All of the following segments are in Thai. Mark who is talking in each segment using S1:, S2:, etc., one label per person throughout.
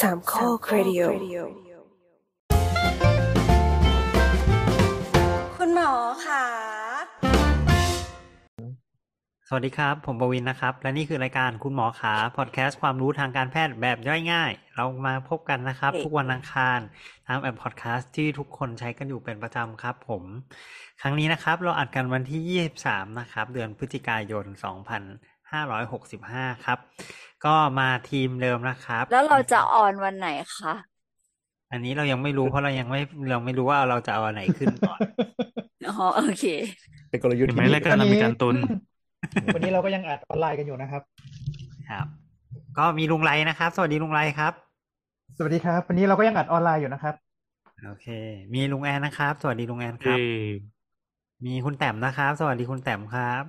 S1: สามข้อครดิโอ
S2: คุณหมอค่ะ
S3: สวัสดีครับ ผมประวินนะครับ และนี่คือรายการคุณหมอขาพอดแคสต์ความรู้ทางการแพทย์แบบย่อยง่าย เรามาพบกันนะครับ
S2: เอ๊ะ
S3: ทุกวันอังคารตามแอปพอดแคสต์ที่ทุกคนใช้กันอยู่เป็นประจำครับผม ครั้งนี้นะครับ เราอัดกันวันที่ 23 นะครับ เดือนพฤศจิกายน 2565 ครับ ก็มาทีมเดิมนะครับ
S4: แล้วเราจะออนวันไหนคะ
S3: อันนี้เรายังไม่รู้เพราะเรายังไม่เราไม่รู้ว่าเราจะเอาอันไหนขึ้นก่อน
S4: อ๋อ โอเค
S5: เป็นกลยุทธ์
S6: เห็นไหม
S5: ที่ดี
S6: รายการเรามีการตุน
S7: วันนี้เราก็ยังอัดออนไลน์กันอยู่นะครับ
S3: ครับ ก็มีลุงไรนะครับ สวัสดีลุงไรครับ
S7: สวัสดีครับ วันนี้เราก็ยังอัดออนไลน์อยู่นะครับ
S3: โอเค มีลุงแอนนะครับ สวัสดีลุงแอนค
S6: เอ
S3: รับ
S6: อ
S3: มีคุณแต้มนะครับ สวัสดีคุณแต้มครับ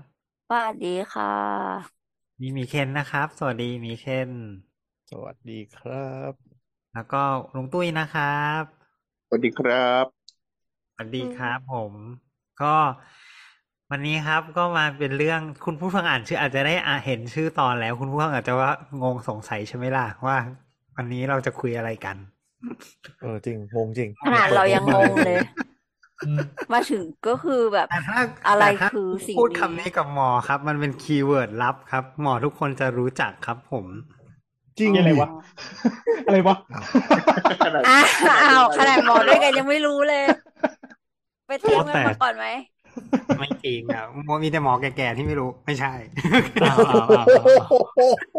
S4: สวัสดีค่ะ
S3: มีหมีเคนนะครับ สวัสดีหมีเคน
S5: สวัสดีครับ
S3: แล้วก็ลุงตุ้ยนะครับ
S8: สวัสดีครับ
S3: สวัสดีครับผม ก็วันนี้ครับก็มาเป็นเรื่องคุณผู้ฟังอ่านชื่ออาจจะได้อ่าเห็นชื่อตอนแล้ว คุณผู้ฟังอาจจะว่างงสงสัยใช่ไหมล่ะว่า วันนี้เราจะคุยอะไรกัน
S5: เออจริงงงจริง
S4: ขนาดเรายังงงเลย
S7: อืม
S4: มาถึงก็คือแบบ
S3: แต่ถ้า
S4: อะไร
S3: แต่ถ้า
S4: คือสิ่ง
S3: พูด
S4: นี้
S3: คำนี้กับหมอครับ มันเป็นคีย์เวิร์ดลับครับ หมอทุกคนจะรู้จักครับผม
S5: จริง
S7: นี่อะไร
S5: ดิ
S7: วะ อะไรวะ
S4: อ้าวอ้าวขนาดหมอด้วยกันยังไม่รู้เลย ไปเตรียมกันมาก่อนไหม
S3: ไม่จริงอ่ะมีแต่หมอแก่ๆที่ไม่รู้ไม่ใช่
S6: เอาเอาเอา
S5: โอ้
S6: เอา
S5: โหโอ้โห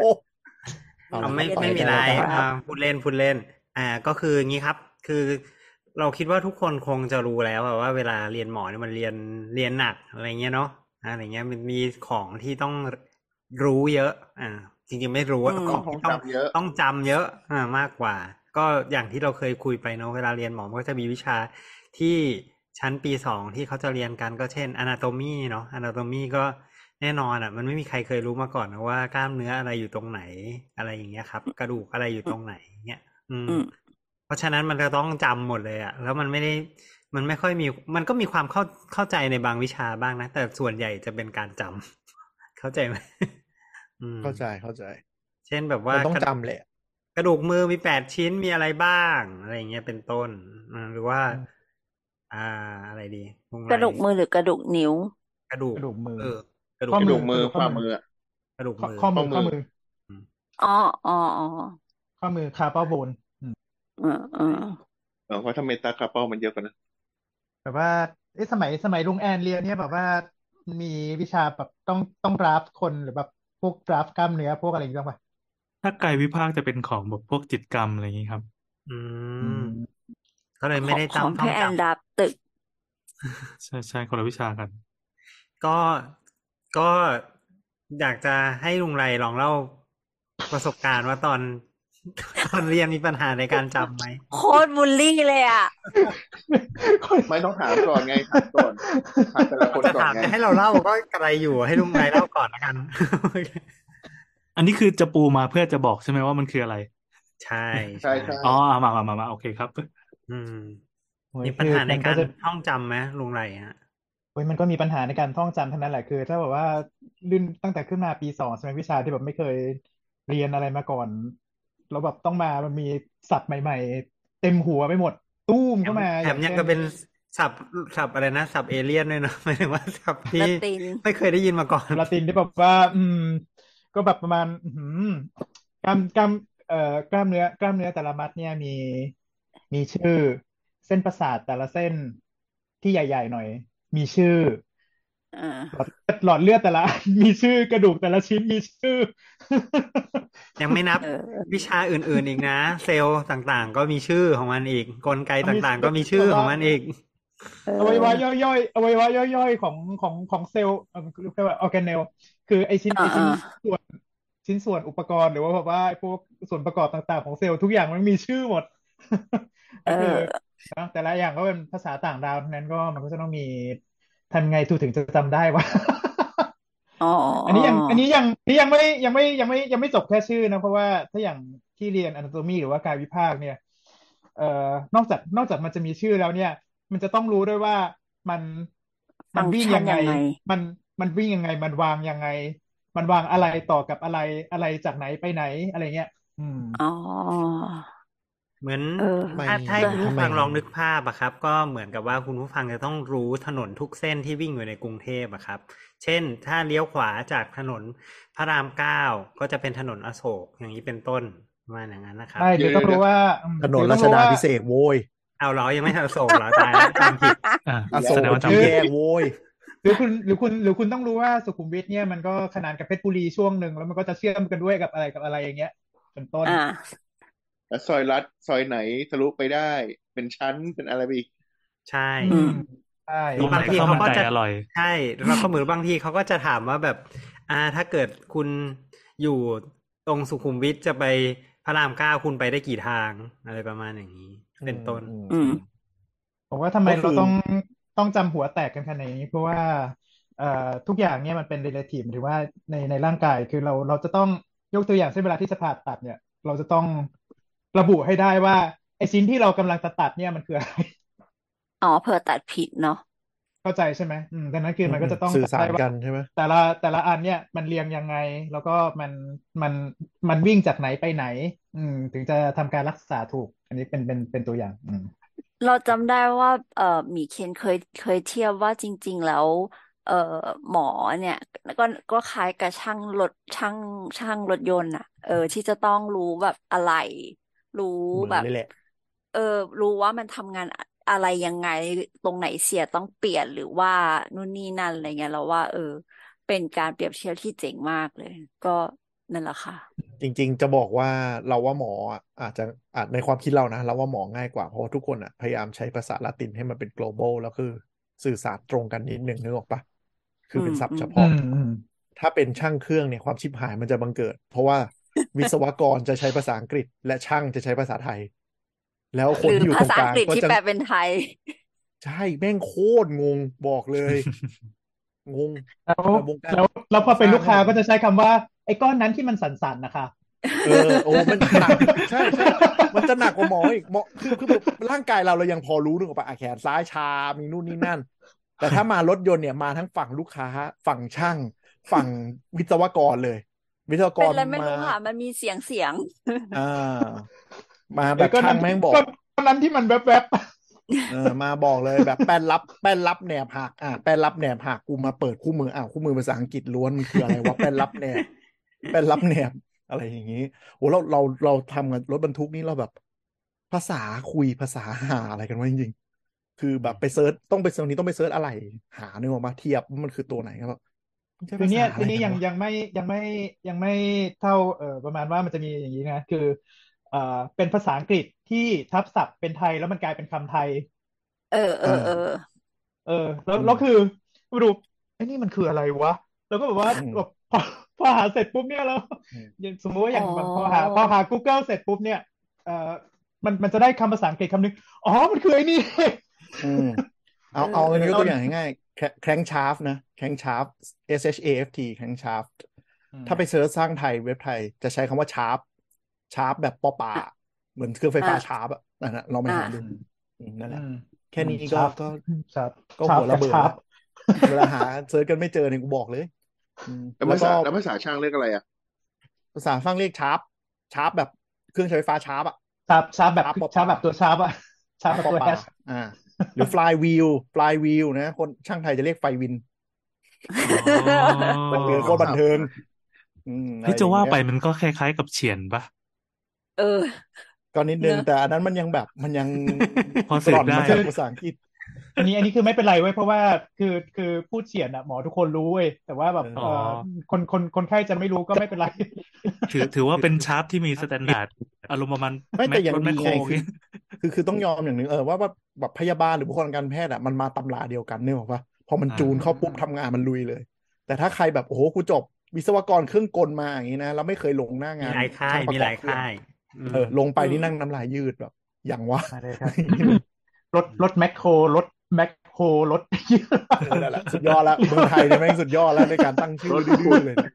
S5: เอา
S3: เอา
S5: ละ
S3: ไม่
S5: ครับ
S3: ไม่มี
S5: ป
S3: ไร
S5: ด้คบ
S3: อ่าพูดเล่นพูดเล่น อ่าก็คืออย่างงี้ครับ คือเราคิดว่าทุกคนคงจะรู้แล้วอะว่าเวลาเรียนหมอเนี่ยมันเรียนเรียนหนักอะไรเงี้ยเนาะอ่าอะไรเงี้ยมันมีของที่ต้องรู้เยอะ อ่า จริงๆไม่รู้อะ
S4: อืม
S3: ของที่ต้อง
S8: ของจำเยอะ
S3: ต้องจำเยอะ อ่ามากกว่า ก็อย่างที่เราเคยคุยไปเนาะเวลาเรียนหมอมันก็จะมีวิชาที่ชั้นปีสองที่เขาจะเรียนกันก็เช่น anatomy เนาะ anatomy ก็ แน่นอนอ่ะมันไม่มีใครเคยรู้มาก่อนนะว่ากล้ามเนื้ออะไรอยู่ตรงไหนอะไรอย่างเงี้ยครับ กระดูกอะไรอยู่ตรงไหนเงี้ยอืม
S4: อืม
S3: เพราะฉะนั้นมันจะต้องจำหมดเลยอ่ะแล้วมันไม่ได้มันไม่ค่อยมี มันก็มีความเข้าเข้าใจในบางวิชาบ้างนะ แต่ส่วนใหญ่จะเป็นการจำ เข้าใจไหมอืม
S5: เข้าใจเข้าใจ
S3: เช่นแบบว่าน
S5: ต้อง
S3: กระ
S5: จำแหละ
S3: กระดูกมือมีแปดชิ้นมีอะไรบ้างอะไรอย่างเงี้ยเป็นต้นอืมหรือว่า อ่าอะไรดีวงไหน
S4: กระดูกมือหรือกระดูกนิ้ว
S3: กระดูก
S7: กระดูกมือ
S3: เออกระดูก
S7: ข้
S8: ก
S7: อ
S8: ระดูกมือ
S7: ข้
S8: ฝ่า
S7: อมื
S8: มื
S7: อ
S8: อ
S3: กระดูก
S7: ข้อ
S3: มือ
S7: ข้อมือ
S8: ข้
S7: ข้อ
S8: อมื
S7: มือ
S8: อ
S4: อ๋ออ๋ออ๋อ
S7: ข้อมือคาเป้าโบนอืม
S4: เออเออ
S8: เออเพราะทำไมตากระเป้ามันเยอะกว่านะ
S7: แบบว่าเอ๊ะสมัยสมัยลุงแอนเรียนเนี่ยแบบว่ามีวิชาแบบต้องต้องกราฟคนหรือแบบพวกกราฟกล้ามเนื้อพวกอะไรอย่างเงี้ยบ้างปะ
S6: ถ้ากายวิภาคจะเป็นของแบบพวกจิตกรรมอะไรอย่างนี้ครับ
S3: อืม ก็เลยไม่ได้
S4: ของ
S3: จำต้อ
S4: พี่
S3: ง
S4: แอ
S3: จ
S4: นดับตึก
S6: ใช่ใช่คนละวิชากัน
S3: ำก็ก็อยากจะให้ลุงไรลองเล่าประสบการณ์ว่าตอน ตอนเรียนมีปัญหาในการจำไหม
S4: โคตรบูลลี่เลยอ่ะ
S8: ไม่ต้องถามก่อนไง ถามก่อนถามแต่ละคน
S3: จะ
S8: ก่อน
S3: ถาม
S8: ไง
S3: จะให้เราเล่าก็อะไรอยู่ให้ลุงไรเล่าก่อนละกัน
S6: อันนี้คือจะปูมาเพื่อจะบอกใช่ไหมว่ามันคืออะไร
S3: ใช่
S8: ใช่ใช่
S6: อ๋ออ่ะมามามามาโอเคครับ
S3: อืม
S7: โอ้ย
S3: มีปัญ
S7: คือ
S3: หาใน
S7: มัน
S3: กา
S7: ก็
S3: ร
S7: จะ
S3: ท่องจำไหมลุงไรฮะ
S7: โอ้ยมันก็มีปัญหาในการท่องจำทั้งนั้นแหละคือ ถ้าแบบว่าลื่นตั้งแต่ขึ้นมาปีสองใช่ไหมวิชาที่แบบไม่เคยเรียนอะไรมาก่อนแล้วแบบต้องมามันมีศัพท์ใหม่ ๆ เต็มหัวไปหมด ตู้มเข้ามา
S3: แถม
S7: อ
S3: ยัง
S7: ช่
S3: ก็เป็นสับสับอะไรนะสับเอเลี่ยนด้วยเนอะหม ายถึงว่าสับที่
S4: ละติน
S3: ไม่เคยได้ยินมาก่อน
S7: ลาตินที่แบบว่า อืม ก็แบบประมาณ อื้อหือกล้ามกล้ามเอ่อกล้ามเนื้อกล้ามเนื้อแต่ละมัดเนี่ยมีมีชื่อ เส้นประสาทแต่ละเส้นที่ใหญ่ๆหน่อย มีชื่อ
S4: เออ
S7: หลอดเลือดแต่ละ มีชื่อกระดูกแต่ละชิ้นมีชื่อ
S3: ยังไม่นับ
S4: เออ
S3: วิชาอื่น ๆ อีกนะ เซลล์ต่างๆ ก็มีชื่อของมันอีก กลไกต่างๆ ก็มีชื่อของมันอีก
S4: เอ
S7: อวัยวะ
S4: อ
S7: ย่อยๆอวัยวะย่อยๆ ของของของเซลล์เอ่อเรียกว่าออร์แกเนลคือไอชิ้นไอ
S4: อ่า
S7: ชิ้น
S4: อ่า
S7: ส่วนชิ้นส่วนอุปกรณ์หรือว่าแบบว่าไอ้พวกส่วนประกอบต่างๆของเซลล์ทุกอย่างมันมีชื่อหมด ก็คือนะแต่ละอย่างก็เป็นภาษาต่างดาวทั้งนั้นก็มันก็จะต้องมีทำไงทูถึงจะจำได้วะ
S4: อ๋อ
S7: อันนี้ยังอันนี้ยังอันนี้ยังไม่ได้ยังไม่ยังไม่ยังไม่จบแค่ชื่อนะ เพราะว่าถ้าอย่างที่เรียน anatomy หรือว่ากายวิภาคเนี่ยเอ่อนอกจากนอกจากมันจะมีชื่อแล้วเนี่ย มันจะต้องรู้ด้วยว่ามันมันวิ่งยังไง มันมันวิ่งยังไง มันวางยังไง มันวางอะไรต่อกับอะไรอะไรจากไหนไปไหนอะไรเงี้ย อืม
S4: อ๋อ
S3: เหมือน
S4: เออ
S5: ไม่
S3: ถ้าถ้าคุณผู้
S5: ทำไม
S3: ฟังลองนึกภาพอะครับ ก็เหมือนกับว่าคุณผู้ฟังจะต้องรู้ถนนทุกเส้นที่วิ่งอยู่ในกรุงเทพอะครับ เช่น ถ้าเลี้ยวขวาจากถนนพระรามเก้าก็จะเป็นถนนอโศกอย่างนี้เป็นต้นประมาณอย่างนั้นนะครับ
S7: ใช่เดี๋ยวต้องรู้ว่าอืม
S5: ถนน
S7: เยวต้
S5: รั
S7: อง
S5: ชดา
S7: ว่
S5: พิเศษกโว้ย
S3: เอาเหรอยังไม่อโศกเหรอตายแล้วจำผิด
S6: อ่ะ
S5: อโศ
S6: แส
S5: ก
S6: ดงว่า
S5: ที่
S6: จำ
S5: แย
S6: ผิด
S5: กโว้ย
S7: หรือคุณหรือคุณหรือคุณต้องรู้ว่าสุขุมวิทเนี่ยมันก็ขนานกับเพชรบุรีช่วงหนึ่งแล้วมันก็จะเชื่อมกันด้วยกับอะไรกับอะไรอย่างเงี้ยเป็นต้น
S4: อ่า
S8: แล้วซอยรัดซอยไหนทะลุไปได้ เป็นชั้นเป็นอะไรไปอีก
S3: ใช่
S4: อืม
S7: ใช่
S6: ตรงไหนข้าวมันไก่อร่อย
S3: ใช่แล้วก็เหมือนบางทีเขาก็จะถามว่าแบบ อ่า ถ้าเกิดคุณอยู่ตรงสุขุมวิทจะไปพระรามเก้าคุณไปได้กี่ทางอะไรประมาณอย่างนี้ เป็นต้น
S4: อืม
S7: ผมว่าทำไม
S5: ก็คือ
S7: เราต้องต้องจำหัวแตกกันขนาดนี้ เพราะว่าเอ่อทุกอย่างเนี่ยมันเป็น relative หรือว่าในในร่างกายคือเราเราจะต้องยกตัวอย่างเช่นเวลาที่จะผ่าตัดเนี่ย เราจะต้องระบุให้ได้ว่าไอชิ้นที่เรากำลังจะตัดเนี่ยมันคืออะไร
S4: อ๋อเผื่อตัดผิดเนาะ
S7: เข้าใจใช่ไหมอืมดังนั้นคือมันก็จะต้อง
S5: สื่อสาร
S7: จำได้ว่า
S5: กันใช่ไหม
S7: แต่ละแต่ละอันเนี่ยมันเรียงยังไง แล้วก็มันมันมันวิ่งจากไหนไปไหน อืม ถึงจะทำการรักษาถูก อันนี้เป็นเป็นเป็นตัวอย่าง อืม
S4: เราจำได้ว่า เอ่อหมีเคนเคยเคยเทียบว่าจริง ๆ แล้ว เอ่อหมอเนี่ย ก็ก็คล้ายกับช่างรถช่างช่างรถยนต์อ่ะ เออ ที่จะต้องรู้แบบอะไร รู้
S5: เหมือ
S4: แบบ
S5: นเลยแหละ
S4: เออ รู้ว่ามันทำงานอะอะไรยังไง ตรงไหนเสียต้องเปลี่ยนหรือว่านู่นนี่นั่นอะไรเงี้ยเราว่า เออ เป็นการเปรียบเทียบที่เจ๋งมากเลย ก็นั่นแหละค่ะ
S5: จริง ๆ จะบอกว่าเราว่าหมออ่ะอาจจะอาจในความคิดเรานะเราว่าหมอง่ายกว่าเพราะว่าทุกคนอ่ะพยายามใช้ภาษาละตินให้มันเป็น global แล้วคือสื่อสารตรงกันนิดนึงนึกออกปะคือเป็นศัพท์เฉ
S7: อื
S5: พาะ
S7: มอืม
S5: ถ้าเป็นช่างเครื่องเนี่ยความชิบหายมันจะบังเกิด เพราะว่าวิศวกรจะใช้ภาษาอังกฤษ และช่างจะใช้ภาษาไทย แล้วคน
S4: หรือ
S5: ที่อยู่
S4: ภา
S5: ตรง
S4: ษากอั
S5: ลาง ง
S4: กฤษ
S5: ก็
S4: ที่
S5: จะ
S4: แปลเป็นไทย
S5: ใช่แม่งโคตรงงบอกเลย งง
S7: แล้ว
S5: แล้ววงการ
S7: แล้วแล้วพอเป็นลูกค้า
S5: สร้าง
S7: ก็จะใช้คำว่าไอ้ก้อนนั้นที่มันสั่นๆนะคะ
S5: เออโอ้มันหนักใช่ใช่ มันจะหนักกว่าหมออีกหมอคือคือแบบร่างกายเราเรายังพอรู้นึกออกปะอ่ะแขนซ้ายชา มีนู่นนี่นั่น แต่ถ้ามารถยนต์เนี่ยมาทั้งฝั่งลูกค้า ฝั่งช่าง ฝั่งวิศวกรเลย วิศวก
S4: เป็น
S5: ร
S4: อะไรไม่รู้
S5: มา
S4: ค่ะ มันมีเสียงเสียง
S5: อ่ามาแบบ
S7: ไอ้ก้อน
S5: ช่า
S7: นั้
S5: ง
S7: น
S5: แม่งบอก
S7: ก้อนก้อนนั้นที่มันแวบ
S5: เออมาบอกเลยแบบแป้นรับแป้นรับแหนบหักอ่ะแป้นรับแหนบหักกูมาเปิดคู่มืออ้าวคู่มือภาษาอังกฤษล้วนมันคืออะไรวะแป้นรับแหนบแป้นรับแหนบอะไรอย่างนี้โอ้เราเราเราทำกันรถบรรทุกนี่เราแบบ ภาษาคุยภาษาหาอะไรกันวะจริงๆคือแบบไปเซิร์ชต้องไปเซิร์ชนี้ต้องไปเซิร์ชอะไร หาเนื้ออกมาเทียบว่ามันคือตัวไหนครับแบบมันใช้
S7: ๆคือเนี่ย
S5: ภาษา
S7: ทีนี้
S5: อะไร
S7: ยัง
S5: กั
S7: ยั
S5: นวะ
S7: งไม่ยังไม่ยังไม่เท่าเออประมาณว่ามันจะมีอย่างนี้นะคือเอ่อเป็นภาษาอังกฤษที่ทับศัพท์เป็นไทยแล้วมันกลายเป็นคำไทย
S4: เออเออเออ
S7: เออแล้วแล้วคือมาดูไอ้นี่มันคืออะไรวะ แล้วก็แบบว่าแบบพอพอหาเสร็จปุ๊บเนี่ยแล้วอย่าง สมมติว่าอย่างแบบ
S4: อ๋
S7: พอ
S4: อ
S7: หาพอหา Google เสร็จปุ๊บเนี่ยเอ่อมันมันจะได้คำภาษาอังกฤษคำนึงอ๋อ มันคือไอ้นี่
S5: อืมเอาเอายกตัวอย่างง่ายๆแครงชาร์ฟนะแครงชาร์ฟ S H A F T แครงชาร์ฟ ถ้าไปเซิร์ชสร้างไทยเว็บไทยจะใช้คำว่าชาร์ปชาร์ปแบบปอป่า เหมือนเครื่องไฟฟ้า
S4: อ่ะ
S5: ชาร์ปอ่ะนั่นนะลองไปหา
S4: อ่ะ
S5: ดูอืมนั่นแหละ
S7: อืม
S5: แค่นี้
S7: อืม
S5: ก็
S7: ชาร์ป
S5: ก็
S7: ครับชา
S5: ก็หัวระเบิด
S7: ค
S5: แล้
S7: รั
S5: วเวลาหาเซิร์ชกันไม่เจอเนี่ยกูบอกเลยอืม
S8: แล้วภาว
S5: แล้
S8: ษา
S5: ก็
S8: แล้วภาษาช่างเรียกอะไรอ่ะ
S5: ภาษาฝรั่งเรียกชาร์ปชาร์ปแบบเครื่องใช้ไฟฟ้าชาร์ปอ่ะ
S7: ชาร์ปชาร์ปแบบ
S5: ชาร์ปปอป
S7: ชาร์ปแบบตัวชาร์ปอะชาร์ปแบบ
S5: ปอ
S7: ตัว
S5: ป่า
S7: แฮช
S5: อ่า หรือ fly wheel fly wheel นะ คนช่างไทยจะเรียกไฟวิน
S6: อ๋อ
S5: หรือโคตรบันเทิงอืมอร
S6: เฮ้ยจะว่า
S5: อย่ง
S6: ไป
S5: เงี้ย
S6: มันก็คล้ายๆกับเฉียนปะ
S4: เออ
S5: ก็นิดนึง
S4: เนอะ
S5: แต่อันนั้นมันยังแบบมันยัง
S6: พอเสพ
S5: หล่น
S6: ได้
S5: มาจากภาษาอังกฤษ
S7: อันนี้อันนี้คือไม่เป็นไรเว้ยเพราะว่าคือคือพูดเฉียนอะหมอทุกคนรู้เว้ยแต่ว่าแบบ
S6: อ๋อ
S7: เอ่อคนคนคนไข้จะไม่รู้ก็ไม่เป็นไร
S6: ถือถือว่าเป็นชาร์ปที่มีสแตนดาร์ดอารมณ์ประมาณ
S5: ไม่แต่อย่าง
S6: รถแมค
S5: ดี
S6: โคร
S5: ไงคือ
S6: เงี้ย
S5: คือคือต้องยอมอย่างหนึ่งเออว่าว่าแบบพยาบาลหรือบุคลากรทางการแพทย์อ่ะมันมาตำราเดียวกันเนี่ยหรอกปะพอมันจูนเข้าปุ๊บทำงานมันลุยเลย แต่ถ้าใครแบบโอ้โหกูจบวิศวกรเครื่องกลมาอย่างนี้นะแล้วไม่เคยลงหน้างา
S3: มี
S5: น
S3: หลายค่าย
S5: ช่งประ
S3: มี
S5: กอบ
S3: หลาย
S5: เครื่อง
S3: ค่ายอืม
S5: เออลงไปนี่นั่งน้ำลายยืดแบบอย่างวะ
S7: มาเลย ครับรถรถแมคโครรถแมคโครรถ
S5: เออนั่นแหละสุดยอดละเมืองไทยเนี่ยแม่งสุดยอดแล้วในการตั้งชื่อดื้อๆเลยเนี่ย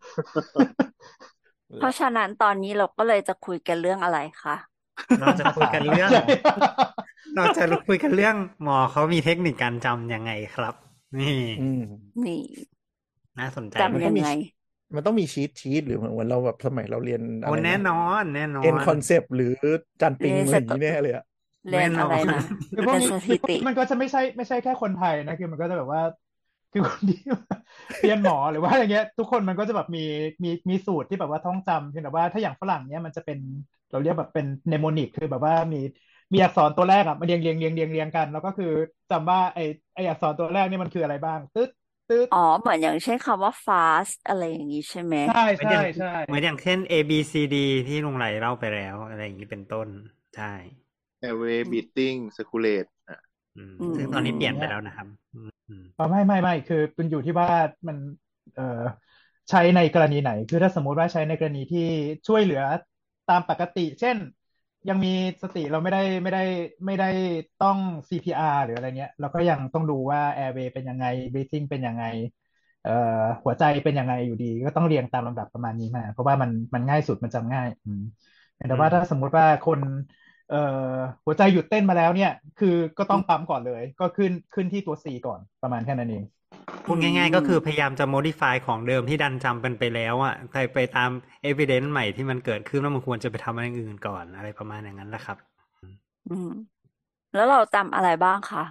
S4: เพราะฉะนั้นตอนนี้เราก็เลยจะคุยกันเรื่องอะไรคะ
S3: เราจะคุยกันเรื่อง เราจะคุยกันเรื่องหมอเขามีเทคนิคการจำยังไงครับ นี่
S5: อืม
S4: นี่
S3: น่าสนใจ
S4: จำยังไง
S5: มันต้องมีชีตชีตหรือเหมือนเราแบบสมัยเราเรียนอะ
S3: โอ้
S5: ไรนะ
S3: แน่นอนแน่นอน
S5: เรียนคอนเซปต์หรือจันปิง
S4: เรียน
S5: อะไรอ
S4: เสร็
S5: ย่างนี้
S4: จ
S5: แน่เลยอะ
S4: เรียนอะไรนะ
S7: คือพวก
S4: เป็น
S7: นี้
S4: สถิติ
S7: มันก็จะไม่ใช่ไม่ใช่แค่คนไทยนะคือมันก็จะแบบว่า คือคนที่ เรียนหมอหรือว่าอะไรเงี้ย ทุกคนมันก็จะแบบมีมีมีสูตรที่แบบว่าท่องจำเพียงแต่ว่าถ้าอย่างฝรั่งเนี้ยมันจะเป็นเราเรียกแบบเป็นเนโมนิกคือแบบว่ามีมีอักษรตัวแรกอ่ะมันเรียงเรียงเรียงเรียงเรียงกัน แล้วก็คือจำว่าไอไออักษรตัวแรกเนี่ยมันคืออะไรบ้างตึ๊ดตึ๊ด
S4: อ๋อเหมือนอย่างเช่นคำว่า fast อะไรอย่างนี้ใช่ไหม
S7: ใช่
S3: เหมือนอ
S7: ใช่
S3: ย่าง
S7: ใช่
S3: เหมือนอย่างเช่น A B C D ที่ลุงไหลเล่าไปแล้วอะไรอย่างนี้เป็นต้นใช่
S8: airway beating circulate อ่ะ
S3: อืมซึ่งตอนนี้เปลี่ยนไปแล้วนะครับอืมอืม
S7: อ๋อไม่ไม่ไม่คือมันอยู่ที่ว่ามันเอ่อใช้ในกรณีไหน คือถ้าสมมติว่าใช้ในกรณีที่ช่วยเหลือตามปกติ เช่น ยังมีสติเราไม่ได้ไม่ได้ไม่ได้ต้อง CPR หรืออะไรเงี้ย เราก็ยังต้องดูว่า airway เป็นยังไง breathing เป็นยังไง เอ่อหัวใจเป็นยังไงอยู่ดี ก็ต้องเรียงตามลำดับประมาณนี้มา เพราะว่ามันมันง่ายสุดมันจำง่ายอืมแต่ว่าถ้าสมมุติว่าคน เอ่อหัวใจหยุดเต้นมาแล้วเนี่ย คือก็ต้องปั๊มก่อนเลย ก็ขึ้นขึ้นที่ตัว C ก่อนประมาณแค่นั้นเอง
S3: พูดง่าย ๆ ก็คือพยายามจะ modify ของเดิมที่ดันจำเป็นไปแล้วอะไปไปตาม evidence ใหม่ที่มันเกิดขึ้นแล้วมันควรจะไปทำอะไรอื่นก่อนอะไรประมาณอย่างนั้นแหละครับ
S4: อืม แล้วเราจำอะไรบ้างคะ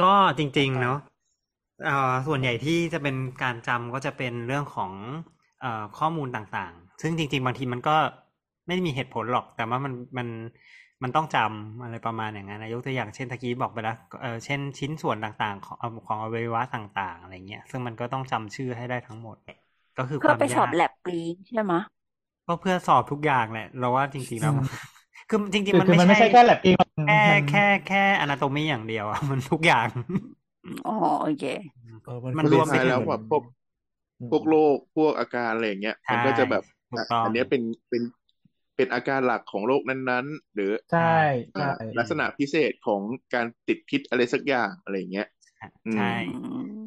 S3: ก็จริงๆเนาะเอ่อส่วนใหญ่ที่จะเป็นการจำก็จะเป็นเรื่องของเอ่อข้อมูลต่างๆ ซึ่งจริง ๆ บางทีมันก็ไม่ได้มีเหตุผลหรอก แต่ว่ามันมันมันต้องจำอะไรประมาณอย่างนั้นนะยกตัวอย่างเช่นตะกี้บอกไปแล้วเออเช่นชิ้นส่วนต่างๆ ของของอวัยวะต่างๆอะไรเงี้ยซึ่งมันก็ต้องจำชื่อให้ได้ทั้งหมด ก็คือค
S4: เพื่อ
S3: วาม
S4: ไปสอบ
S3: ยาก
S4: แลบปลีใช่ไหม
S3: ก็เพื่อสอบทุกอย่างแหละ เราว่าจริงๆแล้ว
S7: อืม
S3: คือจริง
S7: คือ
S3: ๆมัน
S7: คือมันไม่
S3: ไม่
S7: ใช่
S3: ใช่
S7: แค่แลบเองมัน
S3: แค่
S7: มัน
S3: แค่แค่ anatomy อย่างเดียวอะ มันทุกอย่าง
S4: อ๋อโอเค
S5: เออ
S3: มันร
S5: ก็เลย
S3: วมไป
S8: สุดท้าย
S3: ถึง
S8: แล้วแบบพวก
S5: อืม
S8: พวกโรคพวกอาการอะไรอย่างเงี้ยมันก็จะแบบ
S3: ถูก
S8: อ่ะ
S3: ต้อง
S8: อันเนี้ยเป็นเป็นเป็นอาการหลักของโรคนั้นๆ หรือ
S7: ใช่
S8: เอ่
S7: ใช่
S8: อลักษณะพิเศษของการติดพิษอะไรสักอย่างอะไรอย่างเงี้ย อืม
S3: ใช่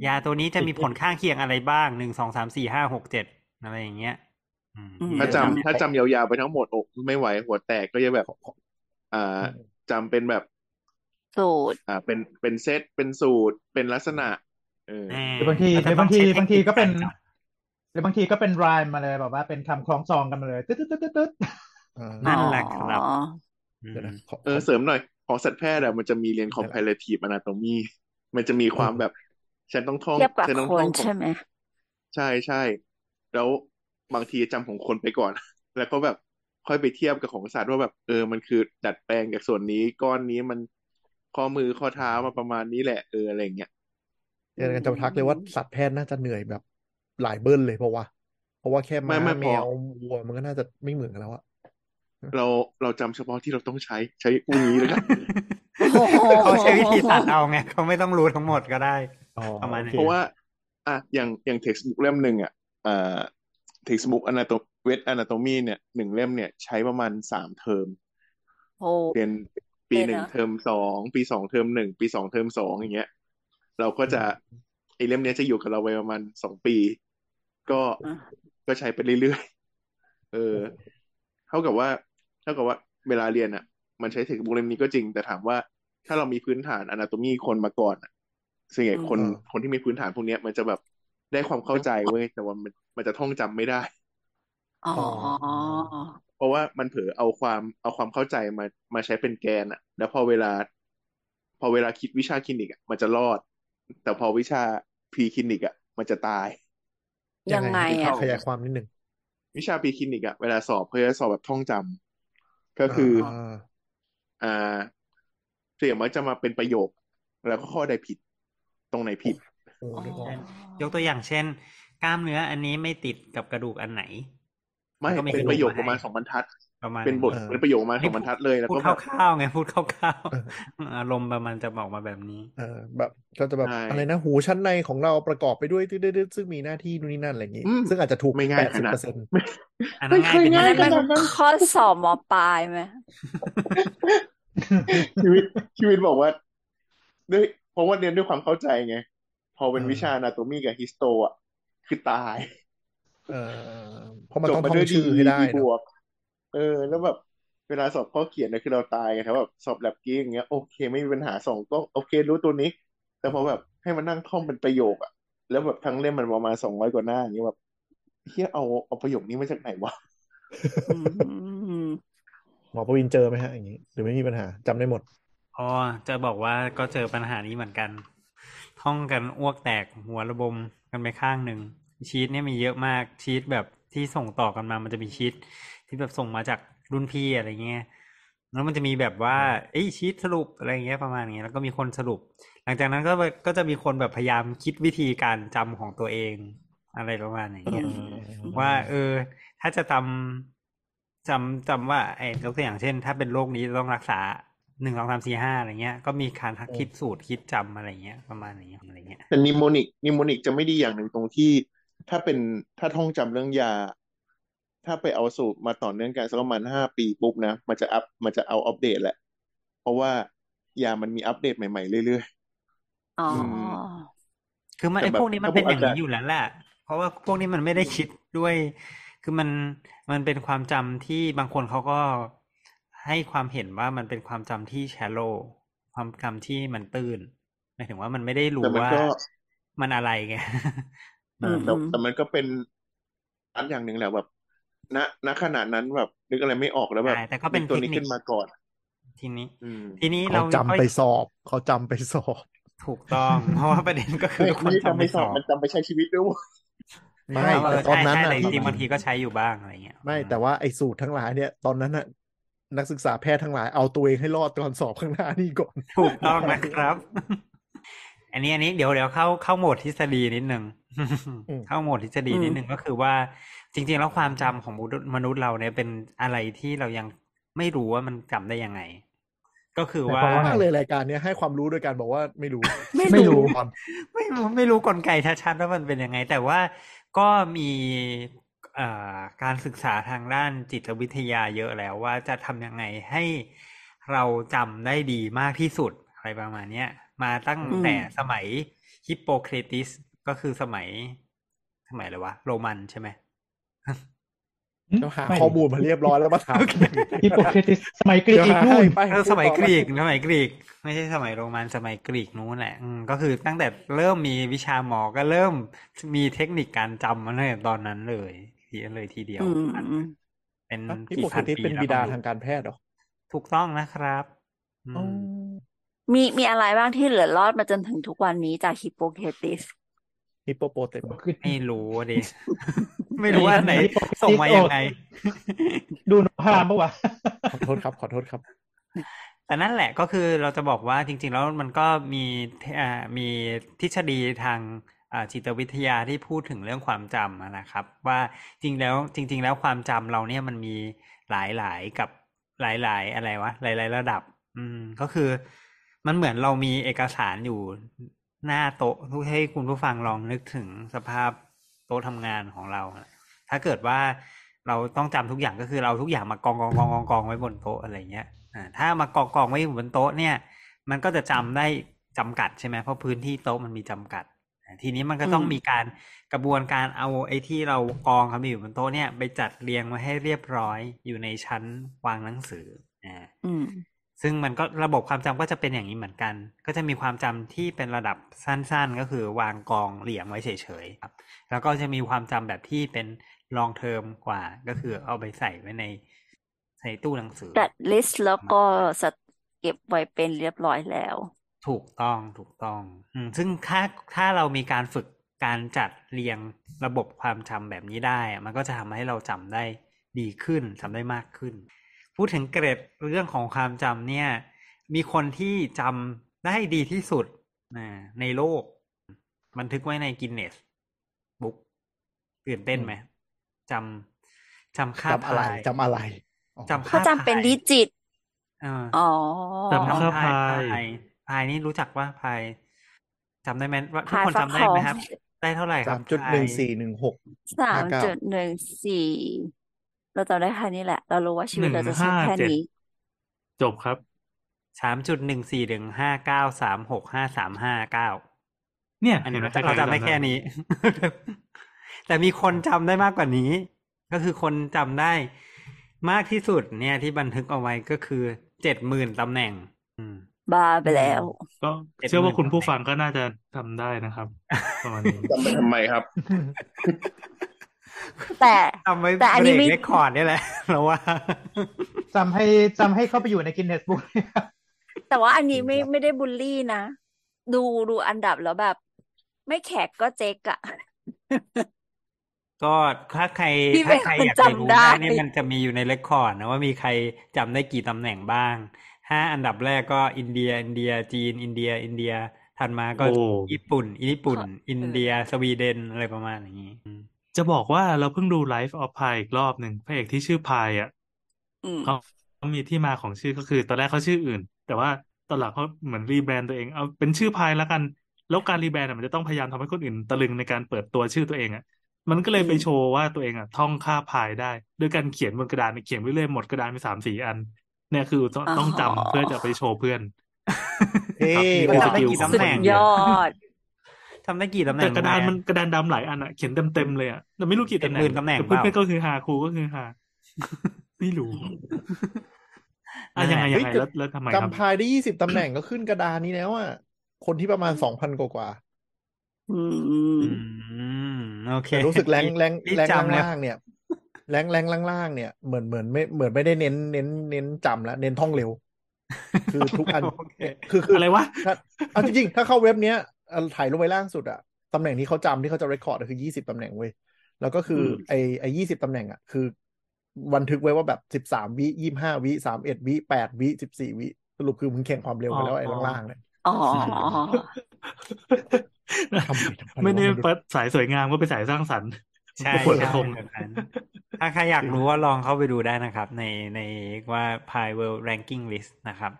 S3: ยาตัวนี้จะมีผลข้างเคียงอะไรบ้างหนึ่งสองสามสี่ห้าหกเจ็ดอะไรอย่างเงี้ย อืม
S4: อืม
S8: ถ้าจำ
S4: จำไม่
S8: ถ้าจำยาวๆไปทั้งหมดอกไม่ไหวหัวแตกก็จะแบบ อ่าจำเป็นแบบ
S4: สูตร
S8: อ่าเป็นเป็นเซตเป็นสูตรเป็นลักษณะเออ
S3: แน่
S7: หรือบางที
S3: ก็
S7: ห
S3: จะ
S7: รือบางที
S3: ต้อใช้
S7: บางทีก็เป็น
S3: ทคคาร
S7: หรือบางทีก็เป็นรายมาเลยแบบว่าเป็นคำคล้องจองกันมาเลยตึ๊ดตึ๊ดตึ๊ดตึ๊ด
S3: จำนั่นแหละครับ
S4: อ๋อ
S3: อืม
S5: เดี๋ยวนะขอ
S8: เออ
S5: ขอ
S8: เสริมหน่อย ของสัตวแพทย์อะมันจะมีเรียน comparative anatomy มันจะมีความแบบ ฉันต้องท่อง
S4: เทียบกับ
S8: ฉันต้อง
S4: ค
S8: ท่อน งของ
S4: ใช่ไหม
S8: ใช่ใช่ แล้วบางทีจำของคนไปก่อน แล้วก็แบบค่อยไปเทียบกับของสัตว์ว่าแบบ เออมันคือดัดแปลงจากส่วนนี้ก้อนนี้มันข้อมือข้อเท้ามาประมาณนี้แหละเอออะไรอย่างเงี้ย
S5: เจอกันจะทักเลยว่าสัตว์แพทย์น่าจะเหนื่อยแบบหลายเบิ้ลเลยเพราะว่า เพราะว่าแค่
S8: ไม่
S5: ม้า
S8: ไม่
S5: แม
S8: พอ
S5: ววัวมันก็น่าจะไม่เหมือนกันแล้วอะ
S8: เราเราจำเฉพาะที่เราต้องใช้ใช้คู่นี้แล้วกัน
S4: โอ้โห
S3: เขาใช้วิธีตัดเอาไงเขาไม่ต้องรู้ทั้งหมดก็ได้
S5: อ๋อ
S3: ประมาณนั้
S5: โอน ค
S8: เพราะว่า อ่ะอย่างอย่าง textbook เล่มหนึ่งอ่ะเอ่อ textbook anatom wet anatomy เนี่ยหนึ่งเล่มเนี่ยใช้ประมาณสามเทอม
S4: โอ้
S8: เรียนปีหนึ่ง
S4: เรียนเหรอ
S8: เทอมสองปีสองเทอมหนึ่งปีสองเทอมสองอย่างเงี้ย เราก็จะไอเล่มเนี้ยจะอยู่กับเราไปประมาณสองปี ก็
S4: อ่ะ
S8: ก็ใช้ไปเรื่อยๆเออ เท่ากับว่า เท่ากับว่าเวลาเรียนอ่ะ มันใช้เทคนิคเล่มนี้ก็จริง แต่ถามว่าถ้าเรามีพื้นฐาน a นา t o มีคนมาก่อนอะส่วนใหญ่คนคนที่มีพื้นฐานพวกเนี้ย มันจะแบบได้ความเข้าใจเว้ยแต่ว่ามันมันจะท่องจำไม่ได้
S4: อ๋อ
S8: เพราะว่ามันเผลอเอาความเอาความเข้าใจมามาใช้เป็นแกนอะแล้วพอเวลา พอเวลาคิดวิชาคลินิกอะมันจะรอด แต่พอวิชาพรีคลินิกอะมันจะตาย
S4: ยังไง
S5: ให้
S4: อ่ะ
S5: ขยายความนิดหนึ่ง
S8: วิชาพรีคลินิกอะเวลาสอบเขาจะสอบแบบท่องจำก็คือ
S5: า
S8: อ่าเสียงมันจะมาเป็นประโยค แล้วก็ข้อใดผิด ตรงไหนผิด
S5: โอ้นึกออก
S3: ยกตัวอย่างเช่น กล้ามเนื้ออันนี้ไม่ติดกับกระดูกอันไหน
S8: ไม่
S3: แล้วก็
S8: เป็น
S3: กะดู
S8: ป
S3: ก
S8: ระโยคประมาณ
S3: ให้
S8: สองบรรทัด
S3: ประมาณ
S8: เป็นบท
S5: เออ
S8: เป็นประโยคประมาณส
S3: นี้
S8: องบรรทัดเลยแล้ว
S3: พู
S8: ก็
S3: ด
S8: แบบ
S3: คร่าวๆไงพูดคร่าว
S5: เออ
S3: ๆอารมณ์ประมาณจะบอกมาแบบนี้
S5: เออแบบก็จะแบบ
S8: ใช่
S5: อะไรนะหูชั้นในของเราประกอบไปด้วยดื้อๆซึ่งมีหน้าที่นู่นนี่นั่นอะไรอย่างงี้
S8: อืม
S5: ซึ่งอาจจะถูก
S8: ไม่ง่า
S5: แป
S8: ย
S5: ด
S8: ข
S5: สิบ
S8: นาด
S5: เปอร์เซ็นต์
S3: อันนั้นง่ายเป็นนิ
S4: อันนั้
S3: ด
S4: น
S8: ไม่
S4: มัน
S8: ขนาดนั้น
S4: ข้อสอบมปลายไหม
S8: ชีวิตชีวิตบอกว่าด้วยเพราะว่าเรียนด้วยความเข้าใจไง พอเป็นวิชา anatomy กับ histo อ่ะ คือตาย
S5: เออเพราะมัน
S8: จบ
S5: ต้อง
S8: มา
S5: ท่อ
S8: ด้วย
S5: ง
S8: ดี
S5: ชื่อให้ได้
S8: ดีบ
S5: เนอะ
S8: วก เออ แล้วแบบ เวลาสอบข้อเขียนเนี่ยคือเราตายไงถ้าแบบสอบแลบกี้อย่างเงี้ยโอเคไม่มีปัญหาสองก็โอเครู้ตัวนี้ แต่พอแบบให้มันนั่งท่องเป็นประโยคอ่ะ แล้วแบบทั้งเล่มมันประมาณสองร้อยกว่าหน้าอย่างเงี้ยแบบ เฮียเอาเอาประโยคนี้มาจากไหนวะ
S4: อืม
S5: หมอประวินเจอไหมฮะอย่างนี้ หรือไม่มีปัญหาจำได้หมด
S3: อ๋อจะบอกว่าก็เจอปัญหานี้เหมือนกัน ท่องกันอ้วกแตกหัวระบมกันไปข้างหนึ่งชีตเนี่ยมีเยอะมากชีตแบบที่ส่งต่อกันมามันจะมีชีตที่แบบส่งมาจากรุ่นพี่อะไรเงี้ยแล้วมันจะมีแบบว่าเอ้ยชีตสรุปอะไรเงี้ยประมาณนี้แล้วก็มีคนสรุป หลังจากนั้นก็ก็จะมีคนแบบพยายามคิดวิธีการจำของตัวเอง อะไรประมาณอย่างเงี้ย ว่าเออ ถ้าจะจำจำจำว่าไอ้ยกตัวอย่างเช่น ถ้าเป็นโรคนี้ต้องรักษาหนึ่งสองสามสี่ห้าอะไรเงี้ย ก็มีการทัก
S5: เออ
S3: คิดสูตรคิดจำอะไรเงี้ยประมาณอย่างเงี้ยอะไรเงี้ย
S8: แต่นิโมนิกนิโมนิกจะไม่ดีอย่างหนึ่งตรงที่ ถ้าเป็นถ้าท่องจำเรื่องยา ถ้าไปเอาสูตรมาต่อเนื่องกันสักประมาณห้าปีปุ๊บนะ มันจะอัพมันจะเอาอัปเดตแหละ เพราะว่ายามันมีอัปเดตใหม่ๆเรื่อย
S4: อ๋อ
S8: ม
S3: คือมัน
S8: แต่
S3: ไอ้
S8: แบบ
S3: พวกนี้มัน
S8: ถ้า
S3: เป็น
S8: พ
S3: อ
S8: วก
S3: ย่าง
S8: อาจารย์
S3: นี้อยู่แล้วแหละเพราะว่าพวกนี้มันไม่ได้คิดด้วย คือมันมันเป็นความจำที่บางคนเขาก็ให้ความเห็นว่ามันเป็นความจำที่ shallow ความจำที่มันตื้นหมายถึงว่ามันไม่ได้
S8: ๆ
S3: รู้
S8: แต่มัน
S3: ว่า
S8: ก็
S3: มันอะไรไง
S4: อืม
S8: แต่
S4: อืม
S8: แต่มันก็เป็นอันอย่างหนึ่งแหละแบบณณขณะนั้นแบบนึกอะไรไม่ออกแล้วแบบ
S3: ใช่แต่ก็เป็น
S8: กตัวนี้
S3: เทคนิค
S8: ขึ้นมาก่อน
S3: ทีนี้
S8: อืม
S3: ทีนี้
S5: เขา
S3: เรา
S5: จำ
S3: ค่อย
S5: ไปสอบเขาจำไปสอบ
S3: ถูกต้อง เพราะว่าประเด็นก็คือ
S8: ไม่
S3: ทุกค
S8: ไม่
S3: น
S8: ได้
S3: จำไปส
S8: จำไม่สอ
S3: อ
S8: บบ มันจำไปใช้ชีวิตด้วยเวย
S5: ไม่
S3: เอ
S5: แต่
S3: อ
S5: ตอน
S3: ใช่
S5: นั้น
S3: ใช่
S5: น่ะ
S3: แต่จริงๆบางทีก็ใช้อยู่บ้างอะไรเงี้ย
S5: ไม่แต่ว่าไอ้สูตรทั้งหลายเนี่ย ตอนนั้นน่ะนักศึกษาแพทย์ทั้งหลายเอาตัวเองให้รอดตอนสอบข้างหน้านี่ก่อน
S3: ถูกต้องนะครับ อันนี้อันนี้เดี๋ยวเดี๋ยวเข้าเข้าโหมดทฤษฎีนิดนึง
S5: อืม
S3: เข้าโหมดทฤษฎีนิดนึงก็คือว่า จริง ๆ แล้วความจำของมนุษย์มนุษย์เราเนี่ยเป็นอะไรที่เรายังไม่รู้ว่ามันจำได้ยังไง ก็คือ
S5: แต่
S3: ว่า
S5: เพราะว่าเลยรายการเนี้ยให้ความรู้โดยการบอกว่าไม่ รู้
S4: ไม่รู้
S5: ก่อน
S3: ไม่รู้ไม่รู้กลไกชัดๆว่ามันเป็นยังไง แต่ว่าก็มีเอ่อการศึกษาทางด้านจิตวิทยาเยอะแล้วว่าจะทำยังไงให้เราจำได้ดีมากที่สุดอะไรประมาณเนี้ยมาตั้ง
S4: อืม
S3: แต่สมัยฮิปโปเครติสก็คือสมัยสมัยอะไรวะ โรมันใช่ไหม
S5: แล้วหาข้อมูลมาเรียบร้อยแล้วมาถาม
S3: โอเค
S7: ฮิปโปเครติสสมัยกรี
S5: เดี๋ย
S7: ก
S5: วหา
S7: นู่น
S5: ให้ไป
S3: เออสมัยกรีก
S5: พูดต่อ
S3: สมัยกรีก ไม่ใช่สมัยโรมันสมัยกรีกนู้นแหละอืมก็คือตั้งแต่เริ่มมีวิชาหมอก็เริ่มมีเทคนิคการจำมาตั้งแต่ตอนนั้นเลยทีเลยทีเดียว
S4: อืม
S3: อัน
S4: อืม
S3: เป็น
S5: นะฮิป
S3: กี่
S5: โปเค
S3: พั
S5: ร
S3: น
S5: ติส
S3: ปี
S5: เป็น
S3: แล้ว
S5: บิ
S3: ก็
S5: ดา
S3: ไม่รู้
S5: ทางการแพทย์เหรอ
S3: ถูกต้องนะครับอืม
S5: อ๋อ
S4: มีมีอะไรบ้างที่เหลือรอดมาจนถึงทุกวันนี้จากฮิปโปเครติส
S5: ฮิปโปโปเตม
S7: คือ
S3: ไม่รู้ดิ ไม่รู้ว่าอันไหน ส่งมายังไง
S7: ดูหนงพระรามปะวะ
S5: ขอโทษครับ ขอโทษครับ
S3: แต่นั่นแหละก็คือเราจะบอกว่าจริง ๆ แล้วมันก็มีเอ่อมีทฤษฎีทางอ่าจิตวิทยาที่พูดถึงเรื่องความจำอะนะครับ ว่าจริงแล้วจริง ๆ แล้วความจำเราเนี่ยมันมีหลายๆกับหลาย ๆ อะไรวะหลาย ๆ ระดับ อืมก็คือมันเหมือนเรามีเอกสารอยู่หน้าโต๊ะให้คุณผู้ฟังลองนึกถึงสภาพโต๊ะทำงานของเราอะ ถ้าเกิดว่าเราต้องจำทุกอย่างก็คือเราทุกอย่างมากองกองกองกองกองไว้บนโต๊ะอะไรเงี้ย อ่า ถ้ามากองกองไว้บนโต๊ะเนี่ย มันก็จะจำได้จำกัดใช่ไหมเพราะพื้นที่โต๊ะมันมีจำกัดอ่าทีนี้มันก็ต้อง
S4: อืม
S3: มีการกระบวนการเอาไอ้ที่เรากองกันอยู่บนโต๊ะเนี่ยไปจัดเรียงไว้ให้เรียบร้อยอยู่ในชั้นวางหนังสือ อ่า
S4: อืม
S3: ซึ่งมันก็ระบบความจำก็จะเป็นอย่างนี้เหมือนกัน ก็จะมีความจำที่เป็นระดับสั้นๆ ก็คือวางกองเหลี่ยงไว้เฉยๆครับ แล้วก็จะมีความจำแบบที่เป็นลองเทอมกว่า ก็คือเอาไปใส่ไว้ในใส่ตู้หนังสือ
S4: จัดลิสต์แล้วก็สัตเก็บไว้เป็นเรียบร้อยแล้ว
S3: ถูกต้องถูกต้องอืมซึ่งถ้าถ้าเรามีการฝึกการจัดเรียงระบบความจำแบบนี้ได้อะมันก็จะทำให้เราจำได้ดีขึ้นจำได้มากขึ้น พูดถึงเกรดเรื่องของความจำเนี่ย มีคนที่จำได้ดีที่สุดนะในโลก บันทึกไว้ในกินเนสบุ๊กตื่นเต้นไหมจำจำค่า
S5: จำอะไร
S3: พาย
S5: จำอะไรอ๋อ
S3: จำ
S4: ก็
S3: ค่า
S4: จำเป็น
S3: พาย
S4: ดิจิต
S3: อ่า
S4: อ๋อ
S6: จำ ค่าพาย
S3: พายพายนี่รู้จักว่าพายจำได้ไหมว่าทุก
S4: พาย
S3: คน
S4: ฟัก
S3: จำได้
S4: ทอง
S3: ไหมครับ ได้เท่าไหร่ค
S5: สา
S3: รับ
S5: มจุด
S3: พา
S5: หนึ่
S3: ย
S5: งสี่หนึ่งหก
S4: สาม
S5: 59
S4: จุดหนึ่งสี่เราจำได้แค่นี้แหละ เรารู้ว่าชี
S6: ห
S4: วิต
S6: นึ่ง
S4: เราจะใช้
S6: ห้า
S4: แค่
S6: เจ็ด
S4: นี้
S6: จบครับ
S3: สามจุดหนึ่งสี่หนึ่งห้าเก้าสามหกห้าสามห้าเก้า
S6: เนี่ย
S3: อัน
S6: เห็
S3: นี้
S6: นไหม
S3: เราจะเราจำได้แค่ นี้ แต่มีคนจำได้มากกว่านี้ ก็คือคนจำได้มากที่สุดเนี่ยที่บันทึกเอาไว้ก็คือเจ็ดหมื่นตำแหน่ง อืม
S4: บ้าไปแล้ว
S6: ก็เชื่อว่าคุณผู้ฟังก็น่าจะทำได้นะครับประมาณนี้
S8: จำไปทำไมครับ
S4: แต่
S3: ทำไว้
S4: แต่อันนี้ไม่
S3: เบรกไม่คอร์ดเนี่ยแหละ เราว่า
S7: จำให้จำให้เข้าไปอยู่ในกินเนสบุ๊ก
S4: แต่ว่าอันนี้ไม่
S5: จริงครับ
S4: ไม่ได้บูลลี่นะ ดูดูอันดับแล้วแบบ ไม่แขกก็เจ๊กอะ
S3: ก็ถ้าใคร
S4: พี่
S3: ถ้าใคร
S4: เบล
S3: อยาก
S4: จำ
S3: จะรู้ได้
S4: ได้
S3: เนี่ยมันจะมีอยู่ในเรคคอร์ดนะว่ามีใครจำได้กี่ตำแหน่งบ้างห้าอันดับแรกก็อินเดีย อินเดียจีน อินเดีย อินเดียถัดมาก็
S6: โอ้
S3: ญี่ปุ่นญี่ปุ่น อินเดีย สวีเดนอะไรประมาณอย่างนี้อืม
S6: จะบอกว่าเราเพิ่งดู Life of Pi อีกรอบหนึ่งพระเอกที่ชื่อ Pi อ่ะ
S4: อืม
S6: เขาเขามีที่มาของชื่อก็คือ ตอนแรกเขาชื่ออื่น แต่ว่าตอนหลังเขาเหมือนรีแบรนด์ตัวเองเอาเป็นชื่อ Pi แล้วกัน แล้วการรีแบรนด์อะมันจะต้องพยายามทำให้คนอื่นตะลึงในการเปิดตัวชื่อตัวเองอ่ะมันก็เลยไป
S4: อืม
S6: โชว์ว่าตัวเองอ่ะท่องค่า Pi ได้ด้วยการเขียนบนกระดานเขียนไปเรื่อยหมดกระดานไปสามสี่อันเนี่ยคือต้องต้องจำเพื่อจะไปโชว์เพื่อน
S5: เท่
S6: ครับนี่
S3: จำได้
S6: คือสกิล
S5: ว่ะ
S3: กี่
S6: ขอ
S3: ตำ
S6: ง
S3: แหน่ง
S6: ค
S4: สุ
S6: น
S4: ดย
S6: เดีว
S4: อด
S3: ทำได้กี่ตำแหน่
S6: แต่
S3: ง
S6: กระดาน
S3: ได้
S6: มันกระดานดำหลายอันอะเขียนเต็มเต็มๆเลยอะแต่ไม่รู้กี่ตำแหน่
S3: เป็นห
S6: ง
S3: มื่นตำแหน่ง
S6: แต่เพื่อน
S3: เปล่า
S6: เพื่อนก็คือฮาครูก็คือฮา ไม่รู้อะ
S3: นั่น
S6: ยัง
S3: แห
S6: ไง
S3: ละ
S6: ยังไงแล้วแล้วทำไมครับ
S5: จำพายได้ยี่สิบตำแหน่งก็ขึ้นกระดานนี้แล้วอ่ะคนที่ประมาณสองพันกว่า
S4: อืม
S3: อืมโอ
S5: ๆ
S3: เค
S5: แต่รู้สึกแรงแรง
S3: พี่
S5: แรง
S3: จำแล้ว
S5: ล่างๆเนี่ย แรงแรงล่างๆเนี่ยเหมือนเหมือนไม่เหมือนไม่ได้เน้นเน้นเน้นจำแล้วเน้นท่องเร็ว คือทุกอัน
S3: โอเค
S5: คือคือ
S6: อะไรวะ
S5: ถ้าเอาจริงๆ ถ้าเข้าเว็บเนี้ยเอ่อถ่ายลงไปล่างสุดอะตำแหน่งที่เขาจำที่เขาจะเรคคอร์ดคือยี่สิบตำแหน่งเว้ย แล้วก็คืออ
S4: ม
S5: ไอไอยี่สิบตำแหน่งอะคือ บันทึกไว้ว่าแบบสิบสามวิยี่ห้าวิสามเอ็ดวิแปดวิสิบสี่วิสรุปคือมึงแข่งความเร็วกันแล้วไอ้ล่างๆเนี่ย
S4: อ๋อ
S5: ทำไมทำไมวะ
S6: ไม่ได้
S5: มนุษย์
S6: ไปสายสวยงามก็ไปสายสร้างสรรค์
S3: ใช่
S6: คนละ
S3: ใช่
S6: ทรง
S3: แบบนั้นถ้าใครอยากรู้ว่าลองเข้าไปดูได้นะครับ ในในว่า Pi World Ranking List นะครับ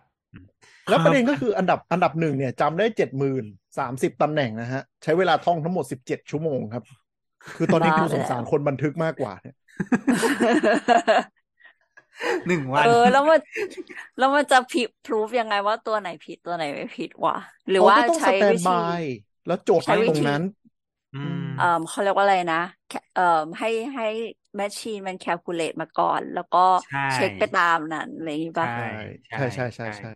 S5: แล้วประเด็นก็คืออันดับอันดับหนึ่งเนี่ยจำได้เจ็ดหมื่นสามสิบตำแหน่งนะฮะ ใช้เวลาท่องทั้งหมดสิบเจ็ดชั่วโมงครับ คือตอนนี้
S4: บ้า
S5: กูสงสาร
S4: แล้ว
S5: คนบันทึกมากกว่าเนี่ย
S3: หนึ่งวัน
S4: เออ แล้วมันแล้วมันจะผิดพรูฟยังไงว่าตัวไหนผิดตัวไหนไม่ผิดวะหรือว่า
S5: เขาก็ต้อง
S4: ใช้
S5: สแตน
S4: วิธี
S5: บายแล้วโจทย์
S4: ใช้
S5: มัน
S4: วิ
S5: ตรง
S4: ธี
S5: นั้น
S3: อืม
S4: เอ่อเขาเรียกว่าอะไรนะแคเอ่อให้ให้แมชชีนมันแคลคูลเลตมาก่อน แล้วก็
S3: ใช่
S4: เช็คไปตามนั้นอะไรอย่างงี้ป่ะ
S3: ใช่
S5: ใช่ใช่ใช่
S3: ใช่
S5: ใช่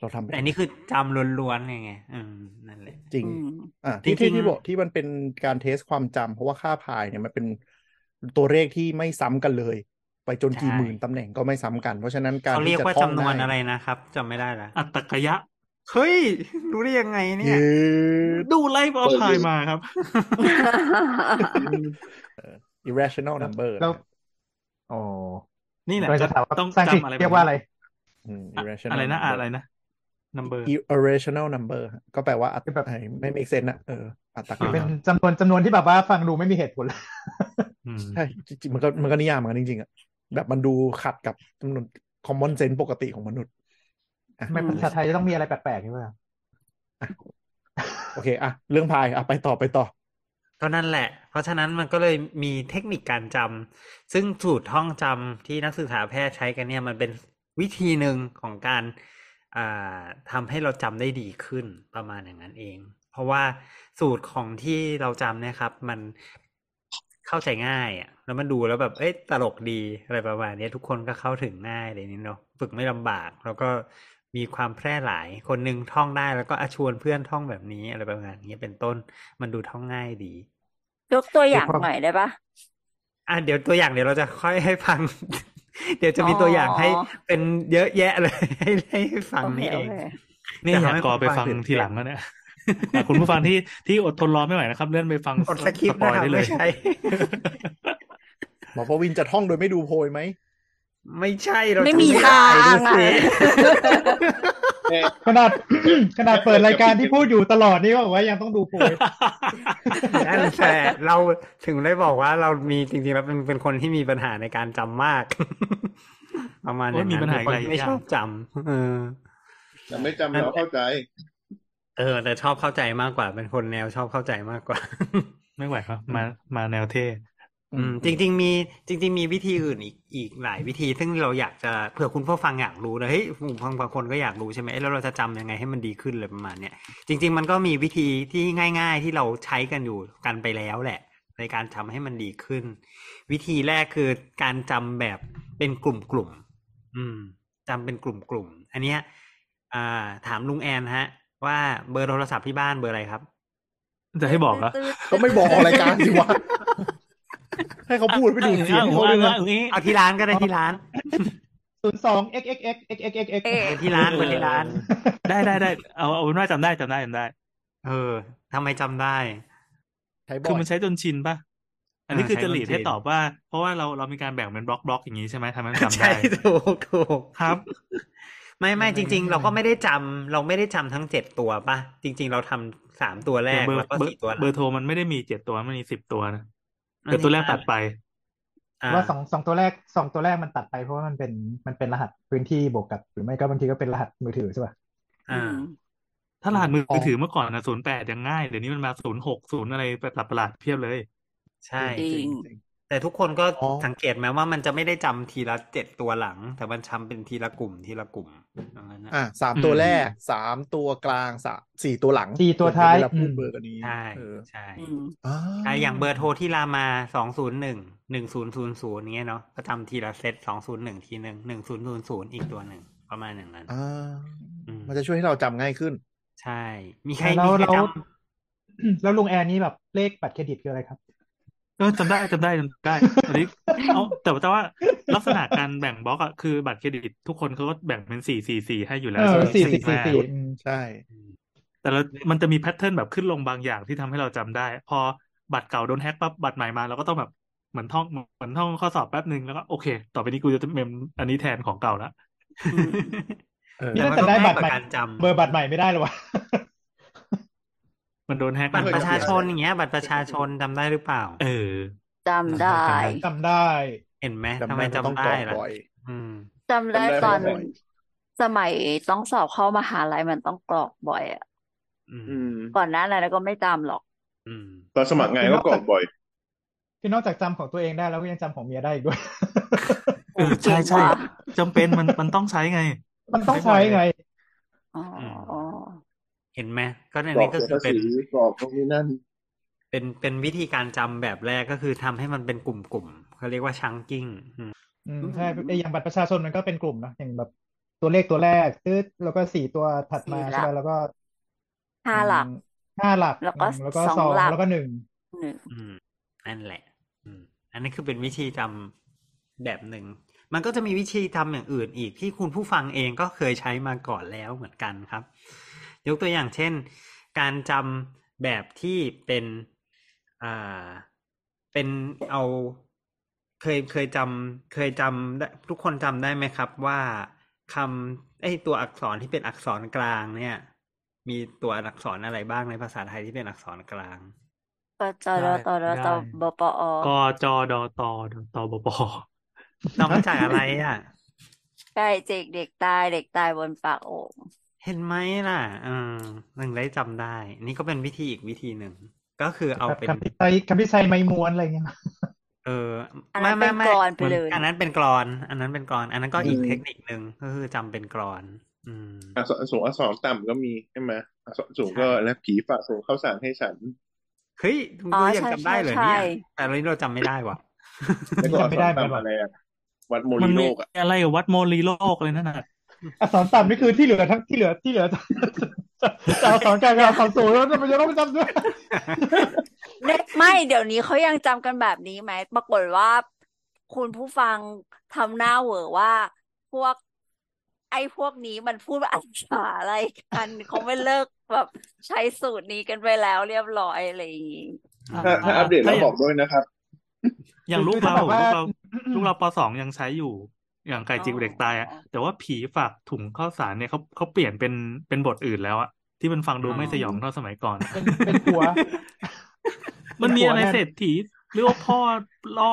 S5: เราทำไป
S3: แต่นี่คือจำล้วนๆไงไงอืมนั่นแหละ
S5: จริง
S4: อืม
S5: อ่ะที่
S3: จริ
S5: ที่
S3: งๆ
S5: ที่บอกที่มันเป็นการเทสความจำเพราะว่าค่าพายเนี่ยมันเป็นตัวเลขที่ไม่ซ้ำกันเลย ไปจนกี่หมื่นตำแหน่งก็ไม่ซ้ำกัน เพราะฉะนั้นการ
S3: เขาเรี
S5: ที่
S3: ยก
S5: จะ
S3: ว่า
S5: ท่อ
S3: จำ
S5: ง
S3: นว
S5: ได้
S3: นอะไรนะครับจำไม่ได้ละ
S6: อัตตกยะ
S3: เฮ้ย รู้ได้ยังไงเนี่ย
S5: ยืด
S6: ดูไลฟ์ออฟ
S8: เปิด
S6: พา
S8: ดู
S6: ยมาครับ
S5: irrational number
S7: แล้ว
S5: นะ
S7: โอ้
S6: นี่แหละ
S7: เราจะถามว่า
S6: ต้อง
S7: ภาษาอังกฤษ
S6: จำอะไร
S7: เรียกว่าอะไร
S5: อืม
S6: อะ
S5: irrational
S6: อะไรนะ
S5: number
S6: อะไรนะ number
S5: irrational number ฮะก็แปลว่าอัต
S7: คือแบบ
S5: ไอ้ไม่ make sense นะเอออัตต
S6: อ่า
S5: กะ
S7: เป็นจำนวนจำนวนที่แบบว่าฟังดูไม่มีเหตุผล
S6: อืม
S5: ใช่จริงๆมันก็มันก็นิยามเหมือนกันจริงๆอะแบบมันดูขัดกับจำนวน common sense ปกติของมนุษย์อ่ะ
S7: ไม่ภาษาไทยจะต้องมีอะไรแปลกๆใช่ป่ะ
S5: โอเคอะเรื่องพายอะไปต่อไปต่อ
S3: ก็นั่นแหละ เพราะฉะนั้นมันก็เลยมีเทคนิคการจำซึ่งสูตรท่องจำที่นักศึกษาแพทย์ใช้กันเนี่ยมันเป็นวิธีหนึ่งของการอ่าทำาให้เราจำได้ดีขึ้นประมาณอย่างนั้นเอง เพราะว่าสูตรของที่เราจำเนี่ยครับ มันเข้าใจง่ายอะแล้วมันดูแล้วแบบเอ้ยตลกดีอะไรประมาณเนี้ยทุกคนก็เข้าถึงง่ายเลยนี่เนาะฝึกไม่ลำบาก แล้วก็มีความแพร่หลายคนหนึงท่องได้แล้วก็อะชวนเพื่อนท่องแบบนี้อะไรประมาณนี้เป็นต้น มันดูท่องง่ายดี
S4: ยกตัวอย่างหน่อยได้ป่ะ
S3: อ่ะเดี๋ยวตัวอย่างเดี๋ยวเราจะค่อยให้ฟัง เดี๋ยวจะมีตัวอย่างให้
S4: อ๋อ
S3: เป็นเยอะแยะเลย ให้ให้ให้ฟัง
S4: โอเค
S3: นี่เอ
S4: โอง เค
S3: นี่
S6: จะ
S3: อยา
S6: หัก
S3: ให้
S6: กอ
S3: คุณ
S6: ไปฟัง
S3: ตื่น
S6: ทีหลังแล้วเนี่ยอ่ะคุณผู้ฟังที่ที่อดทนรอไม่ไหวนะครับ เลื่อนไปฟัง
S3: กดสคริปต์
S6: ปอ
S3: นะ
S6: ย
S3: ครับ
S6: ได้เล
S3: ไม่
S6: ย
S3: ใช่
S5: หมอประวินจะท่องโดยไม่ดูโพยไหม
S3: ไม่ใช่เรา
S4: ไม่
S3: จำ
S4: มี
S3: ด้
S4: ทาง
S3: ดูสิ
S4: อะ
S8: แม่
S7: ขนาด ขนาดเปิดรายการที่พูดอยู่ตลอดนี่ก็บอกว่ายังต้องดูโพย
S3: นั่นแหละเราถึงได้บอกว่าเรามีจริงๆแล้วเป็นเป็นคนที่มีปัญหาในการจำมาก ประมาณอย่าง
S6: โอ้ยมี
S3: นั้น
S6: ปัญหา
S3: เป็นคน
S6: อีกหลาย
S3: ไม่
S6: อย่า
S3: ช
S6: ง
S3: อบจำเออ
S8: จำไม่จำแล้วเข้าใจ
S3: เออ แต่ชอบเข้าใจมากกว่า เป็นคนแนวชอบเข้าใจมากกว่า
S6: ไม่ไหวครับมามาแนวเท่
S5: อื
S3: อื
S5: ม
S3: มจริง ๆ มีจริง ๆ มีวิธีอื่นอีกอีกหลายวิธี ซึ่งเราอยากจะเผื่อคุณผู้ฟังอยากรู้นะเฮ้ยผู้ฟังบางคนก็อยากรู้ใช่ไหมเอ๊ะแล้วเราจะจำยังไงให้มันดีขึ้นเลยประมาณเนี้ยจริง ๆ มันก็มีวิธีที่ง่าย ๆ ที่เราใช้กันอยู่กันไปแล้วแหละ ในการทำให้มันดีขึ้น วิธีแรกคือการจำแบบเป็นกลุ่มๆอืมจำเป็นกลุ่มๆอันเนี้ยอ่าถามลุงแอนฮะ ว่าเบอร์โทรศัพท์ที่บ้านเบอร์อะไรครับ
S6: จะให้บอกเหรอ
S5: ก็ไม่บอกออกรายการสิวะ ให้ ให้เขาพูดไปดูดเสียงเขาด้วยนะ
S6: อย่างนี้
S3: เอาที่ร้านก็ได้ที่ร้าน
S7: ศูนย์สอง x x x x x x x
S4: เอ๊ะ
S3: ที่ร้านคนที่ร้าน
S6: ได้ได้ได้เอาเอาเป็นว่าจำได้จำได้จำได้
S3: เออทำไมจำได้
S5: ใช้บ่
S6: คือ
S5: อย
S6: มันใช้จนชินป่ะ อันนี้
S3: อ่า
S6: คือ
S3: ใช้
S6: จะหลี
S3: จ
S6: ด
S3: นชิน
S6: ให้ตอบว่า เพราะว่าเราเรามีการแบ่งเป็นบล็อกบล็อกอย่างนี้ใช่ไหมทำให้มันจำ
S3: ใช่
S6: ได้
S3: ถูกถูก
S6: ครับ
S3: ไม่ไม่
S6: ไม่
S3: จริงๆ
S6: ไม่
S3: เราก็ไม่ได้จำเราไม่ได้จำทั้งเจ็ดตัวป่ะ จริง ๆ เราทำสามตัวแรก
S6: เบอร์
S3: แล้วก็
S6: เบอร์
S3: สี่ตัวหลัง
S6: เบอร์โทรมันไม่ได้มีเจ็ดตัวมันมีสิบตัวนะ
S3: อันนี้
S6: แต่ตัวแรกตัดไป
S3: อ่า
S7: ว่าสองสองตัวแรกสองตัวแรกมันตัดไปเพราะว่ามันเป็นมันเป็นรหัสพื้นที่บวกกับ หรือไม่ก็บางทีก็เป็นรหัสมือถือใช่ป่ะ
S3: อ่า
S6: ถ้ารหัสมือถือเมื่อก่อนนะศูนย์แปดยังง่าย เดี๋ยวนี้มันมาศูนย์หกศูนย์อะไรประหลาดประหลาดๆเพียบเลย
S3: ใช่
S4: จริง
S3: แต่ทุกคนก็
S5: อ๋อ
S3: สังเกตไหมว่ามันจะไม่ได้จำทีละเจ็ดตัวหลัง แต่มันจำเป็นทีละกลุ่มทีละกลุ่มอย่างนั้นนะ
S5: อ่ะสาม
S6: อืม
S5: ตัวแรกสามตัวกลางสามสี่ตัวหลัง
S7: สี่ตัวท้าย
S5: เวลาพูดเบอร์กันนี้
S3: ใช่
S5: เออ
S3: ใช่
S4: อืม
S5: อ่า
S3: ใช่อย่างเบอร์โทรที่รามาสองศูนย์หนึ่งหนึ่งศูนย์ศูนย์ศูนย์เงี้ยเนาะก็จำทีละเซตสองศูนย์หนึ่งทีหนึ่งหนึ่งศูนย์ศูนย์ศูนย์อีกตัวหนึ่งประมาณอย่างนั้น
S5: อ่า
S3: อืม
S5: มันจะช่วยให้เราจำง่ายขึ้น
S3: ใช่ มีใคร
S7: แล้ว
S3: มีใคร
S7: แล้ว
S3: จ
S7: แล้วลุงแอนนี่แบบเลขบัตรเครดิตคืออะไรครับ
S6: เออจำได้จำได้จำได้ อันนี้เอาแต่แต่ว่าลักษณะการแบ่งบล็อกอะคือบัตรเครดิตทุกคนเขาก็แบ่งเป็นสี่สี่สี่ให้อยู่แล้
S7: เอ
S6: ว
S7: อ
S6: ใช่ไหม
S7: สี่
S5: สี่
S7: สี่สี่สี่อืม
S5: ใช่
S6: แต่เรามันจะมีแพทเทิร์นแบบขึ้นลงบางอย่างที่ทำให้เราจำได้ พอบัตรเก่าโดนแฮ็กปั๊บบัตรใหม่มาเราก็ต้องแบบเหมือนท่องเหมือนท่องข้อสอบแป๊บหนึ่งแล้วก็โอเค ต่อไปนี้กูจะเมมอันนี้แทนของเก่าละ
S4: อืม
S3: ำ
S5: เออ
S7: นี่
S3: แต่
S7: น่า
S3: มันก็
S7: จะได้
S3: ง่าย
S7: บั
S3: กว่า
S7: ตรใหม่
S3: การจำ
S7: เบอร์บัตรใหม่ไม่ได้หรอวะ
S6: มันโดนแฮ็ก
S3: บัตร
S6: มัน
S3: ประชาชนอย่างเงี้ย บัตรประชาชนจำได้หรือเปล่า
S6: เออ
S4: จำได้
S7: จำได้
S3: เห็นไหมทำ
S5: จำ
S3: ไม
S5: ได้ก็ต้อง
S3: จำ
S5: กร
S3: ได้
S5: อก
S3: ล่ะ
S5: บ่อย
S3: อืม
S4: จำได้
S8: จำได้
S4: ตอน
S8: บ่อย
S4: สมัยต้องสอบเข้ามหาลัยมันต้องกรอกบ่อยอะ
S3: อืม
S8: อืม
S4: ก่อนหน้านั้นเราก็ไม่จำหรอก
S3: อืม
S8: ตอนสมัครงานก็กรอกบ่อย
S7: คือนอกจากจำของตัวเองได้แล้วก็ยังจำของเมียได้อีกด้วย
S6: เออใช่
S4: เก่ง
S6: ใช่
S4: ว่ะ
S6: จำเป็นมันมันต้องใช้ไง
S7: มันต้องใช้ไง
S4: อ๋ออ๋อ
S3: เห็นไหมก็ใน
S8: กรอ
S3: นี้
S8: ก
S3: ก็
S8: เสีย
S3: คือ
S8: ภา
S3: เป็น
S8: ษีกรอกตรงนี้นั่น
S3: เป็นเป็นวิธีการจำแบบแรกก็คือทำให้มันเป็นกลุ่มๆเขาเรียกว่าชังกิ้ง
S7: อืม
S4: อืม
S7: ใช่ไอ้อย่างบัตรประชาชนมันก็เป็นกลุ่มเนอะอย่างแบบตัวเลขตัวแรกตึ๊ดแล้วก็สี่ตัวถัดมา
S4: สี่
S7: ใช่
S4: หลัก
S7: ไหมแล้วก็
S4: ห้าหลัก
S7: อืมห้าหลัก
S4: แล้วก็
S7: อืมแล้วก็
S4: สอง
S7: สอง
S4: หลัก
S7: แล้วก็หนึ่ง
S4: หนึ่ง
S3: อืมนั่นแหละ อืม อันนี้คือเป็นวิธีจำแบบหนึ่ง มันก็จะมีวิธีทำอย่างอื่นอีกที่คุณผู้ฟังเองก็เคยใช้มาก่อนแล้วเหมือนกันครับ ยกตัวอย่างเช่น การจำแบบที่เป็นอ่าเป็นเอาเคยเคยจำเคยจำได้ทุกคนจำได้ไหมครับว่าคำไอยตัวอักษรที่เป็นอักษรกลางเนี่ย มีตัวอักษรอะไรบ้างในภาษาไทยที่เป็นอักษรกลาง
S4: ปจรตรต
S6: ได้
S4: บปอก
S6: จดตดตบป
S3: น้องมาจากอะไรอ่ะ
S4: ใกล้เจกเด็กตายเด็กตายบนปากโอ่ง
S3: เห็นไหมล่ะเออหนึ่งได้จำได้ นี่ก็เป็นวิธีอีกวิธีหนึ่ง ก็คือเอาเป็น
S7: คำพิไซคำพิไซไม้ม้วนอะไรเงี้ย
S3: เออ
S4: อัน
S3: ไม่
S4: นั้น
S3: ไม่
S4: เป็น
S3: ไม่
S4: กลอนไป
S3: มัน
S4: เลย
S3: อันนั้นเป็นกรอน อันนั้นเป็นกรอน อันนั้นก็อีก
S8: อืม
S3: เทคนิคหนึ่งก็คือจำเป็นกรอน อืม
S8: อักษรสูงอักษรต่ำก็มีใช่ไหมอักษรสูงก็
S3: ใช่
S8: และผีฝากส่งข้าวสารให้ฉัน
S3: เฮ้ยคุณ
S4: อ๋อ
S3: ก็ยัง
S4: ใช่
S3: จำได้
S4: ใช่
S3: เหรอ
S4: ใช่
S3: เนี่ยแต่เรานี้เราจำไม่ได้ว่ะ
S8: แล้วก็อั
S7: จำ
S8: ก
S7: ไม่
S8: ษ
S7: ได้
S8: ร
S7: เหมือนกัน
S8: ต่ำอะไรอะวัดโม
S6: มั
S8: ลิ
S6: น
S8: โล
S6: มี
S8: กอะ
S6: อะไรอะวัดโมลีโลกเลยนั่นน่ะ
S7: อักษรต่ำนี่คือที่เหลือทั้งที่เหลือที่เหลือจะจะเอาอักษรกลางกับอักษรสูงแล้วมันจะต้องไปจำด้วย
S4: เด็กไม่เดี๋ยวนี้เขายังจำกันแบบนี้ไหมปรากฏว่า คุณผู้ฟังทำหน้าเหวอว่า พวก ไอ้พวกนี้มันพูดว่าอัจฉาอะไรกันเขาไม่เลิกแบบ ใช้สูตรนี้กันไปแล้วเรียบร้อยอะไรอย่างงี้
S8: ถ้าถ้าอัปเดตแล้วบอกด้วยนะครับ
S6: อย่างลูกเรา
S7: คือแบบว่า
S6: ลูกเราลูกเราปสองยังใช้อยู่ อย่างไก่จิกเด็กตายอะ
S4: อ๋อ
S6: แต่ว่าผีฝากถุงข้าวสารเนี่ยเขาเขาเปลี่ยนเป็นเป็นบทอื่นแล้วอะที่มันฟังดูไม่สยองเท่าสมัยก่อน
S7: เป็นเป็นหัว
S6: มันมีอะไร
S7: เป็นหัวแน่
S6: เศรษฐีหรือว่าพ่อล่อ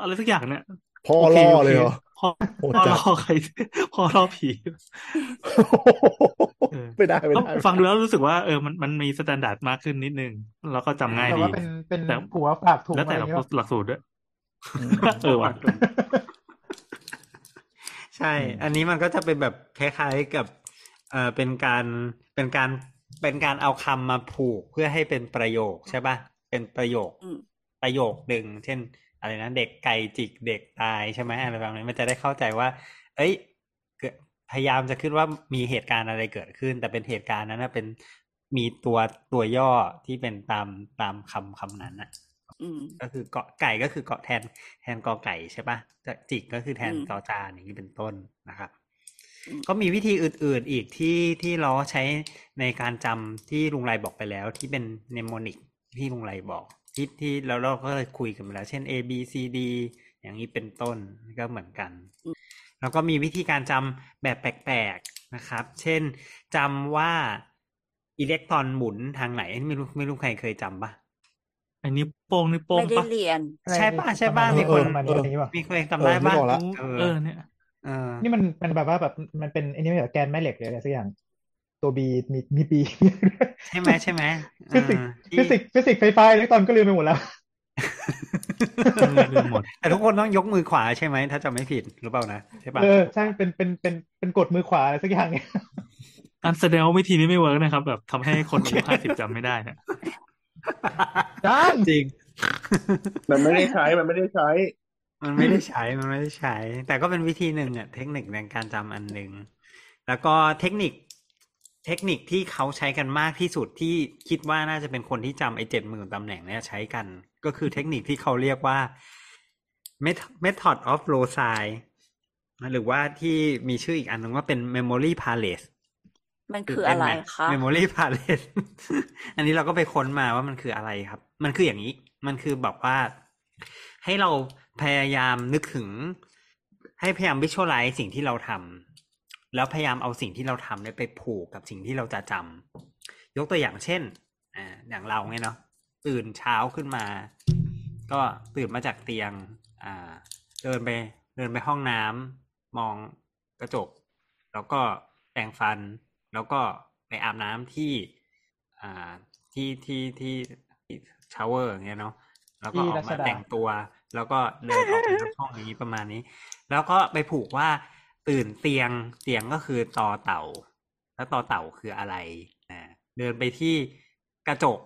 S6: อะไรสักอย่างเนี่ย
S5: พอ
S7: โอเค
S5: ล่อ
S7: โอเค
S5: เลยเหรอ
S6: พ่อ
S5: โห
S6: พ่อ
S5: จัด
S6: ล่อใคร พ่อล่อผี เออ
S5: ไม่ได้ไม่
S6: ก็
S5: ได้
S6: ฟังดูแล้วรู้สึกว่าเออมันมันมีสแตนดาร์ดมากขึ้นนิดนึง แล้วก็จำง่าย
S7: แต่
S6: ดี
S7: ว่าเป็นเป็น
S6: แต่
S7: หัวฝากถุง
S6: แล้ว
S7: อะไร
S6: แต่หลัก
S7: เงี้ย
S6: หลักสูตรด้วย
S5: อืม
S6: เออว่ะ
S3: ใช่
S5: อืม
S3: อันนี้มันก็จะเป็นแบบคล้ายๆกับ เอ่อ เป็นการ เป็นการ เป็นการเอาคำมาผูกเพื่อให้เป็นประโยคใช่ปะเป็นประโยค
S4: อืม
S3: ประโยคหนึ่ง เช่น อะไรนะ เด็กไก่จิกเด็กตายใช่ไหมอะไรแบบนี้มันจะได้เข้าใจว่า เอ้ยเกิดพยายามจะขึ้นว่ามีเหตุการณ์อะไรเกิดขึ้น แต่เป็นเหตุการณ์นั้นนะเป็น มีตัวตัวย่อที่เป็นตามตามคำคำนั้นนะ
S4: อืม
S3: ก็คือเกาะไก่ก็คือเกาะแทนแทนกอไก่ใช่ปะจะจิกก็คือแทน
S4: อืม
S3: จอจานอย่างนี้เป็นต้นนะครับ
S4: อืม
S3: ก็มีวิธีอื่นๆอีกที่ที่เราใช้ในการจำที่ลุงไรบอกไปแล้วที่เป็นเนมโมนิกที่ลุงไรบอกที่ที่เราเราก็เลยคุยกันมาแล้ว เช่น A B C D อย่างนี้เป็นต้นก็เหมือนกัน แล้วก็มีวิธีการจำแบบแปลกๆนะครับ เช่นจำว่าอิเล็กตรอนหมุนทางไหนอันนี้ไม่รู้ไม่รู้ใครเคยจำปะ
S6: ไอ้นิ้วโป้งนิ้วโป้ง
S4: ไม่ได้
S6: ปะ
S4: เรียน
S3: ใช่ป่ะใช่ป่ะ
S7: ปรมาณ
S3: มีคน
S7: ประมาณนี้ประมาณนี้ป่ะ
S3: มีใครจำได้บ้าง
S5: เออนึกออกละ
S6: เออเออเนี่ย
S3: เออ
S7: นี่มันมันแบบว่าแบบมันเป็นไอ้นี่แบบแกนแม่เหล็กเลยอะไรสักอย่าง ตัวบีมีมี บี
S3: ใช่ไหมใช่ไหมเอ
S7: ฟิสิก
S3: อ
S7: ส์
S3: ที่
S7: ฟิสิกส์ฟิสิกส์ไฟฟ้าอิเล็กตรอนก็ลืมไปหมดแล้ว
S6: ลืมหมด
S3: แต่ทุกคนต้องยกมือขวาใช่ไหม ถ้าจำไม่ผิดหรือเปล่านะใช่ป่ะ
S7: เออใช่เป็นเป็นเป็นเป็นกดมือขวาอะไรสักอย่างเนี่ย
S6: อันแสดงว่าวิธีนี้ไม่เวิร์กนะครับ แบบทำให้คนอายุห้าสิบจำไม่ได้เนี่ย
S7: จ้าง
S3: จริง
S8: มันไม่ได้ใช้มันไม่ได้ใช้
S3: มันไม่ได้ใช้มันไม่ได้ใช้ แต่ก็เป็นวิธีหนึ่งอะเทคนิคในการจำอันหนึ่งแล้วก็เทคนิค เทคนิคที่เขาใช้กันมากที่สุดที่คิดว่าน่าจะเป็นคนที่จำไอ้เจ็ดหมื่นตำแหน่งเนี่ยใช้กัน ก็คือเทคนิคที่เขาเรียกว่า Meth- method of loci หรือว่าที่มีชื่ออีกอันหนึงว่าเป็น memory palace
S4: มัน
S3: ตื่
S4: คือน
S3: เต้
S4: อะ
S3: น
S4: ไร
S3: ไหม
S4: คะ
S3: Memory Palace อันนี้เราก็ไปค้นมาว่ามันคืออะไรครับ มันคืออย่างนี้ มันคือแบบว่า ให้เราพยายามนึกถึง ให้พยายามวิชวลไลซ์สิ่งที่เราทำแล้วพยายามเอาสิ่งที่เราทำเนี่ยไปผูกกับสิ่งที่เราจะจำยกตัวอย่างเช่นอ่าอย่างเราเนี่ยเนาะตื่นเช้าขึ้นมา ก็ตื่นมาจากเตียง อ่า เดินไป เดินไปห้องน้ำมองกระจก แล้วก็แปรงฟัน แล้วก็ไปอาบน้ำที่ อ่าที่ที่ที่ชาวเวอร์อย่างเงี้ยเนาะแล้วก็ออกมาแต่งตัว แล้วก็เดินออกไปนอกห้องอย่างนี้ประมาณนี้ แล้วก็ไปผูกว่าตื่นเตียงเตียงก็คือต่อเต่า แล้วต่อเต่าคืออะไรนะเดินไปที่กระจก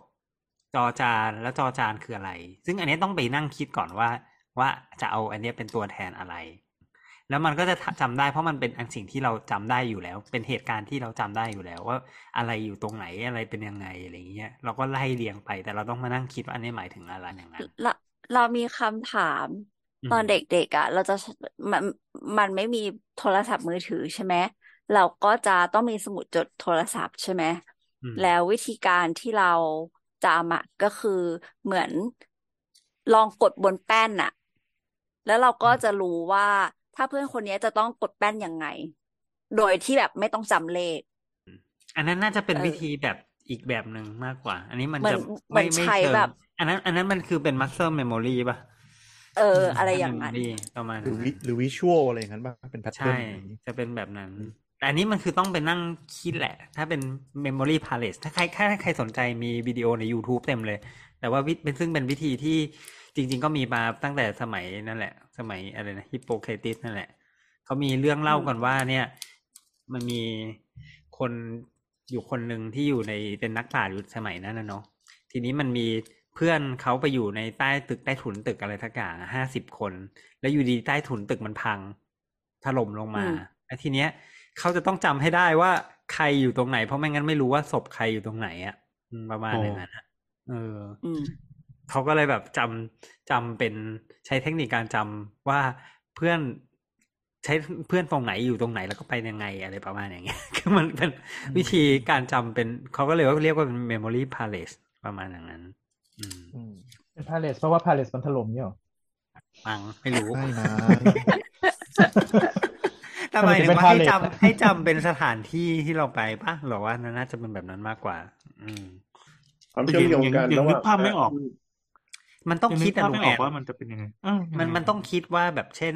S3: จอจานแล้วจอจานคืออะไร ซึ่งอันนี้ต้องไปนั่งคิดก่อนว่า ว่าจะเอาอันเนี้ยเป็นตัวแทนอะไร แล้วมันก็จะจำได้เพราะมันเป็นอันสิ่งที่เราจำได้อยู่แล้ว เป็นเหตุการณ์ที่เราจำได้อยู่แล้ว ว่าอะไรอยู่ตรงไหนอะไรเป็นยังไงอะไรอย่างเงี้ยเราก็ไล่เรียงไป แต่เราต้องมานั่งคิดว่าอันนี้หมายถึงอะไรอย่างนั้น
S4: เราเรามีคำถาม ตอนเด็กๆอ่ะ เราจะมันมันไม่มีโทรศัพท์มือถือใช่ไหมเราก็จะต้องมีสมุดจดโทรศัพท์ใช่ไหม
S3: อืม
S4: แล้ววิธีการที่เราจำอ่ะก็คือเหมือนลองกดบนแป้นอ่ะ แล้วเราก็จะรู้ว่าถ้าเพื่อนคนนี้จะต้องกดแป้นยังไง โดยที่แบบไม่ต้องจำเลข
S3: อันนั้นน่าจะเป็น
S4: เออ
S3: วิธีแบบอีกแบบหนึ่งมากกว่า อันนี้มัน
S4: เหมือน
S3: จะ
S4: เหมื
S3: ไม่
S4: อน
S3: ไม่
S4: ใช้
S3: เชิง
S4: แบบ
S3: อันนั้น อันนั้นมันคือเป็น muscle memory ป่ะ
S4: เออ อะไรอย่างนั้น
S3: memory ประมาณ
S5: ห
S3: นั้
S5: รือน วิหรือวิชวลอะไรอย่างนั้นป่ะเป็นแพทเทิร์
S3: ใช่
S5: นอะไรอย่างนี้
S3: จะเป็นแบบนั้น แต่อันนี้มันคือต้องไปนั่งคิดแหละ ถ้าเป็น memory palace ถ้าใครถ้าใครสนใจมีวิดีโอใน YouTube เต็มเลย แต่ว่าวิเป็นซึ่งเป็นวิธีที่จริง ๆ ก็มีมาตั้งแต่สมัยนั่นแหละ สมัยอะไรนะฮิปโปเครติสนั่นแหละ เขามีเรื่องเล่ากันว่าเนี่ยมันมีคนอยู่คนหนึ่งที่อยู่ในเป็นนักปราชญ์อยู่สมัยนั้นนะเนาะทีนี้มันมีเพื่อนเขาไปอยู่ในใต้ตึกใต้ถุนตึกอะไรทักอย่างห้าสิบคน แล้วอยู่ดีใต้ถุนตึกมันพังถล่มลงมา
S4: อืม
S3: แล้วทีเนี้ยเขาจะต้องจำให้ได้ว่าใครอยู่ตรงไหน เพราะไม่งั้นไม่รู้ว่าศพใครอยู่ตรงไหนอะอืมประมาณ
S6: โอ้
S3: อย่างนั้นอะเออ
S4: อืม
S3: เขาก็เลยแบบจำจำเป็นใช้เทคนิคการจำว่าเพื่อนใช้เพื่อนตรงไหนอยู่ตรงไหนแล้วก็ไปยังไงอะไรประมาณอย่างเงี้ ย คือมันเป็นวิธีการจำเป็นเขาก็เลยว่าเรียกว่าเป็น memory palace ประมาณอย่างนั้น อืม
S5: อืม
S7: เป็นพาเลสเพราะว่าพาเลสมันถล่มเนี่ยหรอ
S3: ฟังไม่รู้
S5: ใช่นะ
S3: แต่หมายถึงว่าให้จำ
S7: ทำไมถึงเป็น palace
S3: ให้จำเป็นสถานที่ที่เราไปปะหรอว่าน่าจะเป็นแบบนั้นมากกว่า อืม
S8: ความเชื่อมโยงกัน
S6: ยังยัง
S8: ระหว่าง
S6: นึกภาพไม่ออก
S3: มันต้องคิด
S6: ยั
S3: อะ
S6: งนึก
S3: ลุงแอ
S6: ภาพไม่ออก
S3: น
S6: ว่ามันจะเป็นยังไงเออยังไง
S3: มันมันต้องคิดว่าแบบเช่น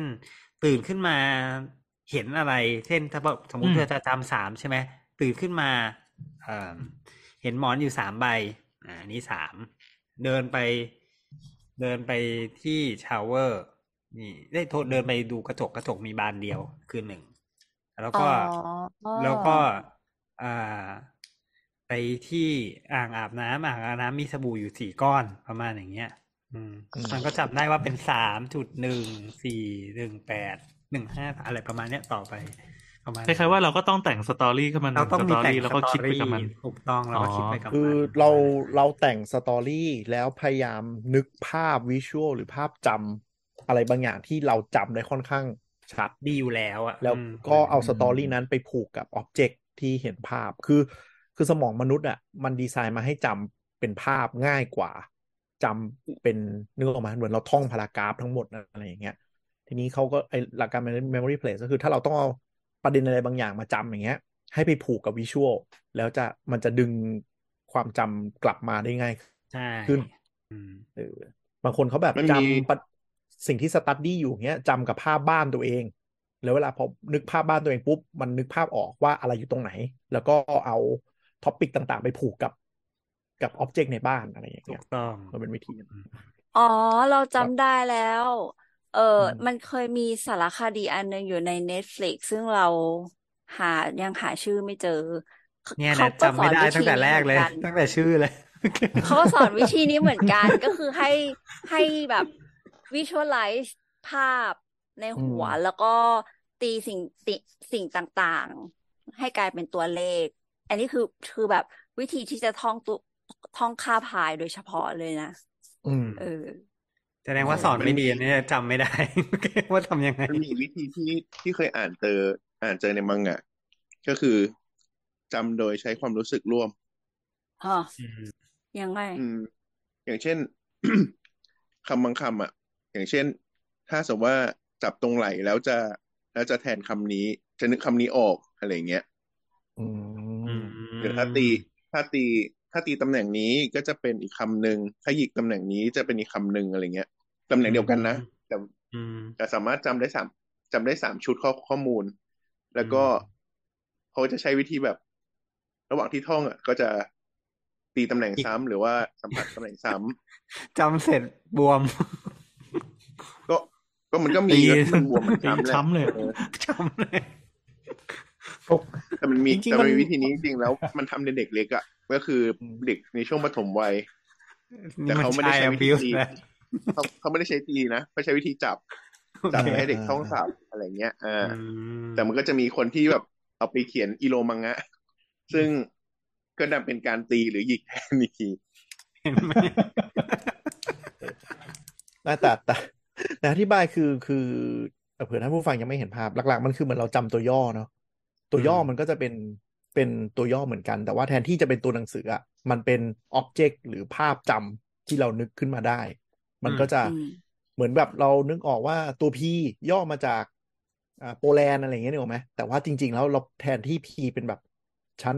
S3: ตื่นขึ้นมาเห็นอะไร เช่นถ้าแบบสมมติเธอจะจำสามใช่ไหมตื่นขึ้นมาเอิ่มเห็นหมอนอยู่สามใบอ่าอันนี้สามเดินไป เดินไปที่ชาวเวอร์นี่ได้โทษเดินไปดูกระจกกระจกมีบานเดียวคือหนึ่งแล้วก็
S4: อ๋อ
S3: แล้วก็อ่าไปที่อ่างอาบน้ำอ่างอาบน้ำมีสบู่อยู่สี่ก้อนประมาณอย่างเงี้ย อืม
S5: อืม
S3: มันก็จับได้ว่าเป็นสามจุดหนึ่งสี่หนึ่งแปดหนึ่งห้าอะไรประมาณเนี้ยต่อไป ประมาณ
S6: คล้ายๆว่าเราก็ต้องแต่งสตอรี่ขึ้นมาห
S3: เรา
S6: นึ่ง
S3: ต้อง
S6: ส
S3: มี
S6: ตอ
S3: แต่ง
S6: รี่แล้วก็คิดไปกับมั
S3: ส
S6: น
S3: ตอรี่ถูกต้องแล้วก็คิดไปกับมัน
S5: คือเราเราแต่งสตอรี่แล้วพยายามนึกภาพวิชวลหรือภาพจำอะไรบางอย่างที่เราจำได้ค่อนข้างชัด
S3: ดีอยู่แล้วอะ
S5: แล้ว
S3: ม
S5: ก็เอาสตอรี่นั้นไปผูกกับอ็อบเจกต์ที่เห็นภาพ คือ คือสมองมนุษย์อ่ะ มันดีไซน์มาให้จำเป็นภาพง่ายกว่าจำเป็นนึกออกมาเหมือนเราท่องพารากราฟทั้งหมดอะไรอย่างเงี้ย ทีนี้เขาก็ไอหลักการ memory place ก็คือถ้าเราต้องเอาประเด็นอะไรบางอย่างมาจำอย่างเงี้ย ให้ไปผูกกับวิชวลแล้วจะมันจะดึงความจำกลับมาได้ง่าย
S3: ใช่
S5: ขึ้น
S3: อืม
S5: เออบางคนเขาแบบ
S8: มัน
S5: จ
S8: มี
S5: ำปะสิ่งที่สตัดดี้อยู่เงี้ยจำกับภาพบ้านตัวเอง แล้วเวลาพอนึกภาพบ้านตัวเองปุ๊บ มันนึกภาพออกว่าอะไรอยู่ตรงไหน แล้วก็เอาท็อปิกต่างๆ ไปผูกกับกับอ็อบเจกต์ในบ้านอะไรอย่าง
S3: ถู
S5: เงี้ย
S3: กต้อง
S5: มันเป็นวิธี
S4: อ๋อ เราจำได้แล้ว เออ
S5: อืม
S4: มันเคยมีสารคดีอันหนึงอยู่ใน Netflix ซึ่งเราหายังหาชื่อไม่เจอเขา
S3: เนี่ย
S4: เขา
S3: นะ
S4: ก็
S3: จำ
S4: สอ
S3: ไม่
S4: น
S3: ได้
S4: วิ
S3: ตั้ง
S4: ธี
S3: แต่
S4: นี้
S3: แร
S4: เห
S3: ก
S4: มือน
S3: เลย
S4: กัน
S3: ตั้งแต่ชื่อเลย
S4: เขาก็สอนวิธีนี้เหมือนกัน ก็คือให้ให้แบบ visualize ภาพใน
S5: อื
S4: หั
S5: ม
S4: ว แล้วก็ตีสิ่งติสิ่งต่างๆ ให้กลายเป็นตัวเลข อันนี้คือคือแบบวิธีที่จะท่องตัวท่องค่าพายโดยเฉพาะเลยนะ
S5: อืม
S4: เออ
S3: แสดงว่าสอนไม่ดีอันนี่จำไม่ได้ ว่าทำยังไง
S8: มันมีวิธีที่ที่เคยอ่านเจออ่านเจอในมังงะก็คือจำโดยใช้ความรู้สึกร่วม
S4: อ๋อยังไง
S8: อืม อย่างเช่น คำบางคำอ่ะ อย่างเช่น ถ้าสมมติว่าจับตรงไหลแล้วจะแล้วจะแทนคำนี้ จะนึกคำนี้ออกอะไรอย่างเงี้ย
S5: อืม
S8: หรือถ้าตีถ้าตีถ้าตีตำแหน่งนี้ก็จะเป็นอีกคำหนึ่งถ้าหยิกตำแหน่งนี้จะเป็นอีกคำหนึ่งอะไรเงี้ยตำแหน่งเดียวกันนะ
S3: อืม
S8: แต่
S3: อืม
S8: แต่สามารถจำได้สามจำได้สามชุดข้อข้อมูล แล้วก็เขาจะใช้วิธีแบบ ระหว่างที่ท่องอ่ะ ก็จะตีตำแหน่งซ้ำหรือว่าสัมผัสตำแหน่งซ้
S3: จำเสร็จบวม
S8: ำก็ก็มันก็มี
S6: ตี
S8: ที่มันบวมเหมือน
S6: ตี
S8: ซ้ำ
S6: ช้ำ
S8: แหละ
S6: เลย
S8: เออ
S3: จำเลย
S8: แต่มันมี
S5: จริงๆ
S8: แต่มัน
S5: มั
S8: มี
S5: น
S8: วิธีนี้จริงๆแล้ว มันทำในเด็กเล็กอ่ะก็คือเด็กในช่วงปฐมวัย
S3: นี่
S8: แต่
S3: มัน
S8: เขาไม่ได้
S3: ชาย
S8: ใช้
S3: อ
S8: วิธี
S3: บิว
S8: ตี
S3: แล้ว
S8: เขาเขาไม่ได้ใช้ตีนะเขาใช้วิธีจับ
S3: โอ
S8: จับ
S3: เค
S8: ให้เด็กท่องศัพท์อะไรเงี้ยเออ
S3: อื
S8: อ
S3: ม
S8: แต่มันก็จะมีคนที่แบบเอาไปเขียนอีโรมังงะ ซึ่งก็นำเป็นการตีหรือหยิกแทนอีกที
S3: เห็นไหม
S5: แต่แต่แต่แต่อธิบายคือคือเอ่อเผื่อท่านผู้ฟังยังไม่เห็นภาพ หลักๆ มันคือเหมือนเราจำตัวย่อเนาะตัวย่อมันก็จะเป็นเป็นตัวย่อเหมือนกัน แต่ว่าแทนที่จะเป็นตัวหนังสืออ่ะมันเป็นอ็อบเจกต์หรือภาพจำที่เรานึกขึ้นมาได้ มันก็จะ
S4: อืม
S5: เหมือนแบบเรานึกออกว่าตัว P ย่อมาจากอ่าโปแลนด์อะไรอย่างเงี้ยนึกออกไหมแต่ว่าจริง ๆ แล้วเราแทนที่ P เป็นแบบฉัน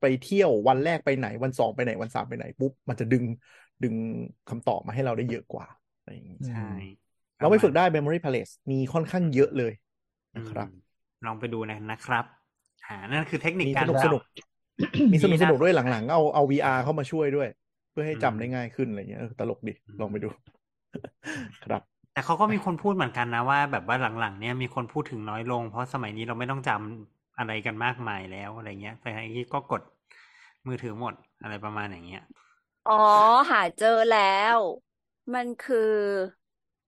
S5: ไปเที่ยววันแรกไปไหนวันสองไปไหนวันสามไปไหนปุ๊บมันจะดึงดึงคำตอบมาให้เราได้เยอะกว่าอะไรอย่างงี้
S3: ใช่
S5: เราไปฝึกได้ Memory Palace มีค่อนข้างเยอะเลย
S3: อืม
S5: นะครับ
S3: ลองไปดูนะนะครับ อ่า นั่นคือเทคนิค
S5: มี
S3: กา
S5: ส
S3: ร
S5: นุก
S3: จ
S5: สนุก มีสนุกสนุกด้วยหลังๆ เอาเอา VR เข้ามาช่วยด้วย เพื่อให้จำได้ง่ายขึ้นอะไรเงี้ยเออตลกดี ลองไปดู ครับ
S3: ำแต่เขาก็มีคนพูดเหมือนกันนะว่า แบบว่าหลังๆ เนี่ยมีคนพูดถึงน้อยลง เพราะสมัยนี้เราไม่ต้องจำอะไรกันมากมายแล้วอะไรเงี้ยแต่ไอ้นี่ก็กดมือถือหมดอะไรประมาณอย่างเงี้ย
S4: อ๋อ หาเจอแล้ว มันคือ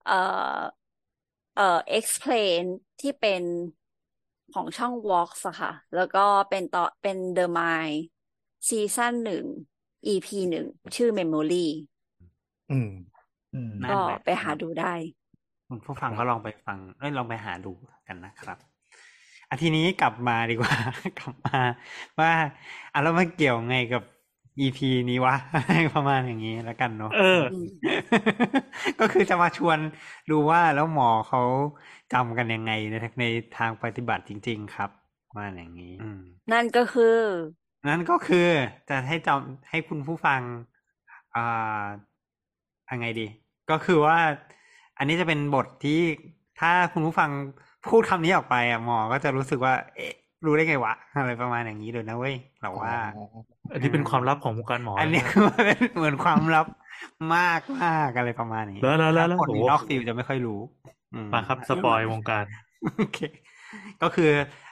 S4: เอ่อ เอ่อ explain ที่เป็นของช่อง Vox อะค่ะ แล้วก็เป็นต่อเป็น The Mind ซีซั่นหนึ่ง EP หนึ่งชื่อ Memory
S5: อืม
S7: อืม
S3: นั่
S4: ก็
S3: นแหละ
S4: ไปหาดูได้
S3: คุณผู้ฟังก็ลองไปฟังเอ้ยลองไปหาดูกันนะครับอาทีนี้กลับมาดีกว่า กลับมา ว่าอ่ะแล้วมันเกี่ยวไงกับ EP นี้วะ ประมาณอย่างนี้แล้วกันเนาะ
S6: เออ
S4: อืม
S3: ก็คือจะมาชวนดูว่าแล้วหมอเขาจำกันยังไงในในทางปฏิบัติจริง ๆ ครับประมาณอย่างนี้ อืม
S4: นั่นก็คือ
S3: นั่นก็คือจะให้จำให้คุณผู้ฟังอ่ายังไงดี ก็คือว่า อันนี้จะเป็นบทที่ถ้าคุณผู้ฟังพูดคำนี้ออกไปอ่ะหมอก็จะรู้สึกว่า เอ๊ะ รู้ได้ไงวะ อะไรประมาณอย่างนี้เลยนะเว้ยแต่ว่า
S6: อันนี้เป็นความลับของวงการหมอ
S3: อัน
S6: น
S3: นี้คือเป็นเหมือนความลับมากมากอะไรประมาณนี้
S6: แล้วแล้วแล้วแล้ว
S3: ถ้าคน
S6: โอ้
S3: ที่
S6: โห
S3: นอกฟิลจะไม่ค่อยรู้อืม
S6: มาครับสปอยวงการ
S3: โอเค ก็คือ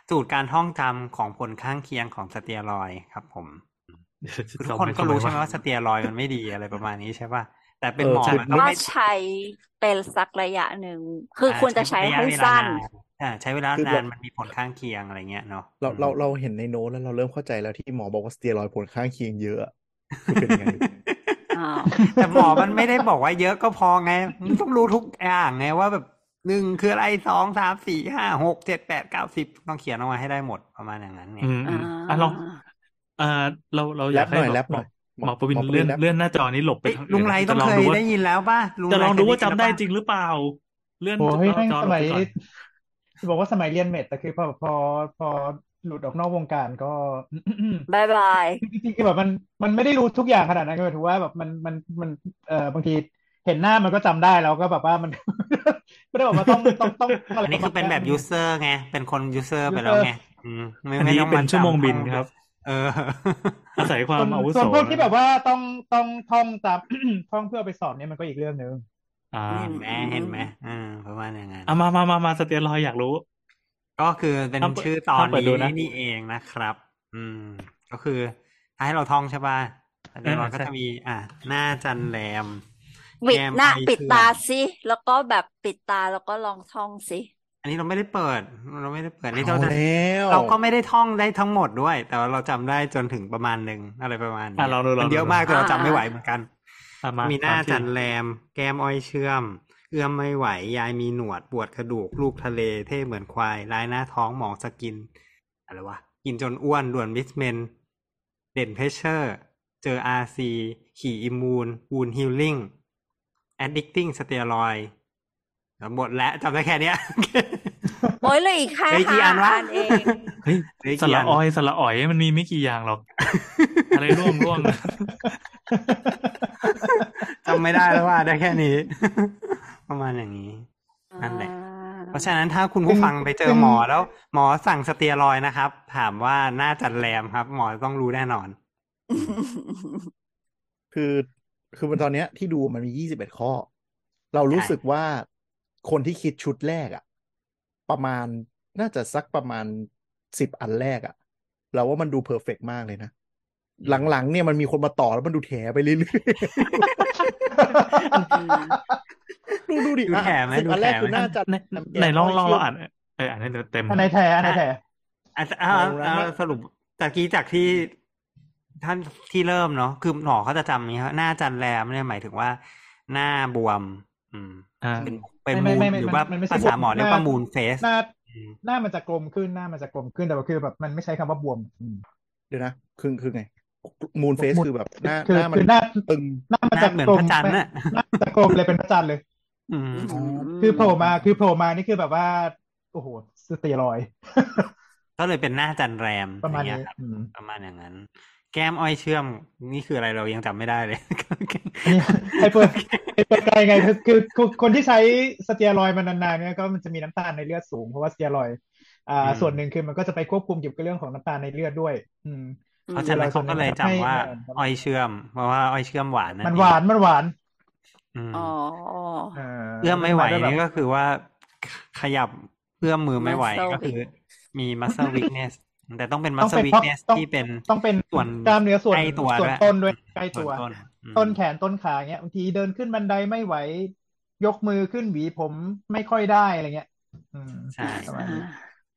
S3: สูตรการท่องจำของผลข้างเคียงของสเตียรอยด์ครับ ผม คือทุกคนก็รู้ใช่ไหมว่าสเตียรอยด์มันไม่ดีอะไรประมาณนี้ใช่ป่ะแต่เป็น
S5: เออ
S3: หมอ
S5: ใช่
S3: มัน
S4: ก็
S3: ไม่
S4: ใช้เป็นสักระยะหนึ่ง คือควรจะใช้
S3: ระยะ
S4: ให้
S3: เวลา
S4: สั้น
S3: นานใ อ่าใช้เวลา
S5: คือเรา
S3: นาน นมันมีผลข้างเคียงอะไรเงี้ยเนาะ
S5: เรา
S3: อืม
S5: เราเราเห็นในโน้ตแล้วเราเริ่มเข้าใจแล้วที่หมอบอกว่าสเตียรอยด์ผลข้างเคียงเยอะอะคือเป็นยังไง
S4: อ้าว
S3: แต่หมอมันไม่ได้บอกว่าเยอะก็พอไงมันต้องรู้ทุกอย่างไงว่าแบบหนึ่งคืออะไรสองสามสี่ห้าหกเจ็ดแปดเก้าสิบต้องเขียนออกมาให้ได้หมดประมาณอย่างนั้นไง
S6: อืมอืม
S4: อ่า
S6: อ่ะลองเอ่อเราเราอยากให้
S5: แร
S6: แบบ
S5: ปห
S6: หมอ
S5: น่อยแรปหน่อย
S6: หมอประวิน
S5: หมอประวิน
S6: เลื่อน
S5: แรป
S6: เลื่อนหน้าจอนี้หลบไป
S3: เอ้ย
S6: ทาง
S3: ลุงไร
S6: จะ
S3: ต้อง
S6: ลอง
S3: เค
S6: ดู
S3: ย
S6: ว่า
S3: ได้ยินแล้วป่ะลุง
S6: จะ
S3: ไร
S6: ลองดูว่า
S3: เคย
S6: จำ
S3: ยิน
S6: ได้
S3: แล้วป่ะ
S6: จริงหรือเปล่า เลื่อน
S7: โอ้ย
S6: หน้า
S7: แม่ง
S6: จอ
S7: ส
S6: ลง
S7: มัย
S6: ไปก่อน
S7: จะบอกว่าสมัยเรียนเมทแต่คือพอพอพอหลุดออกนอกวงการก็
S4: บายบาย
S7: จริงๆคือแบบมันมันไม่ได้รู้ทุกอย่างขนาดนั้นก็หมายถึงว่าแบบมันมันมันเอ่อบางทีเห็นหน้ามันก็จำได้แล้วก็แบบว่ามัน ไม่ได้บอกว่าต้องต้องต้องต้องอะไร
S3: อันนี้คือเป็นแบบยูเซอร์ไงเป็นคนยูเซอร์ไปแล้วไงอืมไม่
S6: อัน
S3: ไม่
S6: นี้
S3: ต้อง
S6: เป็
S3: มัน น
S6: ชั่วโมงบิน
S3: จำ
S6: ครับ
S3: เออ
S6: อาศัยความ
S7: ส่วน
S6: อาวุโส
S7: ส่วนพวกที่
S6: นะ
S7: แบบว่าต้องต้องท่องตาม ท่องเพื่อเอาไปสอบเนี่ยมันก็อีกเรื่องหนึ่ง
S6: อ่า
S4: อืม
S3: เห็นไหมเห็นไหมอืมประมาณอย่างนั้น
S6: อ่ะมามามามาสเตียรอยด์อยากรู้
S3: ก็คือเป็น
S6: ห้ามเปิด
S3: ชื่อตอ
S6: ห้าน มเปิดดูนะ
S3: นี้นี่เองนะครับ อืม ก็คือถ้าให้เราท่องใช่ป่ะแต่เดี๋ยวเราก็จะมี อ่ะหน้าจันแรม
S4: ปิด
S3: แก้ม
S4: หน้า
S3: ไอ
S4: ปิด
S3: เชื่อม
S4: ตาสิ แล้วก็แบบปิดตาแล้วก็ลองท่องสิ
S3: อันนี้เราไม่ได้เปิด เราไม่ได้เปิดนี่
S5: เอา
S3: เราจะ
S5: แล้ว
S3: เราก็ไม่ได้ท่องได้ทั้งหมดด้วย แต่ว่าเราจำได้จนถึงประมาณหนึ่งอะไรประมาณนี้
S6: อ่ะลองดูลอ
S3: มั
S6: ง
S3: น
S6: ดู
S3: เยอะมาก
S6: ลองดู
S3: จนเราจำไม่ไหวเหมือนกัน
S6: อ่ะมา
S3: มีหน้า
S6: ตามที่
S3: จันแรม แก้มอ้อยเชื่อม เอื้อมไม่ไหว ยายมีหนวดปวดกระดูกลูกทะเลเท่เหมือนควายร้ายหน้าท้องหมองสกิน อะไรวะ กินจนอ้วนด่วนวิสเมน เด่นเพชเชอร์ เจออาซีขี่อิมูนวูนฮิลลิ่งแอดดิกติ้งสเตียรอยหมดแล้วจำได้แค่ เนี้ย
S4: โอ้ยเหลยอีกแค่
S3: เฮ้ยกี่
S4: ห้า
S3: อันวะ
S4: อันเอง
S6: เฮ้ย
S3: เฮ้ย
S6: สละ
S3: กี่น
S6: ออยสละออยมันมีไม่กี่อย่างหรอก อะไรร่วงร่วงนะ
S3: จำไม่ได้แล้วว่าได้แค่นี้ ประมาณอย่างนี้ นั่นแหละ เพราะฉะนั้นถ้าคุณผู้ฟังไปเจอหมอแล้ว หมอสั่งสเตียรอยด์นะครับ ถามว่าน่าจัดแรมครับ หมอต้องรู้แน่นอน
S5: คือคือมันตอนเนี้ยที่ดูมันมียี่สิบเอ็ดข้อ เรารู้สึกว่าคนที่คิดชุดแรกอะประมาณน่าจะสักประมาณสิบอันแรกอะเราว่ามันดูเพอร์เฟกต์มากเลยนะ
S3: อืม
S5: หลังๆเนี่ยมันมีคนมาต่อแล้วมันดูแถไปเรื่อยๆ ดูดูดิ
S3: ดูแถ
S5: อ่ะ
S3: ไหม
S5: สิบ
S3: ดู
S5: อันแรก
S3: แถไหม
S5: คือหน้าจัด
S6: ใน
S5: แก้ม
S6: ในลอง
S5: ย
S6: ลอง
S5: เชื่
S6: เรา
S5: ม
S6: อ่านเอออ่านให้เต็ม
S7: อันไหนแท้อันไหนแท้
S3: อาจจะเอา
S5: เอาละ
S3: เอา
S5: มา
S3: สรุปจากกี้จากที่ท่านที่เริ่มเนาะคือหมอเขาจะจำอย่างนี้ครับหน้าจันแรมเนี่ยหมายถึงว่า หน้าบวม อืม
S6: อ่า
S3: เป็น
S7: ไม
S3: เป็น
S7: ไม่
S3: มูล
S7: ไม่ไม่
S3: หรือ
S7: มัน
S3: ว่า
S7: มันไม่ใช่
S3: ภาษาหมอเรียกว่ามูลเฟส
S7: หน้าหน้ามันจะกลมขึ้นหน้ามันจะกลมขึ้นแต่ว่าคือแบบมันไม่ใช้คำว่าบวมอืม
S5: เดี๋ยวนะคือคือไงมูนเฟส
S7: Moon-
S5: คือแบบหน้า
S7: คือ
S5: หน้ามัน
S7: คือหน้า
S5: ตึง
S7: หน้ามัน
S3: หน้า
S7: จะ
S3: เหมือน
S7: กล
S3: พ
S7: ม
S3: ระจันทร์
S7: ไม่
S3: น่ะ
S7: หน้ามันจะกลมเลยเป็นพระจันทร์เลย
S3: อืม
S5: อ๋อ
S7: คือโผล่มาคือโผล่มานี่คือแบบว่าโอ้โหสเตียร อยด์
S3: ก็เลยเป็นหน้าจันแรม
S7: ประมาณ
S3: อย่งเงี้ย
S7: นี้
S3: ครับ
S7: อืม
S3: ประมาณอย่างนั้น แก้มอ้อยเชื่อมนี่คืออะไรเรายังจำไม่ได้เลย
S7: อันนี้ไฮเปอร์ไฮเปอร์ไกลไงคือคือคือคนที่ใช้สเตียรอยด์มานานๆเนี่ยก็มันจะมีน้ำตาลในเลือดสูงเพราะว่าสเตียรอยด์อ่า
S3: อืม
S7: ส่วนหนึ่งคือมันก็จะไปควบคุมเกี่ยวกับเรื่องของน้ำตาลในเลือดด้วย อืม
S3: เพราะฉะนั้นเขาก็เลยจำว่าอ้อยเชื่อม เพราะว่าอ้อยเชื่อมหวานนั่น
S7: มัน
S3: เอง
S7: หวานมันหวาน
S3: อืม
S4: อ๋อ
S7: เออ
S3: เอื้อมไม่ไหว
S7: าด้วยแบบ
S3: นี่ก็คือว่าขยับเอื้อมมือไม่ไหว
S4: Muscle
S3: ก็คือ มี muscle weakness แต่ต้องเป็น
S7: ต้อง
S3: muscle
S7: เป็นเพราะ
S3: weakness
S7: ต้อง
S3: ที่เป็น
S7: ต้องเป็น
S3: ส่วน
S7: กล้ามเนื้อส่วน
S3: ใกล้ตัว
S7: ส่วน
S3: ด้วย
S7: ต้นด้วยใกล้
S3: ส่
S7: ตั
S3: วน
S7: ว
S3: ต้นอืม
S7: ต้นแขนต้นขาเงี้ยบางทีเดินขึ้นบันไดไม่ไหว ยกมือขึ้นหวีผมไม่ค่อยได้อะไรเงี้ย อืม
S3: ใช่
S7: ประมาณนี้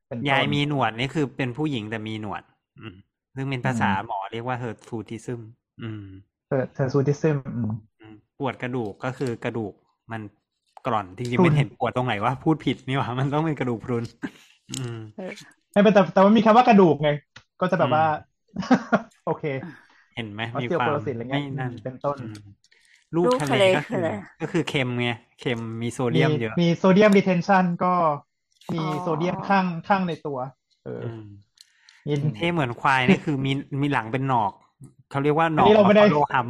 S7: เป็น
S3: ยาย
S7: ต้น
S3: มีหนวดนี่คือเป็นผู้หญิงแต่มีหนวด อืม ซึ่งเป็นภาษา
S7: อืม
S3: หมอเรียกว่าเฮอร์ทูติซึมอืม
S7: เธอเธอซูติซึมอืม
S3: อืมปวดกระดูกก็คือกระดูกมันกร่อนจริง
S7: พ
S3: ๆ
S7: รุ
S3: ไม่
S7: น
S3: เห็นปวดตรงไหนว่าพูดผิดนี่หว่า มันต้องเป็นกระดูกพรุน อืม
S7: ไม่เป็นแต่แต่ว่ามีคำว่ากระดูกไง ก็จะแบบว่า
S3: อื
S7: โอเค
S3: เห็นไหม
S7: ออส
S3: มี
S7: เตีย
S3: ควา
S7: โพ
S3: ม
S7: รซิสอะไรเงี้ย
S3: ไม่นั่น
S7: เป็นต้น
S3: อืมลูก
S4: ลูก
S3: ทะ
S4: ทะ
S3: เล
S4: เล
S3: ก็คือ อ
S4: คือะไร
S3: ก็คือเค็มไงเค็มมีโซ
S7: มี
S3: เดียมเยอะ
S7: มีโซเดียมดีเทนชันก็มี
S4: อ๋อ
S7: โซเดียมข้างข้างในตัว เออ
S3: อืม
S7: มี
S3: เท่เหมือนควายนี่คือมีมีหลังเป็นหนอกเขาเรียกว่าหนอ
S7: อันนี้
S3: ก
S7: เราไม่ได้
S3: บัฟฟาโลฮัม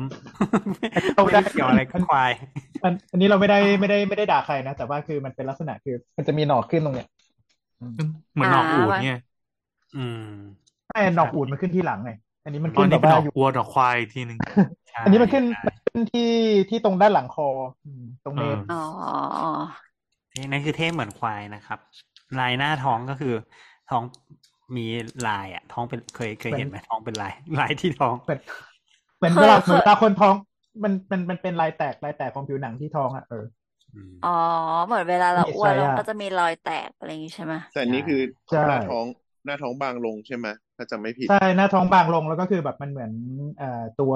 S7: อันนี้เราไม่
S3: ไม่
S7: ได้
S3: ได้เกี่ยวอะไรกับควาย
S7: อันอันนี้เราไม่ได้ไม่ได้ไม่ได้ด่าใครนะ แต่ว่าคือมันเป็นลักษณะคือ มันจะมีหนอกขึ้นตรงเนี้ย
S6: เหมือนหนอก
S4: อ่า
S6: อูดเนี่ย
S3: อืม
S7: ไอ้หนอกอูดมันขึ้นที่หลังไงอันนี้มัน
S6: ตอ
S7: ขึ้
S6: น
S7: นแบ
S6: นี้
S7: บ
S6: เป็นห
S7: ว่าน
S6: อก
S7: อยู่
S6: วัวหนอกควายอีกทีหนึ่ง
S3: ใช่
S7: อันนี้มันขึ้น
S3: ใช่
S7: มันขึ้นที่ที่ตรงด้านหลังคออืมตรงเนตร
S6: เอ
S4: อ๋อ
S3: นี่นั่นคือเท่เหมือนควายนะครับ ลายหน้าท้องก็คือ ท้องมีลายอ่ะ ท้องเป็นเคยเคยเห็นไหมท้องเป็นลาย ลายที่ท้อง
S7: เหมือนเหมือน
S4: เคย
S7: เวลา
S4: เคย
S7: เหมือนเวลาคนท้อง มันมันมันเป็นลายแตกลายแตกของผิวหนังที่ท้องอ่ะเออ
S4: อ๋อเหมือนเวลาเรา
S7: มี
S4: อ้วน
S7: ไซ
S4: เรา
S7: อะ
S4: ก็จะมีรอยแตกอะไรอย่างงี้ใช่ไหม
S8: แต่อันนี้คือ
S7: ใช่
S8: หน้าท้องหน้าท้องบางลงใช่ไหมถ้าจำไม่ผิด
S7: ใช่หน้าท้องบางลงแล้วก็คือแบบมันเหมือนเอ่อตัว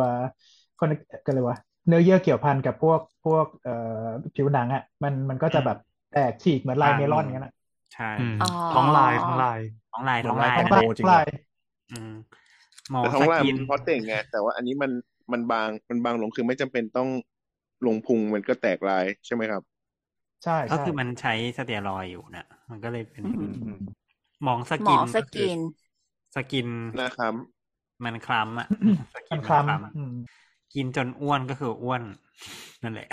S7: คนกันเลยวะเนื้อเยื่อเกี่ยวพันกับพวกพวกเอ่อผิวหนังอ่ะมันมันก็จะแบบแตกฉีกเหมือนลายเมลอนอย่างนั้นอะ
S3: ใช่
S6: อืม
S4: อ๋อ
S6: ท้องลายท้องลาย
S3: ท้องลาย
S5: เหมื
S3: ท้
S5: อ
S3: อน งลาย
S5: ลาย
S7: ท้
S5: ข
S7: อง
S5: ง
S3: กั
S7: ลาน ย
S5: โบ จริง
S7: ท้อง
S5: เหรอ
S7: ลาย
S3: อืมหมอ
S8: แต่ท้อง
S3: ส
S8: ล่าง
S3: กิน
S8: มันเพราะเต่งไงแต่ว่าอันนี้มันมันบางมันบางลงคือไม่จำเป็นต้องลงพุงมันก็แตกลายใช่ไหมครับ
S7: ใช่
S3: ก็
S7: ใช่
S3: คือมันใช้สเตียรอยด์อยู่นะมันก็เลยเป็น
S4: อืม
S5: อืม
S3: หมองส
S4: หม
S3: กิ
S4: อน สกิน
S3: สกิน
S8: นะครับ
S3: มันคล้ำอ่ะสกิ
S7: มัน น
S3: มัน
S7: คล้
S3: คล้ำ
S7: ำอืม
S3: กินจนอ้วนก็คืออ้วน นั่นแหละ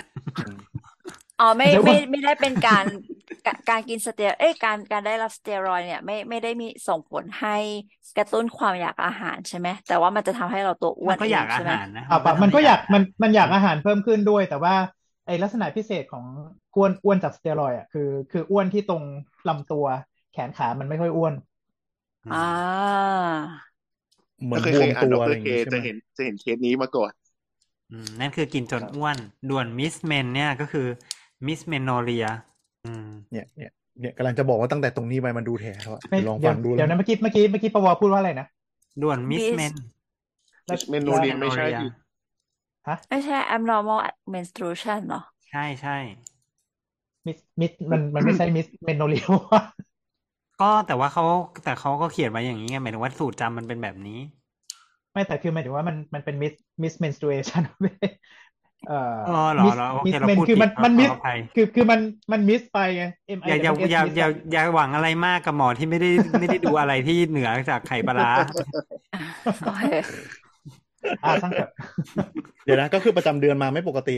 S4: อ๋อไม่
S7: เดี๋ยวก่
S4: ไม่
S7: อน
S4: ไม่ได้เป็นการ กะการกินสเตียเอ้ยการการได้รับสเตียรอยด์เนี่ยไม่ไม่ได้มีส่งผลให้กระตุ้นความอยากอาหารใช่ไหมแต่ว่ามันจะทำให้เราตัวอ้ว
S3: มัน นก็
S4: เอ
S3: อยาง ก
S4: ใช่
S3: อา
S4: ไหม
S3: หารนะ
S7: อ่ะปะ
S3: ทำให้
S7: มันก็อยาก
S3: หร
S7: มันมันอยาก
S3: อืม
S7: อาหารเพิ่มขึ้นด้วย แต่ว่าไอลักษณะพิเศษของอ้วนอ้วนจากสเตียรอยด์อ่ะคือ คืออ้วนที่ตรงลำตัวแขนขามันไม่ค่อยอ้วน
S3: อื
S4: อ่าม
S5: เหมือน
S8: ถ้าเคย
S5: บ
S8: เควย
S5: ม
S8: อ่านด
S5: ตัวอะไร
S8: ร
S5: อย่าง
S8: เค
S5: งี้ใช่
S8: จะ
S5: ไหม
S8: เห็นจะเห็นเคสนี้มาก่อน
S3: อืมนั่นคือกินจน
S5: ครับ
S3: อ้วน ด่วนมิสเมนเนี่ยก็คือมิสเมนโนเรีย อืม
S5: เนี่ยเนี่ยเนี่ยกำลังจะบอกว่าตั้งแต่ตรงนี้ไปมันดูแถแล้วอะ
S7: ไม่
S5: เดี๋ยวลอง
S7: เดี๋ย
S5: ฟั
S7: ว
S5: งดู
S7: เดี๋ยว
S5: แล้ว
S7: นะเมื่อกี้เมื่อกี้เมื่อกี้ปวพูดว่าอะไรนะ
S3: ด่วนมิสเมน
S7: แล้ว
S8: เมนโน
S7: แล้ว
S8: เรียไม่ใช่ดิ
S7: ฮะ
S4: ไม่ใช่ abnormal menstruation เหรอ
S3: ใช่ใช่
S7: มิสมิสมันมันไม่ใช่มิสเมนโนเรียวะ
S3: ก็แต่ว่าเขาแต่เขาก็เขียนไว้อย่างนี้ไงหมายถึงว่าสูตรจำมันเป็นแบบนี้
S7: ไม่แต่คือหมายถึงว่ามันมันเป็นมิสมิสเมนสตูเอชันเอ่อ
S3: เออเหรอ
S7: มิส
S3: เหรอโอ
S7: มิ
S3: เค
S7: ส
S3: เรา
S7: เมน
S3: พูด
S7: คือ
S3: ผิด
S7: มันมัน
S3: ขอ
S7: มิส
S3: อภัย
S7: คือคือมันมันมิสไปไง M
S3: อ
S7: I
S3: ย่าอย่า
S7: double S
S3: อย่า
S7: มิส
S3: อย่าอย่าหวังอะไรมากกับหมอที่ไม่ได้ไม่ได้ดูอะไรที่เหนือจากไข่ปลาร้า
S4: โอเค
S7: อ่าช่างเถอะ
S5: เดี๋ยวนะก็คือประจำเดือนมาไม่ปกติ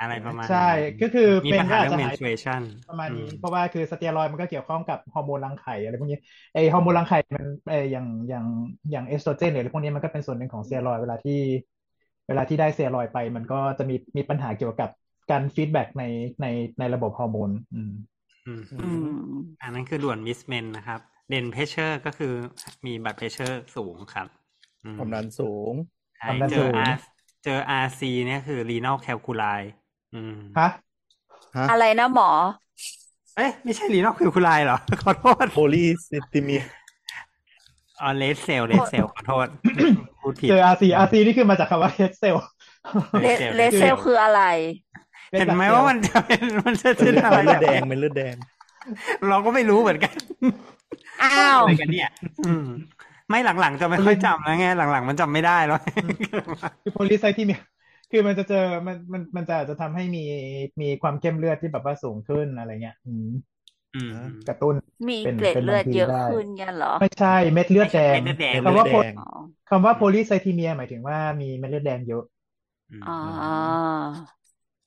S3: อะไรประมาณ
S7: ใช่
S3: นั้น
S7: ก็คือ
S3: มี
S7: เป็น
S3: ปัญ
S7: ก็
S3: หา
S7: อาจ
S3: เรื่อง
S7: จะหาย
S3: menstruation
S7: ประมาณนี้
S3: อืม
S7: เพราะว่าคือสเตียรอยด์มันก็เกี่ยวข้องกับฮอร์โมนรังไข่อะไรพวกนี้ไอฮอร์โมนรังไข่มันไออย่างอย่างอย่างเอสโตรเจนหรืออะไรพวกนี้มันก็เป็นส่วนหนึ่งของสเตียรอยด์เวลาที่ เวลาที่ได้สเตียรอยด์ไป มันก็จะมีมีปัญหาเกี่ยวกับการฟีดแบ็กในในในระบบฮอร์โมนอืม
S3: อืม
S4: อืม
S3: อันนั้นคือด่วนมิสเมนนะครับเดนเพชเชอร์ก็คือมีบัตรเพชเชอร์สูงครับ อืม
S5: ความดันสูง
S3: ใช่
S7: ความดัน
S3: เจ
S7: สู
S3: อง อาเจออาร์ซีเนี่ยคือรีน a ลแคลคูลายอืม
S7: ฮะ
S5: ฮะ
S4: อะไรนะหมอ
S3: เอ๊ะ ไม่ใช่รีน a ลแคลคูลายเหรอ ขอโทษ
S5: โพลีซิติเมีย
S3: อ๋อเลสเซลเลสเซลขอโทษ พูดผิด
S7: เจอ RC RC นี่คือมาจากคำว่า red cell
S3: เล
S4: เล
S3: สเซล
S4: เลเซลคืออะไร
S3: เห็นไหมว่ามันจะเป็นมันจะ
S5: เป็
S3: เป็น น
S5: เลือ
S3: อะไร
S5: ดเลือด
S3: แบ
S5: แด
S3: บ
S5: งเป็นเลือดแดง
S3: เราก็ไม่รู้เหมือนกัน
S4: อ้าว
S3: อะไรกันเนี่ย อืม ไม่หลังๆจะไม่ค่อยจำแล้วไงหลังๆ มันจำไม่ได้แล้ว
S7: คือ polycythemia คือมันจะเจอมันมันมันจะอาจจะทำให้มีมีความเข้มเลือดที่แบบว่าสูงขึ้นอะไรเงี้ยอืม
S3: อืม
S7: กระตุ้น
S4: มี
S7: เป็น
S4: เกล็ด
S7: เป็น
S4: เลื
S7: บา
S4: อง ด
S7: ที
S4: เยอะ
S7: ได้
S4: ขึ้นเงี้ยเหรอ
S7: ไม่ใช่เม็ดเลือดแดง
S3: ไม่ใช่เม็ดเลือดแดง
S5: เป็นเลือ
S7: คำว่า
S5: ดแด
S7: โพ
S5: ง
S4: อ๋อ
S7: คำว่า polycythemia หมายถึงว่ามีเม็ดเลือดแดงเยอะ
S3: อืม
S4: อ๋อ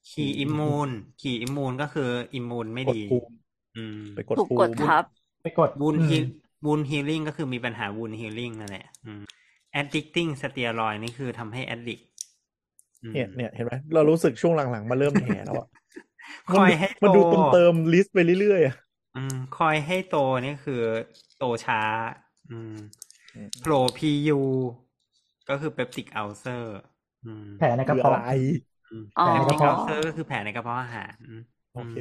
S3: ขี่อิมมูนขี่อิมมูนก็คืออิมมูนไม่
S5: กด
S3: ดี
S5: ภูมิ
S3: อืม
S5: ไปกด
S4: ถูก
S5: ภู
S4: กด
S5: มิ
S4: ทับ
S7: ไปกด
S3: วูน
S7: อื
S3: ฮี
S7: ม
S3: วูนฮีลิ่งก็คือมีปัญหาวูนฮีลิ่งนั่นแหละอืม addicting steroid นี่คือทำให้ addict อืม
S5: เนี่ยเนี่ยเห็นไหมเรารู้สึกช่วงหลังๆมาเริ่มแถแล้วอะ
S3: คอยให้
S5: มัน
S3: โต
S5: ดูเติมเติมลิสต์ไปเรื่อยๆอะ
S3: อืมคอยให้โตนี่คือ โตช้า อืมโผล่ PU ก็คือ peptic ulcer อืม
S7: แผลในกระ
S5: คืออะ
S7: เพาะ
S5: ไร
S3: ม
S4: อ๋อ
S3: peptic ulcer ก็คือแผลในกระเพาะอาหารอืม
S5: โอเค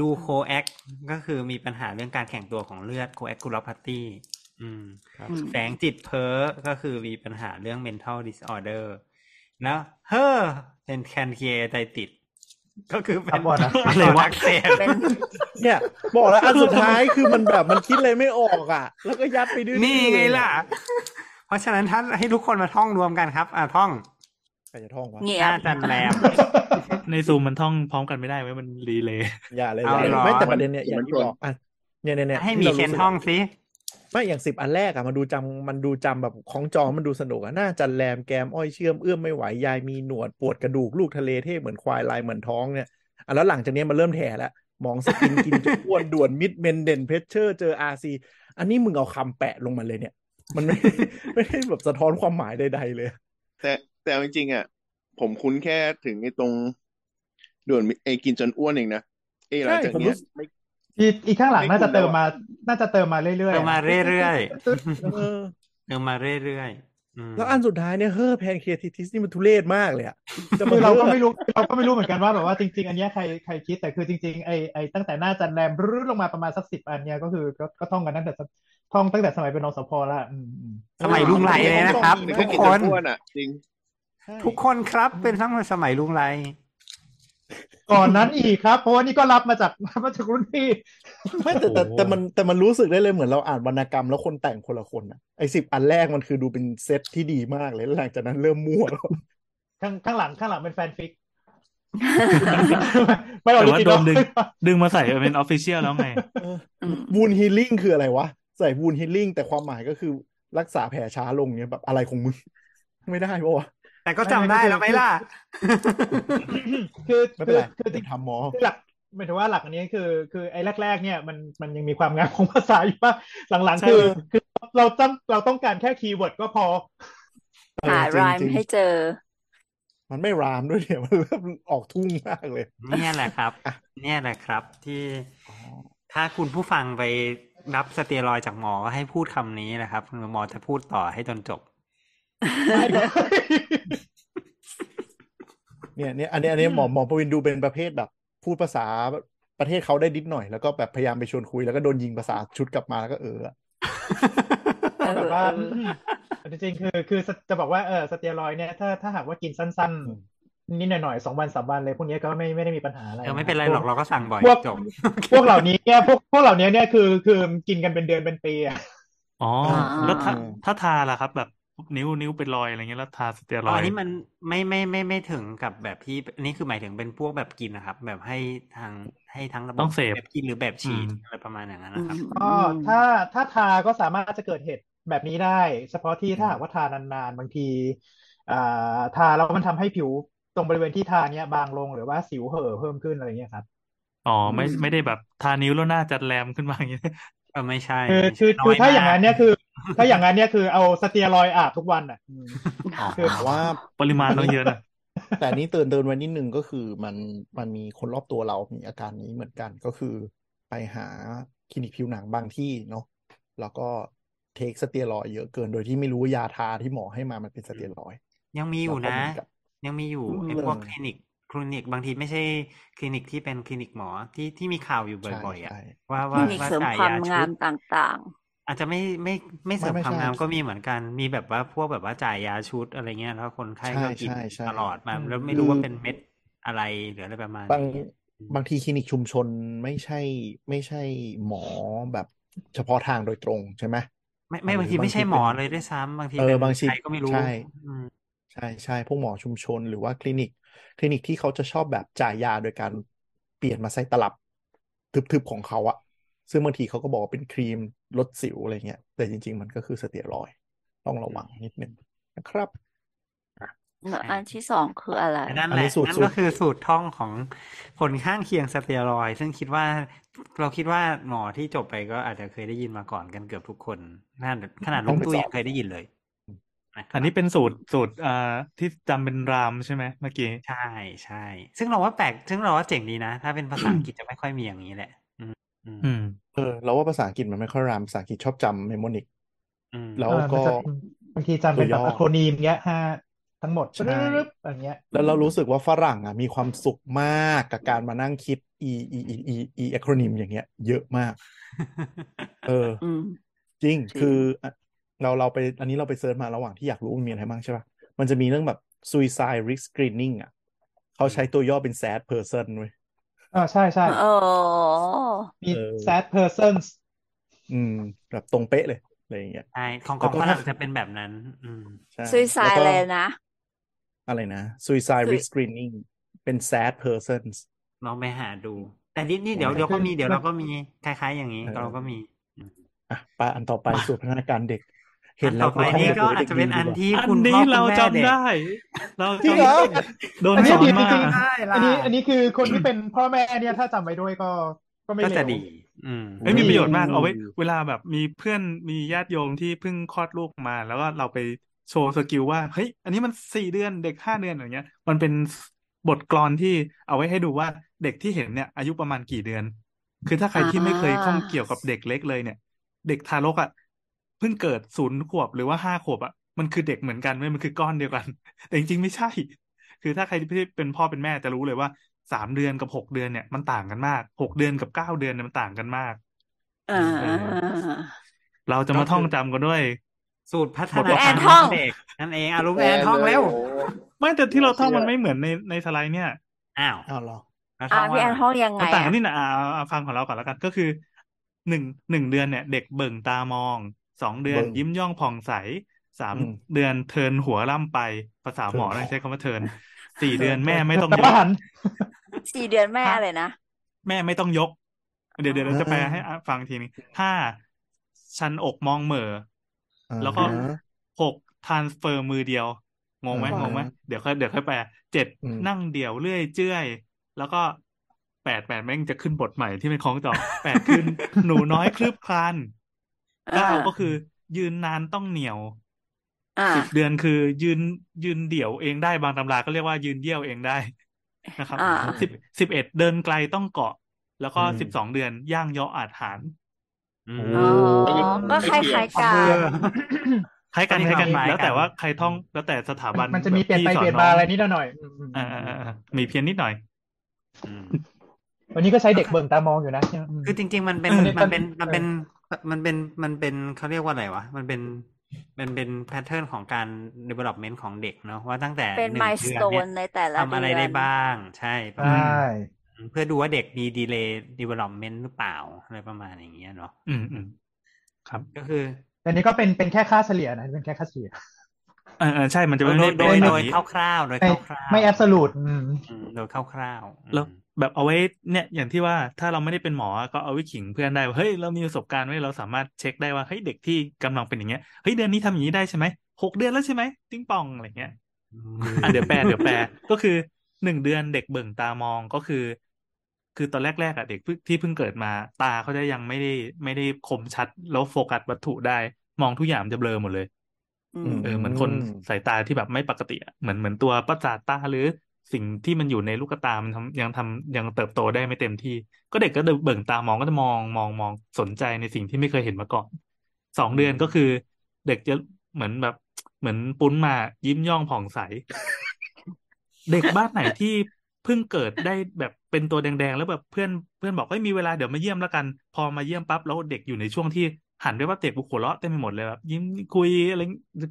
S3: ดูโคแอคก็คือมีปัญหาเรื่องการแข็งตัวของเลือดโคแอคคูลพาตีอืม
S5: ครับ
S4: อืม
S3: แสงจิตเพ้อก็คือมีปัญหาเรื่อง mental disorder แล้วเฮ้อเป็น pancreatitis ก็คือเป็น
S7: ครับอ่อนนะ
S3: อะไรวะเสพ
S4: เป็น
S5: เนี่ย บอกแล้วอันสุดท้ายคือมันแบบมันคิดอะไรไม่ออกอ่ะ แล้วก็ยัดไปดื้อๆ
S3: นี่ไงล่ะ
S5: อ
S3: เพราะฉะนั้นท่านให้ทุกคนมาท่องรวมกันครับ อ่าท่อง
S5: ใครจะท่องวะ
S4: เงีย
S3: ห้า
S4: บ
S3: จันแร ม
S6: ในซูมมันท่องพร้อมกันไม่ได้ไหมมันรีเลย์
S5: อย่าเลย
S3: เอา
S5: อย่าเลย
S3: หรอ
S5: ไม่แต่ประเด็นเนี่ยอย่างที่บอกอ่ะเนี่ยเนี่ยเนี่ย
S3: ให้ห
S5: ที่
S3: มี
S5: เรา
S3: เคน
S5: รู้สึก
S3: ท่อง
S5: อะ
S3: สิ
S5: ไม่อย่างสิบอันแรกอะมันดูจำมันดูจำแบบของจองมันดูสนุกอะหน้าจันแรมแกมอ้อยเชื่อมเอื้อมไม่ไหวยายมีหนวดปวดกระดูกลูกทะเลเท่เหมือนควายลายเหมือนท้องเนี่ยอ่ะแล้วหลังจากเนี้ยมันเริ่มแถแล้วมองสกินกินจนอ้วน ด่วนมิดเมนเด่นเพชเชอร์เจออาซีอันนี้มึงเอาคำแปะลงมาเลยเนี่ย มันไม่ ไม่ได้แบบสะท้อนความหมายใดๆเลย
S8: แต่แต่เอาจริงๆอ่ะผมคุ้นแค่ถึงไอ้ตรงด่วนมิไอ้กินจนอ้วนเองนะไอ้หลังจาก
S5: ใช่ผม
S8: เนี้
S5: รู้
S8: ย
S5: สึก
S8: ไม่
S7: อีกอีกข้างหลังน่าจะเติมมา น่าจะเติมมาเรื่อย
S3: เติม
S7: ๆ
S3: มา
S7: นะ
S3: เรื่อย
S5: เออ
S3: ๆเติมมาเรื่อย ม
S5: แล้วอันสุดท้ายเนี่ยเฮ้อแพนเคทิทิสนี่มันทุเรศมากเลยอะจะ
S7: คื
S5: มา
S7: อเราก็
S5: ลื
S7: ไม่
S5: อก
S7: รู้เราก็ไม่รู้เหมือนกันว่าแบบว่าจริง ๆ อันเนี้ยใครใครคิดแต่คือจริงๆไอไอตั้งแต่หน้าจันแรมรื้อลงมาประมาณสักสิบอันเนี้ยก็คือก็ก็ท่องกันตั้งแต่ท่องตั้งแต่สมัยเป็นนสพละอืมอืม
S3: สมัยลุงไหลเลยนะครับ
S8: หรือ
S3: ทุ
S8: แค่
S3: ก
S8: กิ
S3: ค
S8: นแต่
S3: น
S8: อ้วนอ่ะ จริง
S3: ทุกคนครับเป็นทั้งสมัยลุงไหล
S7: ก่อนนั้นอีกครับ เพราะว่านี่ก็รับมาจาก มาจากรุ่นพี่
S5: ไม่แต่แต่
S6: โอ้โห
S5: แต่มันแต่มันรู้สึกได้เลยเหมือนเราอ่านวรรณกรรมแล้วคนแต่งคนละคนอะไอสิบอันแรกมันคือดูเป็นเซตที่ดีมากเลยแล้วหลังจากนั้นเริ่มมั่วแล้ว
S7: ข้างข้างหลังข้างหลังเป็นแฟนฟิก ไม่ออ
S6: แต่
S7: ริ
S6: ว่า
S7: จิ
S6: โด
S7: นอล
S6: นดึงดึงมาใส่เป็นออฟฟิเชียลแล้วไง
S4: อืม
S5: วูนฮีลิ่งคืออะไรวะ ใส่วูนฮีลิ่งแต่ความหมายก็คือรักษาแผลช้าลงเนี่ยแบบอะไรของมึง ไม่ได้ปะวะ
S3: แต่ก็จำได้แล้วไหมล่ะ
S7: คือ
S5: ไม่เป็
S7: คื
S5: น
S7: อ
S5: ไร
S7: คือ
S5: เด็กทำหมอ
S7: คือหลักหมายถึงว่าหลักอันนี้คือ คือไอ้แรก ๆ เนี่ยมันมันยังมีความงามของภาษาอยู่ป่ะหลังๆคือ คือเราต้องเราต้องการแค่คีย์เวิร์ดก็พอ
S5: เออ
S4: หา
S5: จริง
S4: ราย
S5: จริง
S4: ให้เจอ
S5: มันไม่รามด้วยเนี่ย มันเริ่มออกทุ่งมากเลย
S3: เนี่ยแหละครับ เนี่ยแหละครับที่ถ้าคุณผู้ฟังไปรับสเตียรอยด์จากหมอก็ให้พูดคำนี้นะครับหมอจะพูดต่อให้จนจบ
S5: เนี่ยเนี่ยอันเนี้ยอันเนี้ยหมอหมอประวินดูเป็นประเภทแบบ พูดภาษาประเทศเขาได้นิดหน่อยแล้วก็แบบพยายามไปชวนคุยแล้วก็โดนยิงภาษาชุดกลับมาแล้วก็เออ
S4: เออ
S7: แบบว่า
S4: เออ
S7: แต่จริงๆคือคือจะบอกว่าเออสเตียรอยด์เนี่ยถ้าถ้าหากว่ากินสั้นๆ นิดหน่อยๆสองวันสามวันเลยพวกเนี้ยก็ไม่ไม่ได้มีปัญหาอะไร
S3: เออไม่เป็นไรหรอกเราก็สั่งบ่อย
S7: พวก
S3: จบ
S7: พวกเหล่านี้เนี่ยพวกพวกเหล่านี้เนี่ยคือคือกินกันเป็นเดือนเป็นปีอะ
S6: อ๋อ
S4: อ่า
S6: แล้วถ้าถ้าทาล่ะครับ แบบนิ้วนิ้วเป็นรอยอะไรเงี้ยแล้วทาสเตียรอ
S3: อั
S6: ย
S3: น
S6: ด์
S3: นี้มันไม่ไม่ไม่ไม่ถึงกับแบบที่นี่คือหมายถึงเป็นพวกแบบกินนะครับ แบบให้ทางให้ทั้งระบบ
S6: ต้องเสพ
S3: แบบกินหรือแบบฉีด
S6: อืม
S3: อะไรประมาณอย่างนั้น
S4: อื
S3: นะค
S4: ม
S3: รับ
S7: ก็ถ้าถ้าทาก็สามารถจะเกิดเหตุแบบนี้ได้ เฉพาะที่ถ้าหากว่าทานานๆ บางทีอ่าทาแล้วมันทำให้ผิวตรงบริเวณที่ทาเนี่ยบางลงหรือว่าสิวเห่อเพิ่มขึ้นอะไรเงี้ยครับ
S6: อ๋อไม่ไม่ได้แบบทานิ้วแล้วหน้าจัดแรมขึ้นมาอย่างเงี้ย
S3: เออไม่ใช่
S7: คือ
S3: ไม่ใช่
S7: คือคือ
S3: น้
S7: ถ้าม
S3: ก
S7: อย่างนั้นเนี่ยคือ ถ้าอย่างนั้นเนี่ยคือเอาสเตียรอยด์อาบทุกวันอ่ะอืม
S3: อ๋อ
S7: คือ
S5: แต่ว่า
S6: ปริมาณต้องเยอะนะ
S5: แต่อันนี้เตือนเตือนไว้นิดนึงก็คือมันมันมีคนรอบตัวเรามีอาการนี้เหมือนกันก็คือ ไปหาคลินิกผิวหนังบางที่เนาะแล้วก็เทคสเตียรอยด์เยอะเกินโดยที่ไม่รู้ว่ายาทาที่หมอให้มามันเป็นสเตียรอยด์
S3: ยังมีอยู่
S5: แล้ว
S3: นะ
S5: ก็เหมือนกับ
S3: ยังมีอยู่
S5: อืม
S3: ไอ้พวก
S5: เออ
S3: คลินิกคลินิกบางทีไม่ใช่คลินิกที่เป็นคลินิกหมอที่ที่มีข่าวอยู่
S5: ใช่
S3: บ่อยๆอ่ะ
S5: ใช่
S3: ว่า
S4: คลิ
S3: ว่า
S4: นิก
S3: ว่า
S4: เสริม
S3: จ่าย
S4: ความ
S3: ยาชุ
S4: งา
S3: ด
S4: มต่าง
S3: อาจจะไม่ไม่ไม่เสริม
S5: ไม่ไม่
S3: ความ
S5: ใช่
S3: งามก็มีเหมือนกัน มีแบบว่าพวกแบบว่าจ่ายยาชุดอะไรเงี้ยแล้วคนไข้ก็
S5: ใช่
S3: กิน
S5: ใช่ใช่
S3: ตลอดมา
S7: อืม
S3: แล้วไม่
S5: คือ
S3: รู้ว่าเป็นเม็ดอะไรหรืออะไรประมาณ
S5: บาง
S3: นี้
S5: บางทีคลินิกชุมชนไม่ใช่ไม่ใช่หมอแบบเฉพาะทางโดยตรงใช่ไหม
S3: ไม่
S5: หรือบ
S3: ไม่างทีไม่ใช่ห
S5: บางที
S3: มอ
S5: เป็น
S3: เลยด้วยซ้ำบางที
S5: เออ
S3: เป็น
S5: บางที
S3: ใครก็ไม่รู้
S5: ใช่
S3: อืม
S5: ใช่ใช่พวกหมอชุมชนหรือว่าคลินิก คลินิกที่เขาจะชอบแบบจ่ายยาโดยการเปลี่ยนมาใส่ตลับทึบๆของเขาอะซึ่งบางทีเขาก็บอกว่าเป็นครีมลดสิวอะไรเงี้ยแต่จริง ๆ มันก็คือสเตียรอยด์ต้องระวังนิดนึงนะครับ
S4: ๆแล้วอันที่สองคืออะไร
S3: แต่นั่น
S5: อัน
S3: แห
S5: นี้
S3: ละ
S5: สูตร
S3: นั่น
S5: สูตร
S3: ก็คือสูตรท่องของผลข้างเคียงสเตียรอยด์ซึ่งคิดว่าเราคิดว่าหมอที่จบไปก็อาจจะเคยได้ยินมาก่อนกันเกือบทุกคนขนาดขนาดลุงตู้ยังเคยได้ยินเลยะครับ
S6: อันนี้เป็นสูตรสูตรอ่าที่จำเป็นรามใช่ไหมเมื่อกี้
S3: ใช่ใช่ ซึ่งเราว่าแปลก ซึ่งเราว่าเจ๋งดีนะ ถ้าเป็นภาษาอังกฤษจะไม่ค่อยมีอย่างนี้แหละ อืมอืม
S6: อืม
S5: เออเราว่าภาษาอังกฤษมันไม่ค่อยรามภาษาอังกฤษชอบจำเมโมนิก
S3: อืม
S5: แล้ว
S7: เออมัน
S5: ก็
S7: จะบางทีจำเป็นแบบ
S5: ตัวย่อ
S7: อะโครนีมเงี้ยฮะทั้งหมด
S5: ใช่
S7: รึบๆอย่างเงี้ย
S5: แล้วเรารู้สึกว่าฝรั่งอ่ะมีความสุขมากกับการมานั่งคิด e e e e e acronym อย่างเงี้ย เยอะ มาก เออ
S4: อืม
S5: จริง
S4: จริง
S5: คืออ่ะเราเราไป อันนี้เราไปเซิร์ชมาระหว่างที่อยากรู้มันมีอะไรบ้างใช่ป่ะ มันจะมีเรื่องแบบ suicide risk screening อ่ะ เขาใช้ตัวย่อเป็น sad person เว้ย
S7: เออใช่ใช่
S4: โอ้
S7: มี
S5: เออ
S7: sad persons
S5: อืม แบบตรงเป๊ะเลย อะไรอย่างเงี้ย
S3: ใช่ของข
S5: แล้
S3: อ
S5: ว
S3: งฝ
S5: ก็ถ้า
S3: รั่งจะเป็นแบบนั้น อืม
S5: ใช่
S4: ซุยไซ
S5: แล้วก็
S4: เลยนะ
S5: อะไรนะ suicide
S4: Sui-
S5: risk screening เป็น sad persons
S3: ลองไปหาดู แต่นี่นี่เดี๋ยว
S5: ใช่
S3: เดี๋ยวก็มี
S7: คือ
S3: เดี๋ยวเราก็มี คล้ายๆ อย่างนี้เราก็มี
S5: อ่ะไปอันต่อไปสู่พัฒนาการเด็ก เห็
S3: อั
S5: น
S3: น
S5: แล้
S3: ต่
S5: ว
S3: อไป
S5: คุณพ่
S3: นี่ก็
S5: แม่ดู
S3: อาจจะเป็นอัน
S5: ด็กดี
S3: ที่
S6: อัน
S3: คุณ
S6: นี้
S3: พ่อคุณ
S6: เรา
S3: แม่
S6: จำ
S3: เด็ก
S6: ได้ เรา
S5: จริง
S6: จำ
S5: เหรอ
S6: โดน
S7: อันนี้
S6: สอน
S7: ดีจ
S6: มา
S7: ริง
S3: ได้ล่ะ
S7: อันนี้อันนี้คือคนที่เป็นพ่อแม่เนี่ยถ้าจำไว้ด้วยก็ก็ไม่
S3: ก็
S7: เล
S3: จะ
S7: ว
S3: ดี อืม
S6: เอ้ยมีประโยชน์มาก
S5: อืม
S6: เอาไว้ เวลาแบบมีเพื่อนมีญาติโยมที่เพิ่งคลอดลูกมา แล้วก็เราไปโชว์สกิลว่าเฮ้ยอันนี้มันสี่เดือนเด็กห้าเดือนอย่างเงี้ย มันเป็นบทกลอนที่เอาไว้ให้ดูว่าเด็กที่เห็นเนี่ย อายุประมาณกี่เดือน คือถ้าใครที่ไม่เคยข้องเกี่ยวกับเด็กเล็กเลยเนี่ย เด็กทารกอ่ะเพิ่งเกิดศูนย์ขวบหรือว่าห้าขวบอ่ะ มันคือเด็กเหมือนกันไม่มันคือก้อนเดียวกัน แต่จริงๆไม่ใช่ คือถ้าใครที่เป็นพ่อเป็นแม่จะรู้เลยว่าสามเดือนกับหกเดือนเนี่ยมันต่างกันมากหกเดือนกับเก้าเดือนเนี่ยมันต่างกันมาก
S4: อ่า
S6: เออ
S4: อ่าอ่า
S6: เราจะมาท่องจำกันด้วย
S3: สูตรพัฒ
S6: หม
S3: นา
S6: ดแล้ว
S3: การ
S4: แอนท่อง
S3: เด็กนั่นเองอาลุงแอนท่องเร็ว
S6: ไม่แต่ที่เราท่องมันไม่เหมือนในในสไลด์เนี่ย
S3: อ้าว
S5: อ้าวเหรอ
S3: แล้ว
S4: อ่า
S3: ท่อง
S4: พี่
S3: ว่า
S4: แอนห้องยังไง
S6: มันต่าง
S4: อ่ะ
S6: กันนี่นะอ่าเอาเอาฟังของเราก่อนแล้วกันก็คือหนึ่งหนึ่งเดือนเนี่ย เด็กเบิ่งตามองสองเดือน
S5: เบิ่ง
S6: ยิ้มย่องผ่องใสสาม
S5: อืม
S6: เดือนเทินหัวล่ำไป ภาษาหมอนะ
S5: เทิน
S6: ใช้คำว่าเทินสี่เดือนแม่ไม่ต้อง
S7: แต่
S6: ย
S7: ว่าก หัน
S4: สี่เดือนแม่
S6: ฮะ
S4: อะไรนะ
S6: แม่ไม่ต้องยก เดี๋ยวเดี๋ยวเราจะแปลให้อ่ะฟังทีนึงห้าชันอกมองเหม่อ
S5: อ่า
S6: แล้วก็
S5: ฮะ
S6: หกทรานสเฟอร์มือเดียว งงไหม
S5: อ่างฮะ
S6: งไหมเดี๋ยวค่อยเดี๋ยวค่อยแปลเจ็ด
S5: อืม
S6: นั่งเดี่ยวเลื่อยเจื้อย แล้วก็แปดแปดแม่งจะขึ้นบทใหม่ที่ไม่คล้องจอง แปดขึ้นหนูน้อยคลืบคลานเก้า
S4: อ่า
S6: ก็คือ ยืนนานต้องเหนียว
S4: อ่า
S6: สิบเดือนคือ ยืนยืนเดี่ยวเองได้บางตำราก็เรียกว่ายืนเดี่ยวเองได้นะครับ
S4: อ่า
S6: สิบสิบเอ็ดเดินไกลต้องเกาะ แล้วก็
S5: อืม
S6: สิบสองเดือนย่างเยาะอาจหาร
S3: อืม
S5: โอ้
S4: อ๋อ ก็คล้ายๆกัน
S6: คล้ายกัน
S3: ก็มี
S6: คล้ายกัน
S3: ความหมาย
S6: แล้วแต่
S3: กัน
S6: ว่าใครท่องแล้วแต่สถาบัน
S7: มันจะมี
S6: แบบ
S7: เปลี่ยนไป
S6: พี่สอ
S7: เปลี่ยนมา
S6: อง
S7: อะไรนิดหน่อยอืมอืม
S6: อ่าอ่าอ่ามีเพี้ยนนิดหน่อย
S3: อืม
S7: วันนี้ก็ใช้เด็กเบิ่งตามองอยู่นะอืม
S3: คือจริง ๆ มันเป็น
S7: เออ
S3: มันเป็น
S7: เออ
S3: มันเป็นมันเป็นมันเป็นเขาเรียกว่าอะไรวะ มันเป็นมันเป็นแพทเทิร์นของการ development ของเด็กเนาะว่าตั้งแต่
S4: เป็น
S3: หนึ่ง
S4: มายส
S3: เดือ
S4: โต
S3: เนี่ย
S4: นในแต่ละ
S3: ทำอะไร
S4: เดือ
S3: ได้
S4: น
S3: บ้าง ใช่ประ
S7: ใช่
S3: มาณเพื่อดูว่าเด็กมีดีเลย์ development หรือเปล่าอะไรประมาณอย่างเงี้ยเนาะ
S6: อืมอืมครับ
S3: ก็คือ
S7: แต่นี้ก็เป็นเป็นแค่ค่าเฉลี่ยนะเป็นแค่ค่าเฉลี่ย
S6: เออเออใช่มันจะ
S3: โด
S6: ไม่
S3: ย
S6: ได้
S3: โดย
S6: ไม่
S3: โดย
S6: ไแบบนี้
S3: คร่าวๆโดย
S7: ไม่
S3: คร่าวๆ
S7: ไม่แอบสูตร
S3: อืมโดยคร่าวๆอืม
S6: แล้วแบบเอาไว้เนี่ย อย่างที่ว่าถ้าเราไม่ได้เป็นหมอก็เอาไว้ขิงเพื่อนได้ว่าเฮ้ยเรามีประสบการณ์ไว้ยเราสามารถเช็คได้ว่าเฮ้ยเด็กที่กำลังเป็นอย่างเงี้ยเฮ้ยเดือนนี้ทำอย่างนี้ได้ใช่ไหมหกเดือนแล้วใช่ไหมติ้งปองอะไรเงี้ย อ่ะเดี๋ยวแปลเดี๋ยวแปลก็คือหนึ่งเดือนเด็กเบิ่งตามองก็คือ คือตอนแรกๆอ่ะเด็กเพิ่งที่เพิ่งเกิดมา ตาเขาจะยังไม่ได้ไม่ได้คมชัด แล้วโฟกัสวัตถุได้ มองทุกอย่างมันจะเบลอหมดเลย
S4: อืม
S6: เออเหมือนคน
S5: อืม
S6: สายตาที่แบบไม่ปกติอะเหมือนเหมือนตัวประสาทตาหรือสิ่งที่มันอยู่ในลูกตามันทำยังทำยังเติบโตได้ไม่เต็มที่ ก็เด็กก็เดินเบิ่งตามองก็จะมองมองมองสนใจในสิ่งที่ไม่เคยเห็นมาก่อนสองเดือนก็คือ เด็กจะเหมือนแบบ เหมือนปุ้นมายิ้มย่องผ่องใส เด็กบ้านไหนที่เพิ่งเกิดได้แบบเป็นตัวแดงๆ แล้วแบบเพื่อนเพื่อนบอกเฮ้ยมีเวลาเดี๋ยวมาเยี่ยมแล้วกัน พอมาเยี่ยมปั๊บแล้วเด็กอยู่ในช่วงที่หันไปว่าเด็กบุหัวเราะเต็มไปหมดเลยแบบยิ้มคุยอะไร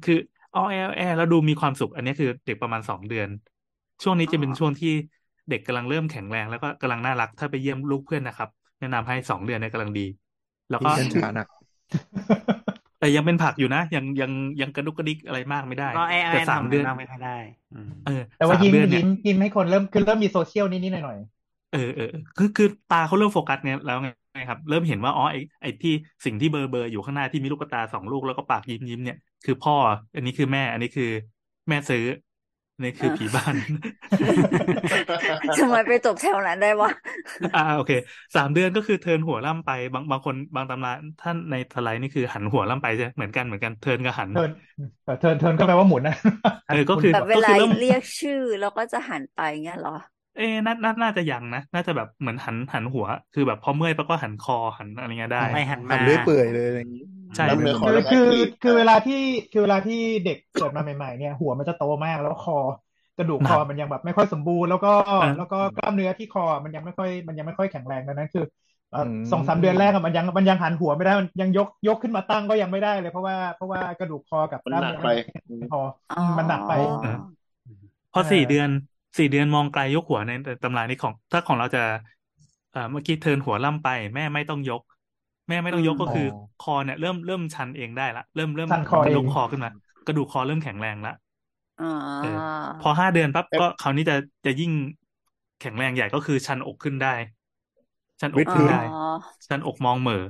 S6: คืออ้อแอแอแล้วดูมีความสุข อันนี้คือเด็กประมาณสองเดือน ช่วงนี้จะเป็นช่วงที่เด็กกำลังเริ่มแข็งแรงแล้วก็กำลังน่ารักถ้าไปเยี่ยมลูกเพื่อนนะครับ แนะนำให้สองเดือนเนี่ยกำลังดี แล้ว
S5: ที่
S6: ก็
S5: เส้นชาหนัก
S6: แต่ยังเป็นผักอยู่นะ ยังยังยังกระดุกกระดิกอะไรมากไม่ได้
S3: ก็ไอ้ไอ้
S6: แต่สา
S3: ทำ
S6: ม
S3: อะไร
S6: เดือน
S3: บ้างไม่ค่อยได้อืม
S6: เออ
S7: แต่ว่า
S6: สาม
S7: ยิ้ม
S6: เดือนเนี่
S7: ยิ้
S6: ย
S7: มยิ้มให้คนเริ่มคือเริ่มมีโซเชียลนิดนิดหน่อยหน่อย
S6: เออเออเออคือคือตาเขาเริ่มโฟกัสเนี่ยแล้วไงครับ เริ่มเห็นว่าอ๋อไอไอที่สิ่งที่เบอร์เบอร์อยู่ข้างหน้าที่มีลูกตาสองลูกแล้วก็ปากยิ้มยิ้มเนี่ยคือพ่อ อันนี้คือแม่ อันนี้คือแม่ซื้ออันนี่คือผีบ้าน
S4: ทำไมไปจบแถวนั้นได้วะ
S6: อ่าโอเคสามเดือนก็คือเทิร์นหัวล่ำไปบางบางคนบางตำราท่านในสไลด์นี่คือหันหัวล่ำไปใช่ไหมเหมือนกันเหมือนกันเทิร์นกับหัน
S7: เทินเทินเทินก็แปลว่าหมุนนะ
S6: เออก็คือ
S4: แบบเว
S6: ก็
S4: ลา
S6: คือเริ่ม
S4: เรียกชื่อเราก็จะหันไปเงี้ยเหรอ
S6: เอ้น่าน่าน่าจะยังนะ น่าจะแบบเหมือนหันหันหัว คือแบบพอเมื่อยปั๊บก็หันคอหันอะไรเงี้ยได้
S3: ไม่หัน
S5: หั
S3: มา
S5: นเรื่อยเปื่อยเลยอะไรอย่างนี้
S6: ใช่
S8: กล้ามเนื้อค
S7: คือ
S8: และ
S6: เ
S8: แขน
S7: คือ
S8: ที่
S7: คือเวลาที่คือเวลาที่เด็กเกิดมาใหม่ ๆ เนี่ย หัวมันจะโตมากแล้วคอกระดูก
S6: หนั
S7: ค
S6: ก
S7: อมันยังแบบไม่ค่อยสมบูรณ์แล้วก็
S6: อ่ะ
S7: แล้วก็กล้ามเนื้อที่คอมันยังไม่ค่อยมันยังไม่ค่อยแข็งแรงดังนั้นคือเอ่ออ
S5: ม
S7: สองสามเดือนแรกอะมันยังมันยังหันหัวไม่ได้มันยังยกยกขึ้นมาตั้งก็ยังไม่ได้เลยเพราะว่าเพราะว่ากระดูกคอกับ
S8: มั
S7: ก
S8: น
S7: ล้าม
S8: ห
S7: เนื้
S8: นัก
S7: อ
S8: ไป
S7: มันไม่พอ
S4: อ๋อ
S7: มมันหนักไป
S6: เออ พอสี่เดือนสี่เดือนมองไกลยกหัวในตำรานี้ของถ้าของเราจะเอ่อเมื่อกี้เทิร์นหัวล่ำไป แม่ไม่ต้องยก แม่ไม่ต้องยก
S4: อืม
S6: ก็คืออ
S5: อ
S6: คอเนี่ยเริ่มเริ่มชันเองได้ละเริ่มเริ่ม
S7: ชันคอเอง
S6: ยกคอขึ้นมากระดูกคอเริ่มแข็งแรงละ
S4: อ๋อ
S6: เอ พอห้าเดือนปั๊บ
S8: เอ๊ะ
S6: ก็คราวนี้จะจะยิ่งแข็งแรงใหญ่ก็คือชันอกขึ้นได้ ชันอ
S5: วิ
S6: ก
S5: ด
S6: ขึ้
S5: พื้
S6: น
S5: น
S6: ได้ ชันอกมองเหม่อ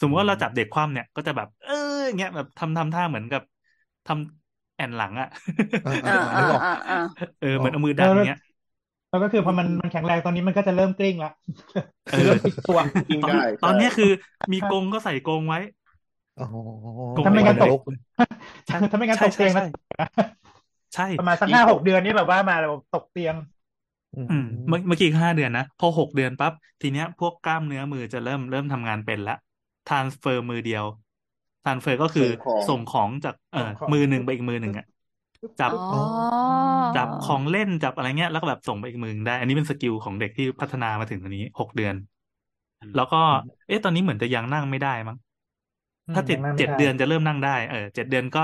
S6: สมมติว่าเรา
S3: อืม
S6: จับเด็กคว่ำเนี่ยก็จะแบบ เอออย่างเงี้ยแบบทำทำท่าเหมือนกับทำแอนหลังอะ
S5: อ่า
S4: อ่า
S5: อ่านึกออก
S4: อ่าอ่า
S6: เออเหมือนเอามือดันอย่างเงี้ย
S7: แล้วก็คือพอมันมันแข็งแรงตอนนี้มันก็จะเริ่มกลิ้งละ
S6: เออ
S7: เริ่มปิดตัว
S8: ยิ่ง
S6: ตอน
S8: ได้
S6: ตอนเนี้ย
S8: ใช่
S6: คือมีกรงก็ใส่กรงไว้
S5: อ๋อ
S7: ทำไมงั้นตก
S5: ปล่อยรกเลย
S6: ใช่
S7: ถ้าไม่งั้น
S6: ใช่
S7: ตกเตียง
S6: ใช่
S7: นะ
S6: ใช่
S7: ประมาณสักห้าหกเดือนนี่แบบว่ามาเราตกเตียง
S6: อืมเมื่อเมื่อกี้ห้าเดือนนะ พอหกเดือนปั๊บ ทีเนี้ยพวกกล้ามเนื้อมือจะเริ่มเริ่มทำงานเป็นละทรานสเฟอร์มือเดียว ทรานเฟอร์ก็คือ
S8: ส่
S6: ส่
S8: ง
S6: ง
S8: ข
S6: ข
S8: อ
S6: อง งจากเอ่อ
S7: ส่งของ
S6: มือหนึ่งไปอีกมือหนึ่งอ่ะจับ
S4: อ๋อ
S6: จับของเล่นจับอะไรเงี้ยแล้วก็แบบส่งไปอีกมือหนึ่งได้ อันนี้เป็นสกิลของเด็กที่พัฒนามาถึงตอนนี้หกเดือน แล้วก็ เอ๊ะตอนนี้เหมือนจะยังนั่งไม่ได้มั้ง
S7: อืม
S6: ถ้าเจ็ด
S7: ยังนั่งไม่
S6: เจ็ด
S7: ได้
S6: เดือนจะเริ่มนั่งได้เออเจ็ดเดือนก็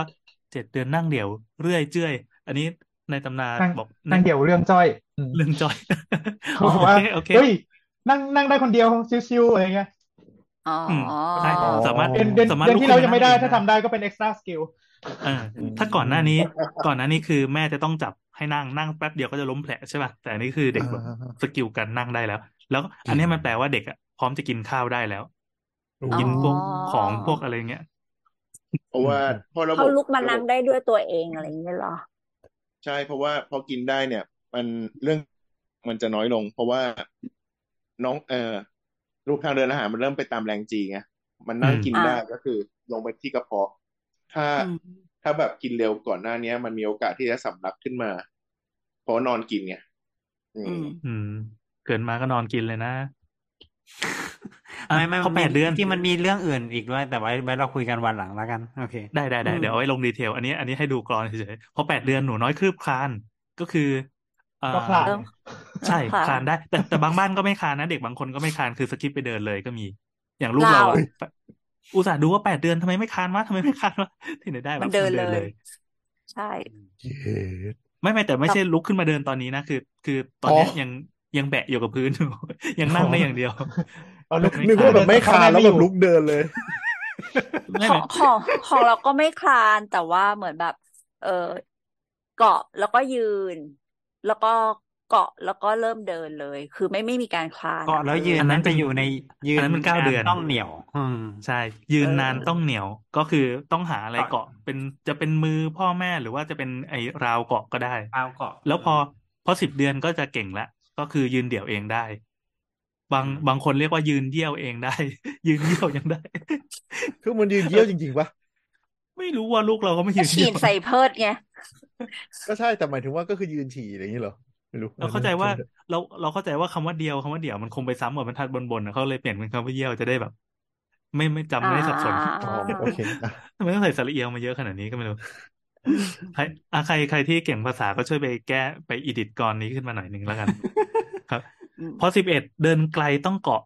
S6: เจ็ดเดือนนั่งเดี่ยวเรื่อยเจื่อย อันนี้ในตำนาน
S7: นั่ง
S6: บอก
S7: นั่งเดี่ยวเรื่องจ้อยอืม
S6: เรื่องจ อย
S7: เขาบอกว่า
S6: โอเคโอเค
S7: เฮ้ยนั่งนั่งได้คนเดียวชิวๆอะไรเงี้ย
S4: อ๋อ
S6: อืมใช่
S4: อ๋อ
S6: สามารถ
S7: เดือนเดือน
S6: สามารถ
S7: เดือน
S6: ลุก
S7: ที่เรายั
S6: ขึ้นมานั่
S7: ง
S6: ง
S7: ไม่ได้
S6: เอง
S7: ถ้า
S6: ได้
S7: ทำได้ก็เป็น extra skill
S6: เออถ้าก่อนหน้านี้ ก่อนหน้านี้คือแม่จะต้องจับให้นั่งนั่งแป๊บเดียวก็จะล้มแผลใช่ป่ะแต่อันนี้คือเด็กแบบ
S5: อ่า
S6: สกิลการนั่งได้แล้ว แล้วอันนี้มันแปลว่าเด็กอ่ะพร้อมจะกินข้าวได้แล้ว
S4: อ๋อ
S6: กินพวกของพวกอะไรเงี้ย
S8: เพราะว่าพอระบบ
S1: เขาลุกมา
S8: ระบบ
S1: นั่งได้ด้วยตัวเองอะไรอย่างเงี้ยเหรอ
S8: ใช่เพราะว่าพอกินได้เนี่ย มันเรื่องมันจะน้อยลง เพราะว่าน้องเอ่อรูปทางเดินอาหารมันเริ่มไปตามแรงจีไงมันนั่ง
S6: อืม
S8: กิน
S1: อ่า
S8: ได้ก็คือ ลงไปที่กระเพาะ ถ้า
S4: อืม
S8: ถ้าแบบกินเร็วก่อนหน้าเนี้ย มันมีโอกาสที่จะสำลักขึ้นมา เพราะนอนกินไงอื
S4: อื
S8: ม
S4: ม
S6: อืม เกินมาก็นอนกินเลยนะอ่ะ
S3: ไม่ไม่
S6: เขาแปดเดือน
S3: ที่มันมีเรื่องอื่นอีกด้วย แต่ไว้ไว้เราคุยกันวันหลังแล้วกัน โอเค
S6: ได้ได้ได้เดี๋ยวเอาไว้ลงดีเทล อันนี้อันนี้ให้ดูกรอนเฉยๆพอแปดเดือนหนูน้อยคืบคลานก็คืออ่
S7: ก็คลาน
S4: เริ่ม
S6: ใช่
S4: คลาน
S6: คลานได้ แต่แต่บางบ้านก็ไม่คลานนะ เด็กบางคนก็ไม่คลานคือสกิปไปเดินเลยก็มี อย่างลูกเรา
S4: เรา
S6: อะอุตส่าห์ดูว่าแปดเดือนทำไมไม่คลานวะทำไมไม่คลานวะที่ไหนได้แบบ
S4: มั
S6: มัน น
S4: เดิ
S6: เดิ
S4: น
S6: น
S4: เล
S6: เลย ย
S4: ใช่
S5: เย้
S6: ไม่ไม่แต่ไม่ใช่ลุกขึ้นมาเดินตอนนี้นะคือ คือตอนเนี้ย
S5: อ๋อ
S6: ยังยังแบะอยู่กับพื้นอยู่ ยังนั่งได้อย่างเดียว
S7: เอาลุก
S5: นึกว่าแบบไม่คานแล้วแบบลุกเดินเลย
S6: ไม่
S4: ข
S6: ไม่
S4: องของของเราก็ไม่คลานแต่ว่าเหมือนแบบ เออเกาะแล้วก็ยืน แล้วก็เกาะแล้วก็เริ่มเดินเลย คือไม่ไม่มีการคลาน
S3: เกาะ
S4: อะ
S3: แล้ว
S4: เออ
S3: ยืน
S6: อันนั้
S3: นั้น
S6: นเป็
S3: จะ
S6: น
S3: อยู่ในยื
S6: อันนั้นเป็นเก้าเดือน
S3: ต้องเหนียว อืม
S6: ใช่ยืน
S4: เออ
S6: นานต้องเหนียวก็คือต้องหาอะไร
S3: เกาะ
S6: เกาะเป็นจะเป็นมือพ่อแม่หรือว่าจะเป็นไอ้ราวเกาะก็ได้
S3: เอาเกาะ
S6: แล้วพอพอสิบเดือนก็จะเก่งละก็คือยืนเดี่ยวเองได้ บาง
S3: อืม
S6: บางคนเรียกว่ายืนเยี่ยวเองได้ ยืนเยี่ยวยังได้
S5: คือมันยืนเยี่ยวจริงๆปะ
S6: ไม่รู้ว่าลูกเราก็ไม่
S4: ก็
S6: ยืน
S4: ฉี
S6: เยี่ย
S4: ด
S6: ว
S4: ใส่เพิร์ดไง
S5: ก็ใช่แต่หมายถึงว่าก็คือยืนฉี่อะไรอย่างนี้เหรอไม่รู้
S6: เราเข้าใจว่าเราเราเข้าใจว่าคำว่าเดียวคำว่าเดี่ยวมันคงไปซ้ำกับบรรทัดบนๆนะเขาเลยเปลี่ยนเป็นคำว่าเยี่ยวจะได้แบบ ไม่ไม่จำ
S4: อ่า
S6: ไม่ได้สับสน
S5: อ๋อโอเคอ่ะ
S6: ทำไมต้องใส่สระเอียงมาเยอะขนาดนี้ก็ไม่รู้ ใครอ่ะใครใครที่เก่งภาษาก็ช่วยไปแก้ไปอิดิตกรนี้ขึ้นมาหน่อยหนึ่งแล้วกัน ครับ
S4: อืม
S6: พอสิบเอ็ดเดินไกลต้องเกาะ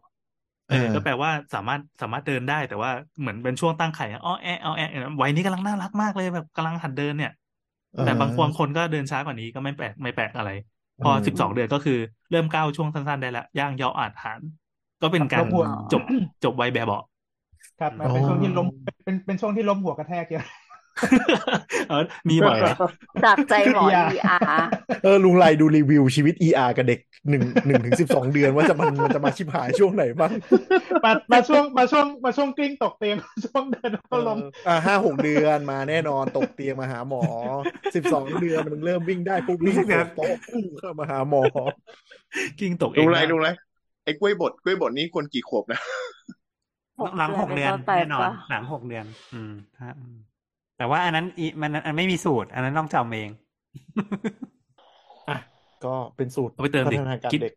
S6: เออ
S5: เออ
S6: ก็แปลว่าสามารถสามารถเดินได้แต่ว่าเหมือนเป็นช่วงตั้งไข่อะอ้อแอะอ้อแอะวัยนี้กำลังน่ารักมากเลยแบบกำลังหัดเดินเนี่ย แต่บางบางคนก็เดินช้ากว่านี้ก็ไม่แปลกไม่แปลกอะไร พอ
S5: เออ
S6: สิบสองเดือนก็คือเริ่มก้าวช่วงสั้นๆได้แล้วย่างเยาอาจหาร ก็เป็นการ
S7: ล้มหัว
S6: จบจบวัยแบบเบาะ
S7: ครับมันเป็นช่วงที่ล้มเป็นเป็นช่วงที่ล้มหัวกระแทกเยอะ
S6: เออมีบ่อยนะ
S4: จากใจหมอ
S7: อย่า
S4: ER
S5: เออลุงไลดูรีวิวชีวิต ER กับเด็กหนึ่ง หนึ่งถึงสิบสองเดือนว่าจะมันมันจะมาชิบหายช่วงไหนบ้าง
S7: มามาช่วงมาช่วงมาช่วงกลิ้งตกเตียง ช่วงเดินแล้วก็ล้ม
S5: อ่าห้าหกเดือนมาแน่นอนตกเตียงมาหาหมอสิบสองเดือนมันเริ่มวิ่งได้ปุ๊บวิ่งตกโต๊ะ พุ่งเข้ามาหาหมอ
S6: กิ้งตกเอ
S8: ลุ
S6: ง
S8: งไร
S6: ได้
S8: ลุงไรไอ้กล้วยบดกล้วยบดนี่คนกี่ขวบนะ
S3: หลังหกเดือน
S4: ป็ต้ไป
S3: แน่นอน
S4: ปะ
S3: หลังหกเดือน อืมถ้าอืมแต่ว่าอันนั้นอีมันอันไม่มีสูตร อันนั้นต้องจำเอง
S5: ก็เป็นสูตร
S6: เอาไปเติม
S5: พั
S6: ดิ
S5: ฒนาการ
S6: กิน
S5: เด็ก